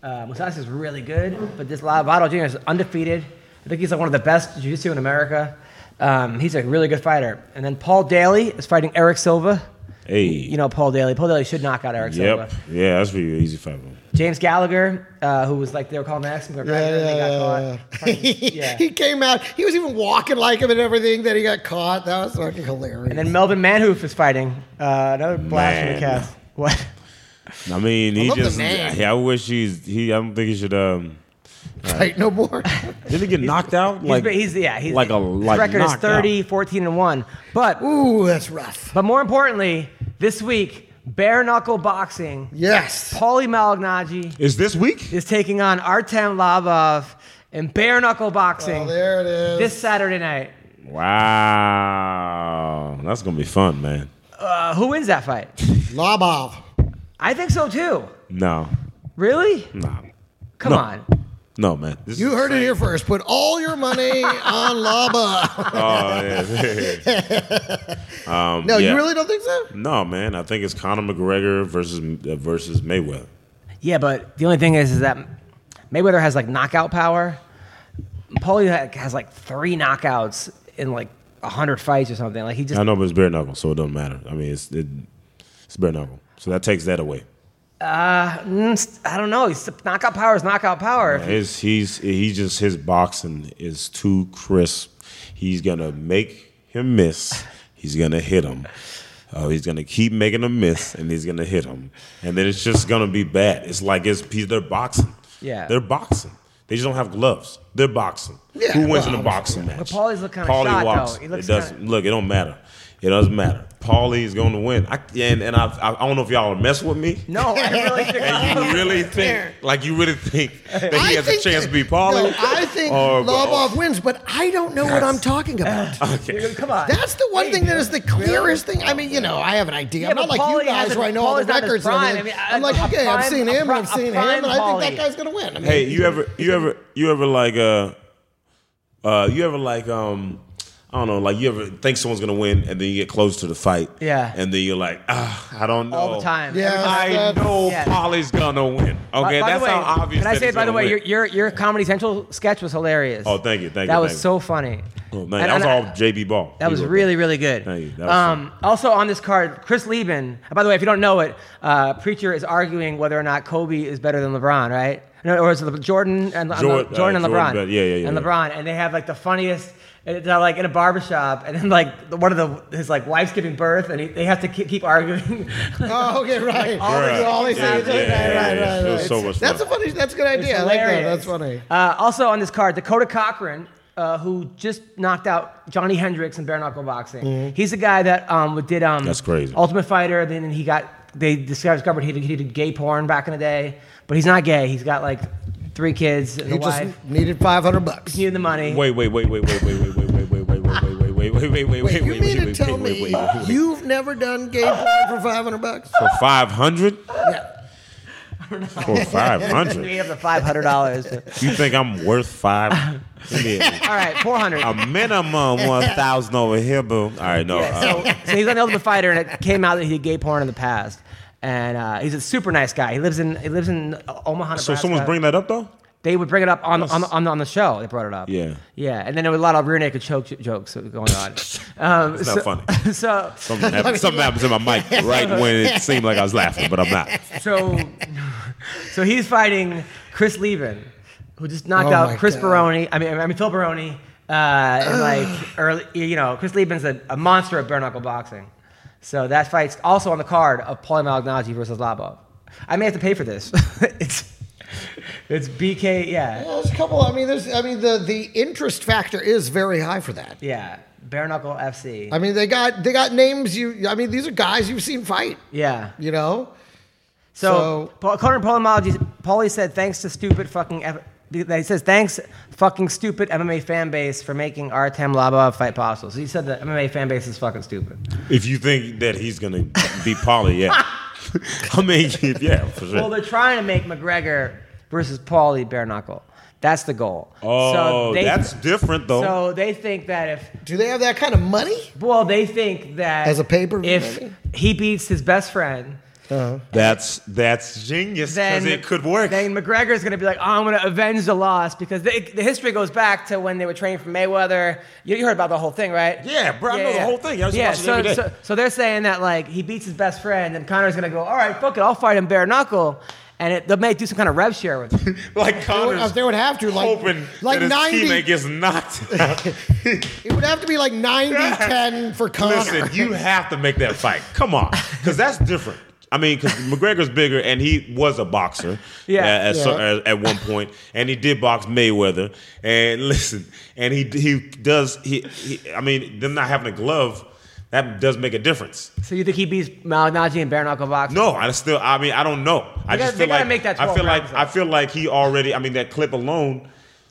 Speaker 3: Uh, Musasi is really good, but this Lovato Jr. is undefeated. I think he's like one of the best jiu-jitsu in America. Um, he's a really good fighter. And then Paul Daly is fighting Eric Silva.
Speaker 5: Hey,
Speaker 3: You know Paul Daly. Paul Daly should knock out Eric Silva.
Speaker 5: yep, yeah, that's pretty easy fight. bro.
Speaker 3: James Gallagher, uh, who was like they were calling the Mexican
Speaker 4: Yeah,
Speaker 3: yeah, they
Speaker 4: yeah,
Speaker 3: got caught.
Speaker 4: yeah.
Speaker 3: Yeah.
Speaker 4: he came out. He was even walking like him and everything. Then he got caught. That was fucking hilarious.
Speaker 3: And then Melvin Manhoof is fighting uh, another blast from the
Speaker 5: Man.
Speaker 3: cast. What?
Speaker 5: I mean, he
Speaker 4: love the
Speaker 5: just.
Speaker 4: name.
Speaker 5: I, I wish he's. He. I don't think he should. Um.
Speaker 4: Fight no more.
Speaker 5: Did he get knocked out?
Speaker 3: He's
Speaker 5: Like
Speaker 3: been- he's yeah he's
Speaker 5: like a
Speaker 3: his
Speaker 5: like
Speaker 3: record is
Speaker 5: knocked
Speaker 3: 30,
Speaker 5: out.
Speaker 3: 14 and one. But
Speaker 4: Ooh, that's rough.
Speaker 3: but more importantly, this week bare knuckle boxing.
Speaker 4: Yes.
Speaker 3: Paulie Malignaggi
Speaker 5: Is this week?
Speaker 3: is taking on Artem Labov in bare knuckle
Speaker 4: Oh,
Speaker 3: boxing
Speaker 4: there it is.
Speaker 3: this Saturday night.
Speaker 5: Wow, that's gonna be fun, man.
Speaker 3: Uh, who wins that fight?
Speaker 4: Lobov.
Speaker 3: I think so too.
Speaker 5: No,
Speaker 3: Really?
Speaker 5: no,
Speaker 3: Come
Speaker 5: No.
Speaker 3: on.
Speaker 5: no, man. This
Speaker 4: You
Speaker 5: is-
Speaker 4: heard it here first. Put all your money on Lava.
Speaker 5: Oh, yeah.
Speaker 4: No,
Speaker 5: Yeah.
Speaker 4: you really don't think so?
Speaker 5: no, man. I think it's Conor McGregor versus uh, versus Mayweather.
Speaker 3: Yeah, but the only thing is, is that Mayweather has like knockout power. Paulie ha- has like three knockouts in like hundred fights or something. Like he just
Speaker 5: I know, but it's bare knuckle, so it doesn't matter. I mean, it's it, it's bare knuckle, so that takes that away.
Speaker 3: Mm, I don't know. He's, knockout power is knockout power.
Speaker 5: His he's he just his boxing is too crisp. He's gonna make him miss. He's gonna hit him. Uh, he's gonna keep making him miss, and he's gonna hit him, and then it's just gonna be bad. It's like it's they're boxing.
Speaker 3: Yeah.
Speaker 5: they're boxing. They just don't have gloves. They're boxing.
Speaker 4: Yeah,
Speaker 5: Who wins
Speaker 4: well,
Speaker 5: in a boxing match?
Speaker 3: Paulie's look kinda
Speaker 5: Paulie
Speaker 3: shot,
Speaker 5: walks.
Speaker 3: though. He looks
Speaker 5: it doesn't
Speaker 3: kinda-
Speaker 5: look. It don't matter. It doesn't matter. Paulie's going to win. I, and and I, I don't know if y'all are messing with me.
Speaker 3: No, I really think.
Speaker 5: And you really think, like, you really think that he has a
Speaker 4: think
Speaker 5: chance
Speaker 4: that-
Speaker 5: to be Oh, Paulie?
Speaker 4: No, I think
Speaker 5: Or-
Speaker 4: Lobov wins, but I don't know what I'm talking about.
Speaker 3: Dude, come on.
Speaker 4: That's the one thing that is the clearest thing. I mean, you know, I have an idea.
Speaker 3: Yeah,
Speaker 4: I'm not
Speaker 3: but
Speaker 4: like you
Speaker 3: Paulie
Speaker 4: guys
Speaker 3: hasn't-
Speaker 4: where I know all the
Speaker 3: Paulie's not in his
Speaker 4: records. and
Speaker 3: prime.
Speaker 4: everything.
Speaker 3: I mean, I-
Speaker 4: I'm like,
Speaker 3: a
Speaker 4: okay, I've
Speaker 3: prime-
Speaker 4: seen
Speaker 3: a
Speaker 4: him,
Speaker 3: pri-
Speaker 4: I've
Speaker 3: a
Speaker 4: seen him,
Speaker 3: prime
Speaker 4: and I think
Speaker 3: Paulie.
Speaker 4: that guy's gonna win. I mean,
Speaker 5: hey, you ever, you ever, you ever like, uh, uh, you ever like, um, I don't know, like you ever think someone's gonna win, and then you get close to the fight,
Speaker 3: Yeah.
Speaker 5: and then you're like, ah, I don't know,
Speaker 3: All the time.
Speaker 4: Yeah,
Speaker 3: Every time.
Speaker 5: I
Speaker 4: That's-
Speaker 5: know
Speaker 3: yeah.
Speaker 5: Polly's gonna win. Okay,
Speaker 3: By- by the
Speaker 5: that's
Speaker 3: way,
Speaker 5: how obvious.
Speaker 3: Can I
Speaker 5: that
Speaker 3: say,
Speaker 5: he's
Speaker 3: by the
Speaker 5: gonna
Speaker 3: way, your,
Speaker 5: win.
Speaker 3: your your Comedy Central sketch was hilarious.
Speaker 5: Oh, thank you, thank you.
Speaker 3: that was
Speaker 5: thank
Speaker 3: so funny.
Speaker 5: you. Oh, man,
Speaker 3: And-
Speaker 5: that was
Speaker 3: and I-
Speaker 5: all JB Ball.
Speaker 3: That
Speaker 5: He
Speaker 3: was
Speaker 5: wrote
Speaker 3: really, really good.
Speaker 5: Thank you. That was
Speaker 3: um, also on this card, Chris Lieben. By the way, if you don't know it, uh, Preacher is arguing whether or not Kobe is better than LeBron, right? No, or is it Le- Jordan and Le-
Speaker 5: Jor-
Speaker 3: Jordan and
Speaker 5: uh, Jordan
Speaker 3: LeBron?
Speaker 5: better. Yeah, yeah, yeah,
Speaker 3: And
Speaker 5: yeah.
Speaker 3: LeBron, and they have like the funniest. and They're like in a barbershop, and then like the- one of the his like wife's giving birth, and he, they have to keep, keep arguing.
Speaker 4: Oh, okay, right.
Speaker 5: Bruh.
Speaker 4: You always say
Speaker 5: Yeah, yeah,
Speaker 4: that.
Speaker 5: yeah,
Speaker 4: right,
Speaker 5: yeah,
Speaker 4: right,
Speaker 5: yeah. It
Speaker 4: right,
Speaker 5: was
Speaker 4: right.
Speaker 5: so much
Speaker 4: That's a
Speaker 5: fun.
Speaker 4: funny. That's a good idea. I like that. That's funny.
Speaker 3: Uh, also on this card, Dakota Cochran, uh, who just knocked out Johnny Hendricks in bare knuckle boxing.
Speaker 4: Mm-hmm.
Speaker 3: He's the guy that um, did um,
Speaker 5: That's crazy.
Speaker 3: Ultimate Fighter. Then he got they discovered he did, he did gay porn back in the day, but he's not gay. He's got like three kids and
Speaker 4: He
Speaker 3: a wife.
Speaker 4: just needed 500 bucks.
Speaker 3: He needed the money.
Speaker 5: Wait, wait, wait, wait, wait, wait, wait, wait, wait, wait, wait, wait, wait, wait, wait, wait, wait,
Speaker 4: Wait,
Speaker 5: wait,
Speaker 4: you mean to
Speaker 5: wait,
Speaker 4: tell
Speaker 5: wait, wait,
Speaker 4: me
Speaker 5: wait, wait, wait.
Speaker 4: you've never done gay porn for 500 bucks?
Speaker 5: For five hundred?
Speaker 4: Yeah.
Speaker 5: For five
Speaker 3: We
Speaker 5: hundred?
Speaker 3: have the five hundred dollars. All
Speaker 5: You think I'm worth five? Yeah.
Speaker 3: right, four hundred.
Speaker 5: A minimum one thousand over here, boo. All right, no.
Speaker 3: so,
Speaker 5: Uh,
Speaker 3: so he's on the Ultimate Fighter, and it came out that he did gay porn in the past. And uh, he's a super nice guy. He lives in he lives in Omaha.
Speaker 5: so
Speaker 3: Nebraska.
Speaker 5: someone's bringing that up though?
Speaker 3: They would bring it up on on, on, on the show. They brought it up.
Speaker 5: Yeah.
Speaker 3: Yeah, and then there were a lot of rear naked choke j- jokes going on. Um,
Speaker 5: It's
Speaker 3: so,
Speaker 5: not funny.
Speaker 3: So
Speaker 5: Something happens, something happens in my mic right when it seemed like I was laughing, but I'm not.
Speaker 3: so so he's fighting Chris Levin, who just knocked
Speaker 4: Oh my
Speaker 3: out Chris
Speaker 4: God.
Speaker 3: Baroni. I mean, I mean Phil Baroni. Uh, in like early, you know, Chris Lieben's a, a monster at bare knuckle boxing. So that fight's also on the card of Paul Malignaggi versus Labo. I may have to pay for this. it's it's BK. Yeah,
Speaker 4: There's a couple. I mean, there's. I mean, the the interest factor is very high for that.
Speaker 3: yeah. Bare knuckle FC.
Speaker 4: I mean, they got they got names. You. I mean, these are guys you've seen fight.
Speaker 3: yeah.
Speaker 4: You know.
Speaker 3: So,
Speaker 4: So-
Speaker 3: Paul Connor Polymology, Paulie said, thanks to stupid fucking. F- that he says, thanks fucking stupid MMA fan base for making Artem Labov fight possible. So he said the MMA fan base is fucking stupid.
Speaker 5: If you think that he's gonna be Polly, yeah. I mean, yeah, for
Speaker 3: Well,
Speaker 5: sure.
Speaker 3: they're trying to make McGregor versus Paulie bare knuckle. That's the goal.
Speaker 5: Oh, that's different though.
Speaker 3: So they think that if
Speaker 4: Do they have that kind of money?
Speaker 3: well, they think that
Speaker 4: As a pay-per-view,
Speaker 3: if
Speaker 4: maybe?
Speaker 3: he beats his best friend,
Speaker 5: That's that's genius
Speaker 3: then
Speaker 5: because it could work.
Speaker 3: Then McGregor's gonna be like, oh, I'm gonna avenge the loss because the, the history goes back to when they were training for Mayweather. You, you heard about the whole thing, right?
Speaker 5: Yeah, bro, I know the whole thing. I was watching it
Speaker 3: so,
Speaker 5: every day.
Speaker 3: so so they're saying that like he beats his best friend, and Connor's gonna go, all right, fuck it, I'll fight him bare knuckle, and it, they may do some kind of rev share with him.
Speaker 5: like Connor's
Speaker 4: If they would have to, like,
Speaker 5: hoping
Speaker 4: like
Speaker 5: that
Speaker 4: 90.
Speaker 5: his teammate gets knocked out.
Speaker 4: It would have to be like 90-10 for Connor.
Speaker 5: Listen, you have to make that fight. Come on, because that's different. I mean, because McGregor's bigger, and he was a boxer.
Speaker 3: Yeah.
Speaker 5: uh, At, so-
Speaker 4: Yeah.
Speaker 5: at, at one point, and he did box Mayweather. And listen, and he he does he. he I mean, them not having a glove that does make a difference.
Speaker 3: so you think he beats Malignaggi in bare knuckle boxing?
Speaker 5: No, I still. I mean, I don't know. I
Speaker 3: They gotta-
Speaker 5: just
Speaker 3: they
Speaker 5: feel
Speaker 3: gotta
Speaker 5: like
Speaker 3: make that
Speaker 5: I
Speaker 3: 12
Speaker 5: feel like
Speaker 3: rounds, though.
Speaker 5: I feel like he already. I mean, that clip alone.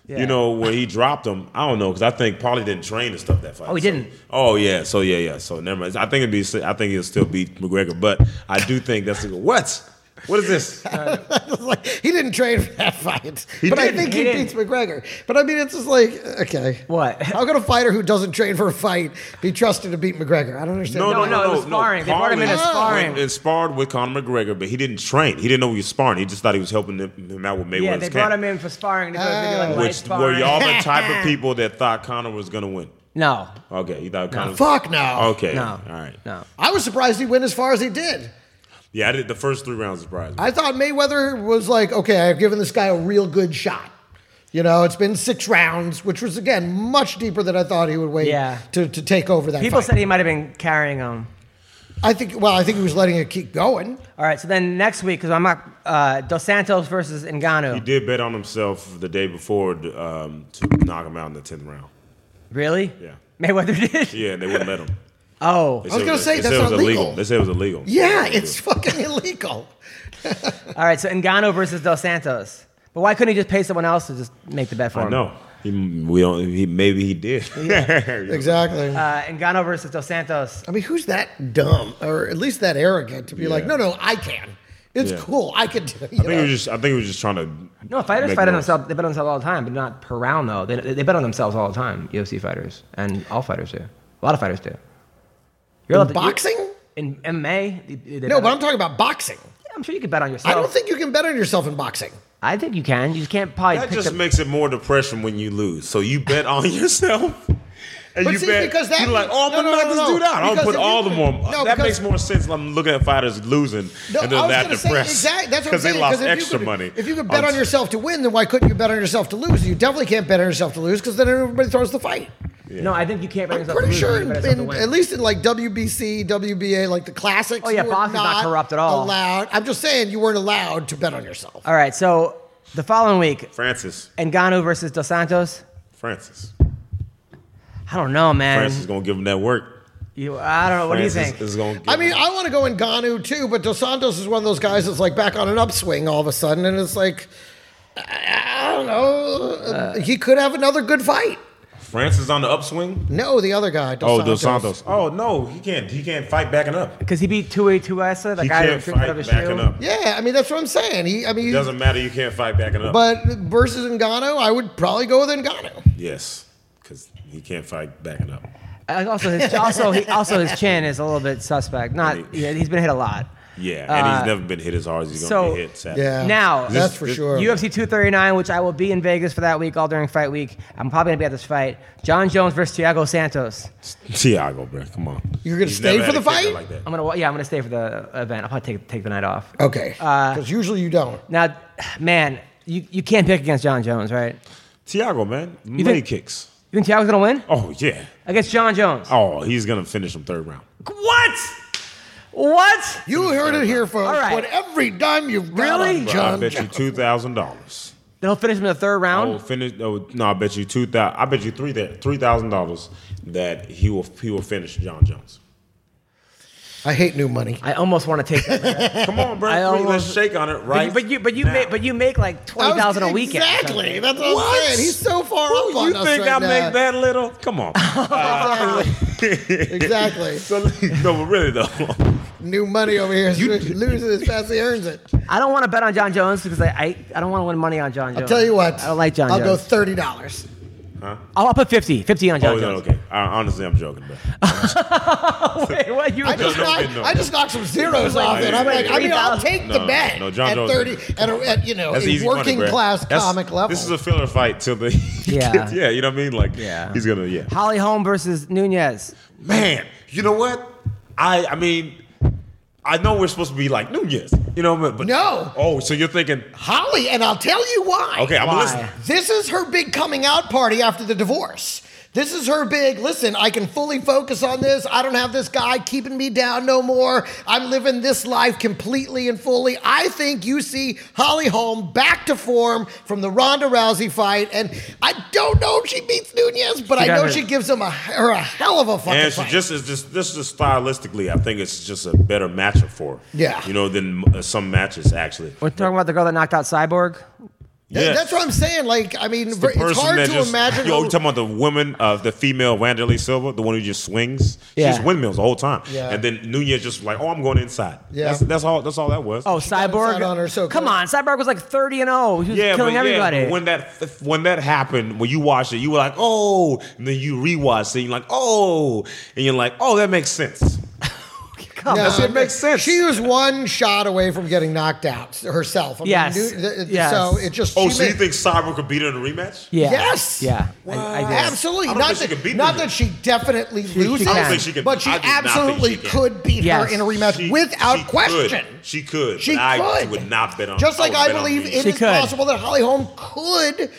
Speaker 3: Yeah.
Speaker 5: You know where he dropped him? I don't know because I think Paulie didn't train and stuff that fight.
Speaker 3: Oh, he
Speaker 5: so-
Speaker 3: didn't?
Speaker 5: Oh yeah. So yeah, yeah. So never mind. I think it'd be. I think he'll still beat McGregor, but I do think that's what. What is this?
Speaker 3: Uh,
Speaker 4: like, he didn't train for that fight, but I
Speaker 5: didn't.
Speaker 4: think
Speaker 3: He
Speaker 4: he,
Speaker 3: didn't.
Speaker 4: beats McGregor. But I mean, it's just like okay,
Speaker 3: What?
Speaker 4: How can a fighter who doesn't train for a fight be trusted to beat McGregor? I don't understand.
Speaker 3: No, no, it was sparring. They brought him in
Speaker 5: Conley
Speaker 4: as sparring.
Speaker 5: went And sparred with Conor McGregor, but he didn't train. He didn't know he was sparring. He just thought he was helping him- him out with Mayweather's
Speaker 3: Yeah, they
Speaker 5: camp.
Speaker 3: brought him in for sparring. They brought him in, like, light
Speaker 5: Oh. Which were
Speaker 3: sparring.
Speaker 5: y'all the type of people that thought Conor was gonna win?
Speaker 3: No,
Speaker 5: Okay, you thought Conor.
Speaker 4: Fuck no.
Speaker 5: Okay.
Speaker 3: no,
Speaker 5: All right.
Speaker 3: no.
Speaker 4: I was surprised he went as far as he did.
Speaker 5: Yeah, I did the first three rounds surprised me.
Speaker 4: I thought Mayweather was like, okay, I've given this guy a real good shot. You know, it's been six rounds, which was again much deeper than I thought he would wait
Speaker 3: Yeah.
Speaker 4: to, to take over that.
Speaker 3: People
Speaker 4: fight.
Speaker 3: said he might have been carrying him.
Speaker 4: I think. Well, I think he was letting it keep going.
Speaker 3: All right, so then next week, because I'm not uh, Dos Santos versus Ngannou.
Speaker 5: He did bet on himself the day before um, to knock him out in the tenth round.
Speaker 3: Really?
Speaker 5: Yeah.
Speaker 3: Mayweather did.
Speaker 5: Yeah, and they wouldn't let him.
Speaker 3: Oh.
Speaker 5: They
Speaker 4: was
Speaker 5: said it
Speaker 4: gonna say,
Speaker 5: they
Speaker 4: that's
Speaker 5: said it was
Speaker 4: not
Speaker 5: illegal.
Speaker 4: legal.
Speaker 5: They said it was illegal.
Speaker 4: Yeah, it's fucking illegal.
Speaker 3: All right, so Ngannou versus Dos Santos. But why couldn't he just pay someone else to just make the bet for
Speaker 5: I
Speaker 3: him?
Speaker 5: know. He, we don't. He, maybe he did.
Speaker 4: Exactly.
Speaker 3: Uh, Ngannou versus Dos Santos.
Speaker 4: I mean, who's that dumb or at least that arrogant to be like,
Speaker 5: Yeah.
Speaker 4: no, no, I can. It's
Speaker 5: Yeah.
Speaker 4: cool. I can do it.
Speaker 5: I think he was just. I think he was just trying to.
Speaker 3: No, fighters
Speaker 5: Make
Speaker 3: fight on
Speaker 5: noise.
Speaker 3: themselves. They bet on themselves all the time, but not per round though. They, they bet on themselves all the time. UFC fighters and all fighters do. A lot of fighters do. You're allowed to- you're-
Speaker 4: boxing?
Speaker 3: in MMA. they- they
Speaker 4: No,
Speaker 3: bet
Speaker 4: but
Speaker 3: on-
Speaker 4: I'm talking about boxing.
Speaker 3: I'm sure you could bet on yourself.
Speaker 4: I don't think you can bet on yourself in boxing.
Speaker 3: I think you can. You just can't probably.
Speaker 5: That
Speaker 3: pick
Speaker 5: just
Speaker 3: the-
Speaker 5: makes it more depression when you lose. So you bet on yourself. And
Speaker 4: But
Speaker 5: you
Speaker 4: see,
Speaker 5: bet
Speaker 4: because that-
Speaker 5: you're like, oh, I'm
Speaker 4: no,
Speaker 5: gonna
Speaker 4: no,
Speaker 5: knock
Speaker 4: no,
Speaker 5: this
Speaker 4: no.
Speaker 5: dude out. I'll
Speaker 4: Because
Speaker 5: put
Speaker 4: if you-
Speaker 5: all the more.
Speaker 4: no,
Speaker 5: that
Speaker 4: because-
Speaker 5: makes more sense. I'm looking at fighters losing
Speaker 4: No, I
Speaker 5: and they're
Speaker 4: was
Speaker 5: that
Speaker 4: gonna say,
Speaker 5: depressed
Speaker 4: exact- that's what I'm
Speaker 5: because they
Speaker 4: saying,
Speaker 5: lost
Speaker 4: if you
Speaker 5: extra
Speaker 4: could-
Speaker 5: money.
Speaker 4: If you could bet on
Speaker 5: s-
Speaker 4: yourself to win, then why couldn't you bet on yourself to lose? You definitely can't bet on yourself to lose because then everybody throws the fight.
Speaker 3: No, I think you can't bet on
Speaker 4: I'm
Speaker 3: yourself. to
Speaker 4: pretty
Speaker 3: lose, you
Speaker 4: sure,
Speaker 3: can
Speaker 4: in,
Speaker 3: bet on yourself to
Speaker 4: in-
Speaker 3: win.
Speaker 4: at least in like WBC, WBA, like the classics.
Speaker 3: Oh, yeah,
Speaker 4: you were
Speaker 3: boxing's not corrupt at all.
Speaker 4: Allowed. I'm just saying you weren't allowed to bet on yourself.
Speaker 3: All right, so the following week,
Speaker 5: Francis,
Speaker 3: Ngannou versus Dos Santos.
Speaker 5: Francis,
Speaker 3: I don't know, man.
Speaker 5: Francis is gonna give him that work.
Speaker 3: You, I don't know. What
Speaker 5: Francis
Speaker 3: do you think?
Speaker 5: Is gonna give
Speaker 4: I mean,
Speaker 5: him-
Speaker 4: I want to go in Ganu too, but Dos Santos is one of those guys that's like back on an upswing all of a sudden, and it's like, I I don't know.
Speaker 3: Uh,
Speaker 4: he could have another good fight.
Speaker 5: Francis on the upswing.
Speaker 4: No, the other guy. Dos
Speaker 5: Oh,
Speaker 4: Santos.
Speaker 5: Dos Santos. Oh no, he can't. He can't fight backing up.
Speaker 3: Because he beat Tue Tuessa, the
Speaker 5: He
Speaker 3: guy who
Speaker 5: can't
Speaker 3: drinks out
Speaker 5: fight
Speaker 3: of his
Speaker 5: backing
Speaker 3: shoe.
Speaker 5: up.
Speaker 4: Yeah, I mean that's what I'm saying. He, I mean,
Speaker 5: Doesn't matter. You can't fight backing up.
Speaker 4: but versus Ngannou, I would probably go with Ngannou.
Speaker 5: yes, because he can't fight backing up.
Speaker 3: Uh, Also, his also he, also his chin is a little bit suspect. Not yeah, he's been hit a lot.
Speaker 5: Yeah, and
Speaker 3: Uh,
Speaker 5: he's never been hit as hard as he's gonna
Speaker 3: so-
Speaker 5: be hit. Sadly.
Speaker 4: Yeah,
Speaker 3: Now-
Speaker 4: that's
Speaker 5: This-
Speaker 4: for
Speaker 5: this-
Speaker 4: sure.
Speaker 3: UFC 239, which I will be in Vegas for that week, all during fight week. I'm probably gonna be at this fight. John Jones versus Thiago Santos.
Speaker 5: Tiago, bro, come on.
Speaker 4: You're gonna
Speaker 5: He's
Speaker 4: stay
Speaker 5: never
Speaker 4: for
Speaker 5: had
Speaker 4: the
Speaker 5: a kicker
Speaker 4: fight?
Speaker 5: Like that.
Speaker 3: I'm gonna wa- yeah, I'm gonna stay for the event. I'll probably take take the night off.
Speaker 4: okay,
Speaker 3: Uh,
Speaker 4: because usually you don't.
Speaker 3: Now, man, you, you can't pick against John Jones, right?
Speaker 5: Tiago, man, many
Speaker 3: think-
Speaker 5: kicks.
Speaker 3: You think Thiago's gonna win
Speaker 5: Oh yeah.
Speaker 3: against John Jones?
Speaker 5: Oh, he's gonna finish him third round.
Speaker 3: What? What?
Speaker 4: You heard it here, folks.
Speaker 3: All right.
Speaker 4: But every dime you've
Speaker 3: Really?
Speaker 4: really,
Speaker 5: Bro, I
Speaker 4: John,
Speaker 5: bet you two thousand dollars.
Speaker 3: They'll finish him in the third
Speaker 5: I
Speaker 3: round.
Speaker 5: will finish. Oh, no, I bet you two thousand. I bet you three three thousand dollars that he will he will finish John Jones.
Speaker 4: I hate new money.
Speaker 3: I almost want to take that. bet.
Speaker 5: Come on, bro.
Speaker 3: I
Speaker 5: Three,
Speaker 3: almost-
Speaker 5: let's shake on it,
Speaker 3: But
Speaker 5: right?
Speaker 3: you- but you but you
Speaker 5: now.
Speaker 3: make but you make like twenty thousand a weekend.
Speaker 4: Exactly. That's what,
Speaker 5: What?
Speaker 4: I'm saying. He's so far up on
Speaker 5: you
Speaker 4: us
Speaker 5: think
Speaker 4: right
Speaker 5: I
Speaker 4: now.
Speaker 5: make that little? Come on.
Speaker 4: Exactly.
Speaker 5: Uh, So, no, but really though.
Speaker 4: New money over here. You loses as fast as he earns it.
Speaker 3: I don't want to bet on John Jones because I I, I don't want to win money on John Jones.
Speaker 4: I'll tell you what.
Speaker 3: I don't like John
Speaker 4: I'll go
Speaker 3: Jones.
Speaker 4: thirty dollars.
Speaker 3: I'll, I'll put 50, 50 on John
Speaker 5: Oh, no,
Speaker 3: Jones.
Speaker 5: okay. I, honestly, I'm joking, bro.
Speaker 3: Wait, what you?
Speaker 4: I just,
Speaker 5: no,
Speaker 4: knocked,
Speaker 5: no.
Speaker 4: I just knocked some zeros off it. I'm like, I mean, I'll take the
Speaker 5: No,
Speaker 4: bet
Speaker 5: no, John
Speaker 4: at
Speaker 5: Jones-
Speaker 4: thirty at, a, at you know
Speaker 5: That's
Speaker 4: a
Speaker 5: easy money,
Speaker 4: Oh, working
Speaker 5: bro.
Speaker 4: class
Speaker 5: That's-
Speaker 4: comic level.
Speaker 5: This is a filler fight till the
Speaker 3: Yeah.
Speaker 5: yeah, you know what I mean. Like
Speaker 3: Yeah.
Speaker 5: he's gonna yeah.
Speaker 3: Holly Holm versus Nunez.
Speaker 5: Man, you know what? I I mean, I know we're supposed to be like Nunez, you know, but but-
Speaker 4: No.
Speaker 5: Oh, so you're thinking?
Speaker 4: Holly, and I'll tell you why.
Speaker 5: Okay, I'm
Speaker 3: Why?
Speaker 5: listening.
Speaker 4: This is her big coming out party after the divorce. This is her big, listen, I can fully focus on this. I don't have this guy keeping me down no more. I'm living this life completely and fully. I think you see Holly Holm back to form from the Ronda Rousey fight. And I don't know if she beats Nunez, but
Speaker 3: She
Speaker 4: I know
Speaker 3: doesn't.
Speaker 4: she gives him a, her a hell of a fucking
Speaker 5: And she
Speaker 4: fight.
Speaker 5: just is just this is stylistically, I think it's just a better matchup for her.
Speaker 4: Yeah.
Speaker 5: you know, than uh, some matches actually.
Speaker 3: We're talking about the girl that knocked out Cyborg.
Speaker 4: Th-
Speaker 5: Yes.
Speaker 4: That's what I'm saying. Like, I mean,
Speaker 5: The
Speaker 4: ver- it's hard to imagine.
Speaker 5: Yo,
Speaker 4: a-
Speaker 5: you talking about the woman of the female Wanderlei Silva, the one who just swings? She
Speaker 3: Yeah.
Speaker 5: just windmills the whole time.
Speaker 4: Yeah.
Speaker 5: And then Nunez just like, oh, I'm going inside.
Speaker 4: Yeah.
Speaker 5: That's, that's all. That's all that was.
Speaker 3: Oh,
Speaker 4: got
Speaker 3: Cyborg.
Speaker 4: inside on her so
Speaker 3: Come
Speaker 4: quick.
Speaker 3: on, Cyborg was like 30 and 0. He was
Speaker 5: yeah,
Speaker 3: killing
Speaker 5: but yeah,
Speaker 3: everybody.
Speaker 5: but when that when that happened, when you watched it, you were like, oh, and then you rewatched it, and you're like, oh, and you're like, oh, that makes sense.
Speaker 3: Come
Speaker 4: No,
Speaker 5: That shit makes sense.
Speaker 4: She was one shot away from getting knocked out herself. I
Speaker 3: Yes.
Speaker 4: Mean, dude, th- th-
Speaker 3: Yes.
Speaker 4: So it just.
Speaker 5: Oh,
Speaker 4: she
Speaker 5: so you
Speaker 4: made-
Speaker 5: think Cyborg could beat her in a rematch?
Speaker 3: Yeah.
Speaker 4: Yes.
Speaker 3: Yeah. I, I did.
Speaker 4: Absolutely.
Speaker 5: I don't
Speaker 4: Not,
Speaker 5: think she
Speaker 4: that,
Speaker 5: could beat
Speaker 4: not
Speaker 5: Nunez.
Speaker 4: that she definitely loses,
Speaker 3: I don't think
Speaker 5: she could-
Speaker 4: but she
Speaker 5: I do not think she
Speaker 4: absolutely
Speaker 5: can.
Speaker 4: could beat
Speaker 3: Yes.
Speaker 4: her in a rematch
Speaker 5: She-
Speaker 4: without
Speaker 5: she could.
Speaker 4: question.
Speaker 5: She could.
Speaker 4: She
Speaker 5: but I
Speaker 4: could.
Speaker 5: would not bet on.
Speaker 4: Just like I,
Speaker 5: would bet on
Speaker 4: believe
Speaker 5: Nunez.
Speaker 4: it
Speaker 3: She
Speaker 4: is
Speaker 3: could.
Speaker 4: possible that Holly Holm could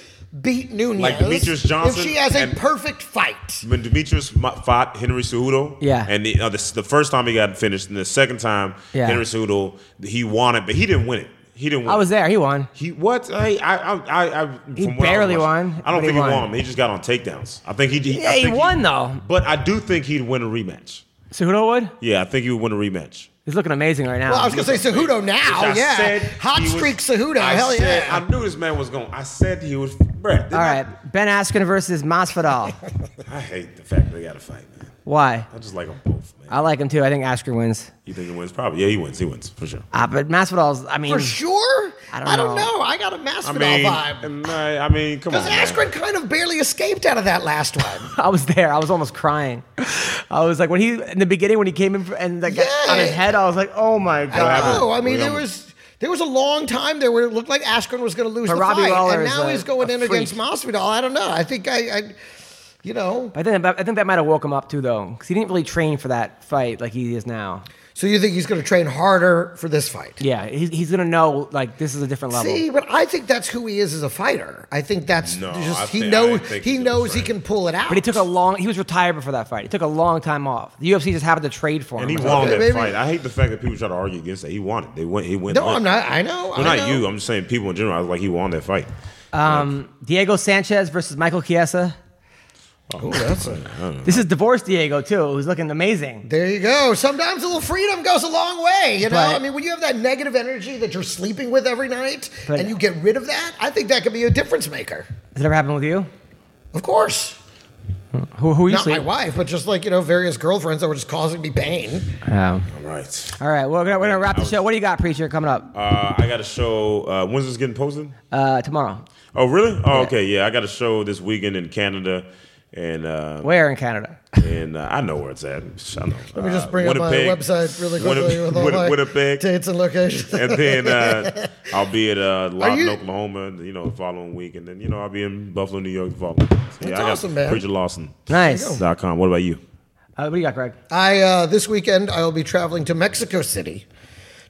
Speaker 4: beat Nunez
Speaker 5: Like Demetrius Johnson
Speaker 4: if she has a
Speaker 5: and-
Speaker 4: perfect fight.
Speaker 5: when Demetrius ma- fought Henry Cejudo,
Speaker 3: Yeah.
Speaker 5: and the, uh, the the first time he got finished, and the second time
Speaker 3: Yeah.
Speaker 5: Henry Cejudo, he won it, but he didn't win it. He didn't. win
Speaker 3: I was
Speaker 5: it.
Speaker 3: there. He won.
Speaker 5: He what? I I I, I, I
Speaker 3: He
Speaker 5: from what I
Speaker 3: barely
Speaker 5: watched-
Speaker 3: won,
Speaker 5: I
Speaker 3: but
Speaker 5: don't
Speaker 3: he
Speaker 5: think he won.
Speaker 3: won.
Speaker 5: He just got on takedowns. I think he. he I
Speaker 3: Yeah, he
Speaker 5: think
Speaker 3: won, though.
Speaker 5: But I do think he'd win a rematch.
Speaker 3: Cejudo would?
Speaker 5: Yeah, I think he would win a rematch.
Speaker 3: He's looking amazing right now.
Speaker 4: Well, I was going to say Cejudo now.
Speaker 5: Which I
Speaker 4: Oh, yeah.
Speaker 5: said
Speaker 4: Hot
Speaker 5: he was-
Speaker 4: streak Cejudo.
Speaker 5: I
Speaker 4: Hell
Speaker 5: said-
Speaker 4: yeah.
Speaker 5: I knew this man was going. I said he was. Brett, didn't
Speaker 3: All
Speaker 5: I-
Speaker 3: right. Ben Askren versus Masvidal.
Speaker 5: I, hate the fact they got to fight, man.
Speaker 3: Why?
Speaker 5: I just like them both, man.
Speaker 3: I like him too. I think Askren wins.
Speaker 5: you think he wins? Probably. Yeah, he wins. He wins for sure.
Speaker 3: Uh, but Masvidal's, I mean,
Speaker 4: For sure?
Speaker 3: I don't know.
Speaker 4: know. I got a
Speaker 5: I
Speaker 4: Masvidal
Speaker 5: mean,
Speaker 4: vibe.
Speaker 5: and uh, I, I mean, come on.
Speaker 4: Because
Speaker 5: man.
Speaker 4: Askren kind of barely escaped out of that last one.
Speaker 3: I was there. I was almost crying. I was like, when he, in the beginning, when he came in and like
Speaker 4: Yeah.
Speaker 3: on his head, I was like, oh my God.
Speaker 5: happened?
Speaker 4: No, I mean
Speaker 5: We
Speaker 4: there
Speaker 5: almost-
Speaker 4: was there was a long time there where it looked like Askren was going to lose
Speaker 3: But
Speaker 4: the
Speaker 3: Robbie
Speaker 4: fight,
Speaker 3: Lawler
Speaker 4: and
Speaker 3: is
Speaker 4: now
Speaker 3: a-
Speaker 4: he's going
Speaker 3: a
Speaker 4: in
Speaker 3: freak.
Speaker 4: against Masvidal. I don't know. I think I, I you know.
Speaker 3: I think, I think that might have woke him up too, though, because he didn't really train for that fight like he is now.
Speaker 4: So you think he's going to train harder for this fight?
Speaker 3: Yeah, he's, he's gonna know like this is a different level.
Speaker 4: See, but I think that's who he is as a fighter. I think that's
Speaker 5: No,
Speaker 4: just
Speaker 5: I
Speaker 4: he
Speaker 5: think- I
Speaker 4: knows
Speaker 5: think
Speaker 4: he
Speaker 5: he's
Speaker 4: knows he
Speaker 5: gonna train.
Speaker 4: can pull it out.
Speaker 3: but he took a long. He was retired before that fight. He took a long time off. The UFC just happened to trade for him.
Speaker 5: And he
Speaker 3: or
Speaker 5: won
Speaker 3: something.
Speaker 5: that
Speaker 4: maybe-
Speaker 5: fight. I hate the fact that people try to argue against that. He won it. They went. He went.
Speaker 4: No, I'm not. I know.
Speaker 5: Well,
Speaker 4: I
Speaker 5: not
Speaker 4: know.
Speaker 5: you. I'm just saying people in general. I was like, he won that fight.
Speaker 3: Diego Sanchez versus Michael Chiesa.
Speaker 4: Oh, that's a-
Speaker 3: This is divorced Diego too, who's looking amazing.
Speaker 4: there you go. Sometimes a little freedom goes a long way. You know,
Speaker 3: But-
Speaker 4: I mean, when you have that negative energy that you're sleeping with every night,
Speaker 3: But-
Speaker 4: and you get rid of that, I think that could be a difference maker.
Speaker 3: Has it ever happened with you?
Speaker 4: Of course.
Speaker 3: Who, who are you
Speaker 4: Not my
Speaker 3: sleeping?
Speaker 4: wife, but just like, you know, various girlfriends that were just causing me pain.
Speaker 3: Oh.
Speaker 5: All right.
Speaker 3: All right, well, we're gonna, we're gonna wrap the
Speaker 5: I was-
Speaker 3: show. What do you got, preacher? Coming up
Speaker 5: Uh, I got a show. Uh, when's this getting posted?
Speaker 3: uh, tomorrow.
Speaker 5: Oh, really? Oh, okay. Yeah, I got a show this weekend in Canada, and uh,
Speaker 3: Where in Canada?
Speaker 5: and uh, I know where it's at. I know.
Speaker 4: Let me just
Speaker 5: Uh,
Speaker 4: bring up my
Speaker 5: Winnipeg.
Speaker 4: website really quickly
Speaker 5: Winnipeg,
Speaker 4: with all my
Speaker 5: Winnipeg.
Speaker 4: dates and locations.
Speaker 5: and then uh, I'll be at uh, Lawton,
Speaker 4: you-
Speaker 5: Oklahoma, you know, the following week, and then you know I'll be in Buffalo, New York, the following. Week. So,
Speaker 4: That's
Speaker 5: I got
Speaker 4: awesome, man.
Speaker 5: PreacherLawson.com.
Speaker 3: Nice. Uh,
Speaker 5: What about you?
Speaker 3: what do you got, Greg?
Speaker 4: I uh, this weekend I will be traveling to Mexico City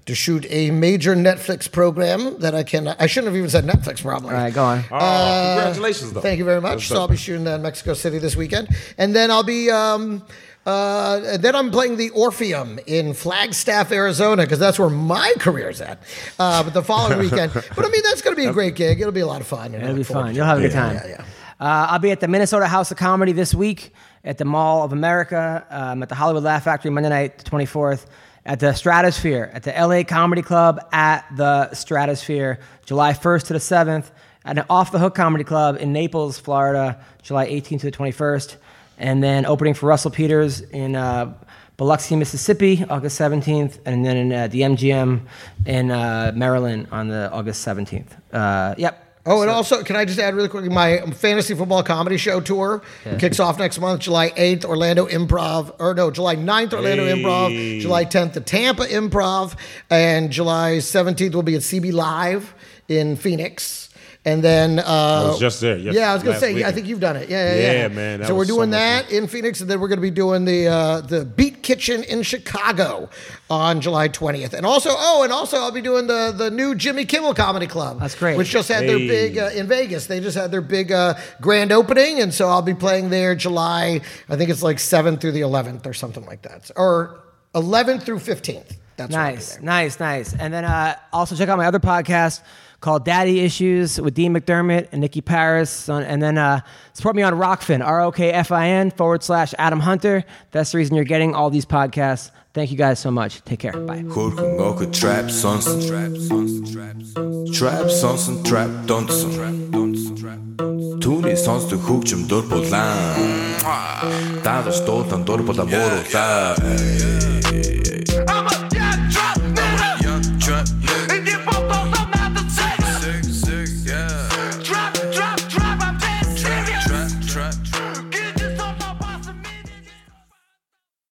Speaker 4: to shoot a major Netflix program that I can. I shouldn't have even said Netflix probably.
Speaker 3: All right, go on.
Speaker 5: Oh,
Speaker 4: Uh,
Speaker 5: congratulations, though.
Speaker 4: Thank you very
Speaker 5: That's
Speaker 4: much. So
Speaker 5: dope.
Speaker 4: I'll be shooting that in Mexico City this weekend, and then I'll be. Um, uh, and then I'm playing the Orpheum in Flagstaff, Arizona, because that's where my career's at. Uh, but the following weekend, but I mean that's going to be a great gig. It'll be a lot of fun. and I
Speaker 3: It'll be
Speaker 4: look forward
Speaker 3: fun.
Speaker 4: to
Speaker 3: You'll have a good
Speaker 5: Yeah.
Speaker 3: time.
Speaker 4: Yeah, yeah.
Speaker 3: Uh, I'll be at the Minnesota House of Comedy this week at the Mall of America, um, at the Hollywood Laugh Factory Monday night, the 24th, at the Stratosphere, at the LA Comedy Club at the Stratosphere, July 1st to the 7th, at an Off the Hook Comedy Club in Naples, Florida, July 18th to the 21st, and then opening for Russell Peters in uh, Biloxi, Mississippi, August 17th, and then in uh, the MGM in uh, Maryland on the August 17th. Uh, yep.
Speaker 4: Oh, and also, can I just add really quickly? My fantasy football comedy show tour kicks off next month, July 8th, Orlando Improv, or no, July 9th, Orlando Improv, July 10th, the Tampa Improv, and July 17th will be at CB Live in Phoenix. And then, uh, I
Speaker 5: was just there, yes,
Speaker 4: yeah, I was gonna
Speaker 5: last
Speaker 4: say, I
Speaker 5: weekend.
Speaker 4: think you've done it. Yeah, yeah,
Speaker 5: Yeah,
Speaker 4: yeah,
Speaker 5: man, that
Speaker 4: So we're
Speaker 5: was so
Speaker 4: doing
Speaker 5: much
Speaker 4: that
Speaker 5: fun.
Speaker 4: in Phoenix, and then we're gonna be doing the uh, the Beat Kitchen in Chicago on July 20th. And also, oh, and also, I'll be doing the the new Jimmy Kimmel Comedy Club.
Speaker 3: That's great.
Speaker 4: Which just had their
Speaker 5: Hey.
Speaker 4: big uh, in Vegas. They just had their big uh, grand opening, and so I'll be playing there July. I think it's like seventh through the eleventh or something like that, or eleventh through fifteenth. That's when I'll be
Speaker 3: nice,
Speaker 4: there.
Speaker 3: nice, nice. And then uh, also check out my other podcast called Daddy Issues with Dean McDermott and Nikki Paris. On, and then uh, support me on Rockfin, R O K F I N forward slash Adam Hunter. That's the reason you're getting all these podcasts. Thank you guys so much. Take care. Bye.
Speaker 1: Хөрхөн охид trap sons and trap sons and trap sons trap sons and trap донцсон Түүний сонсдог хөгжим дур булаа Дагаж дуулан дур булаа мууруулаа
Speaker 2: I'm a young drop nigga. Young drop nigga. And you both know I'm not the same. Sick, sick, yeah. Drop, drop, drop. I'm dead serious. Drop, drop,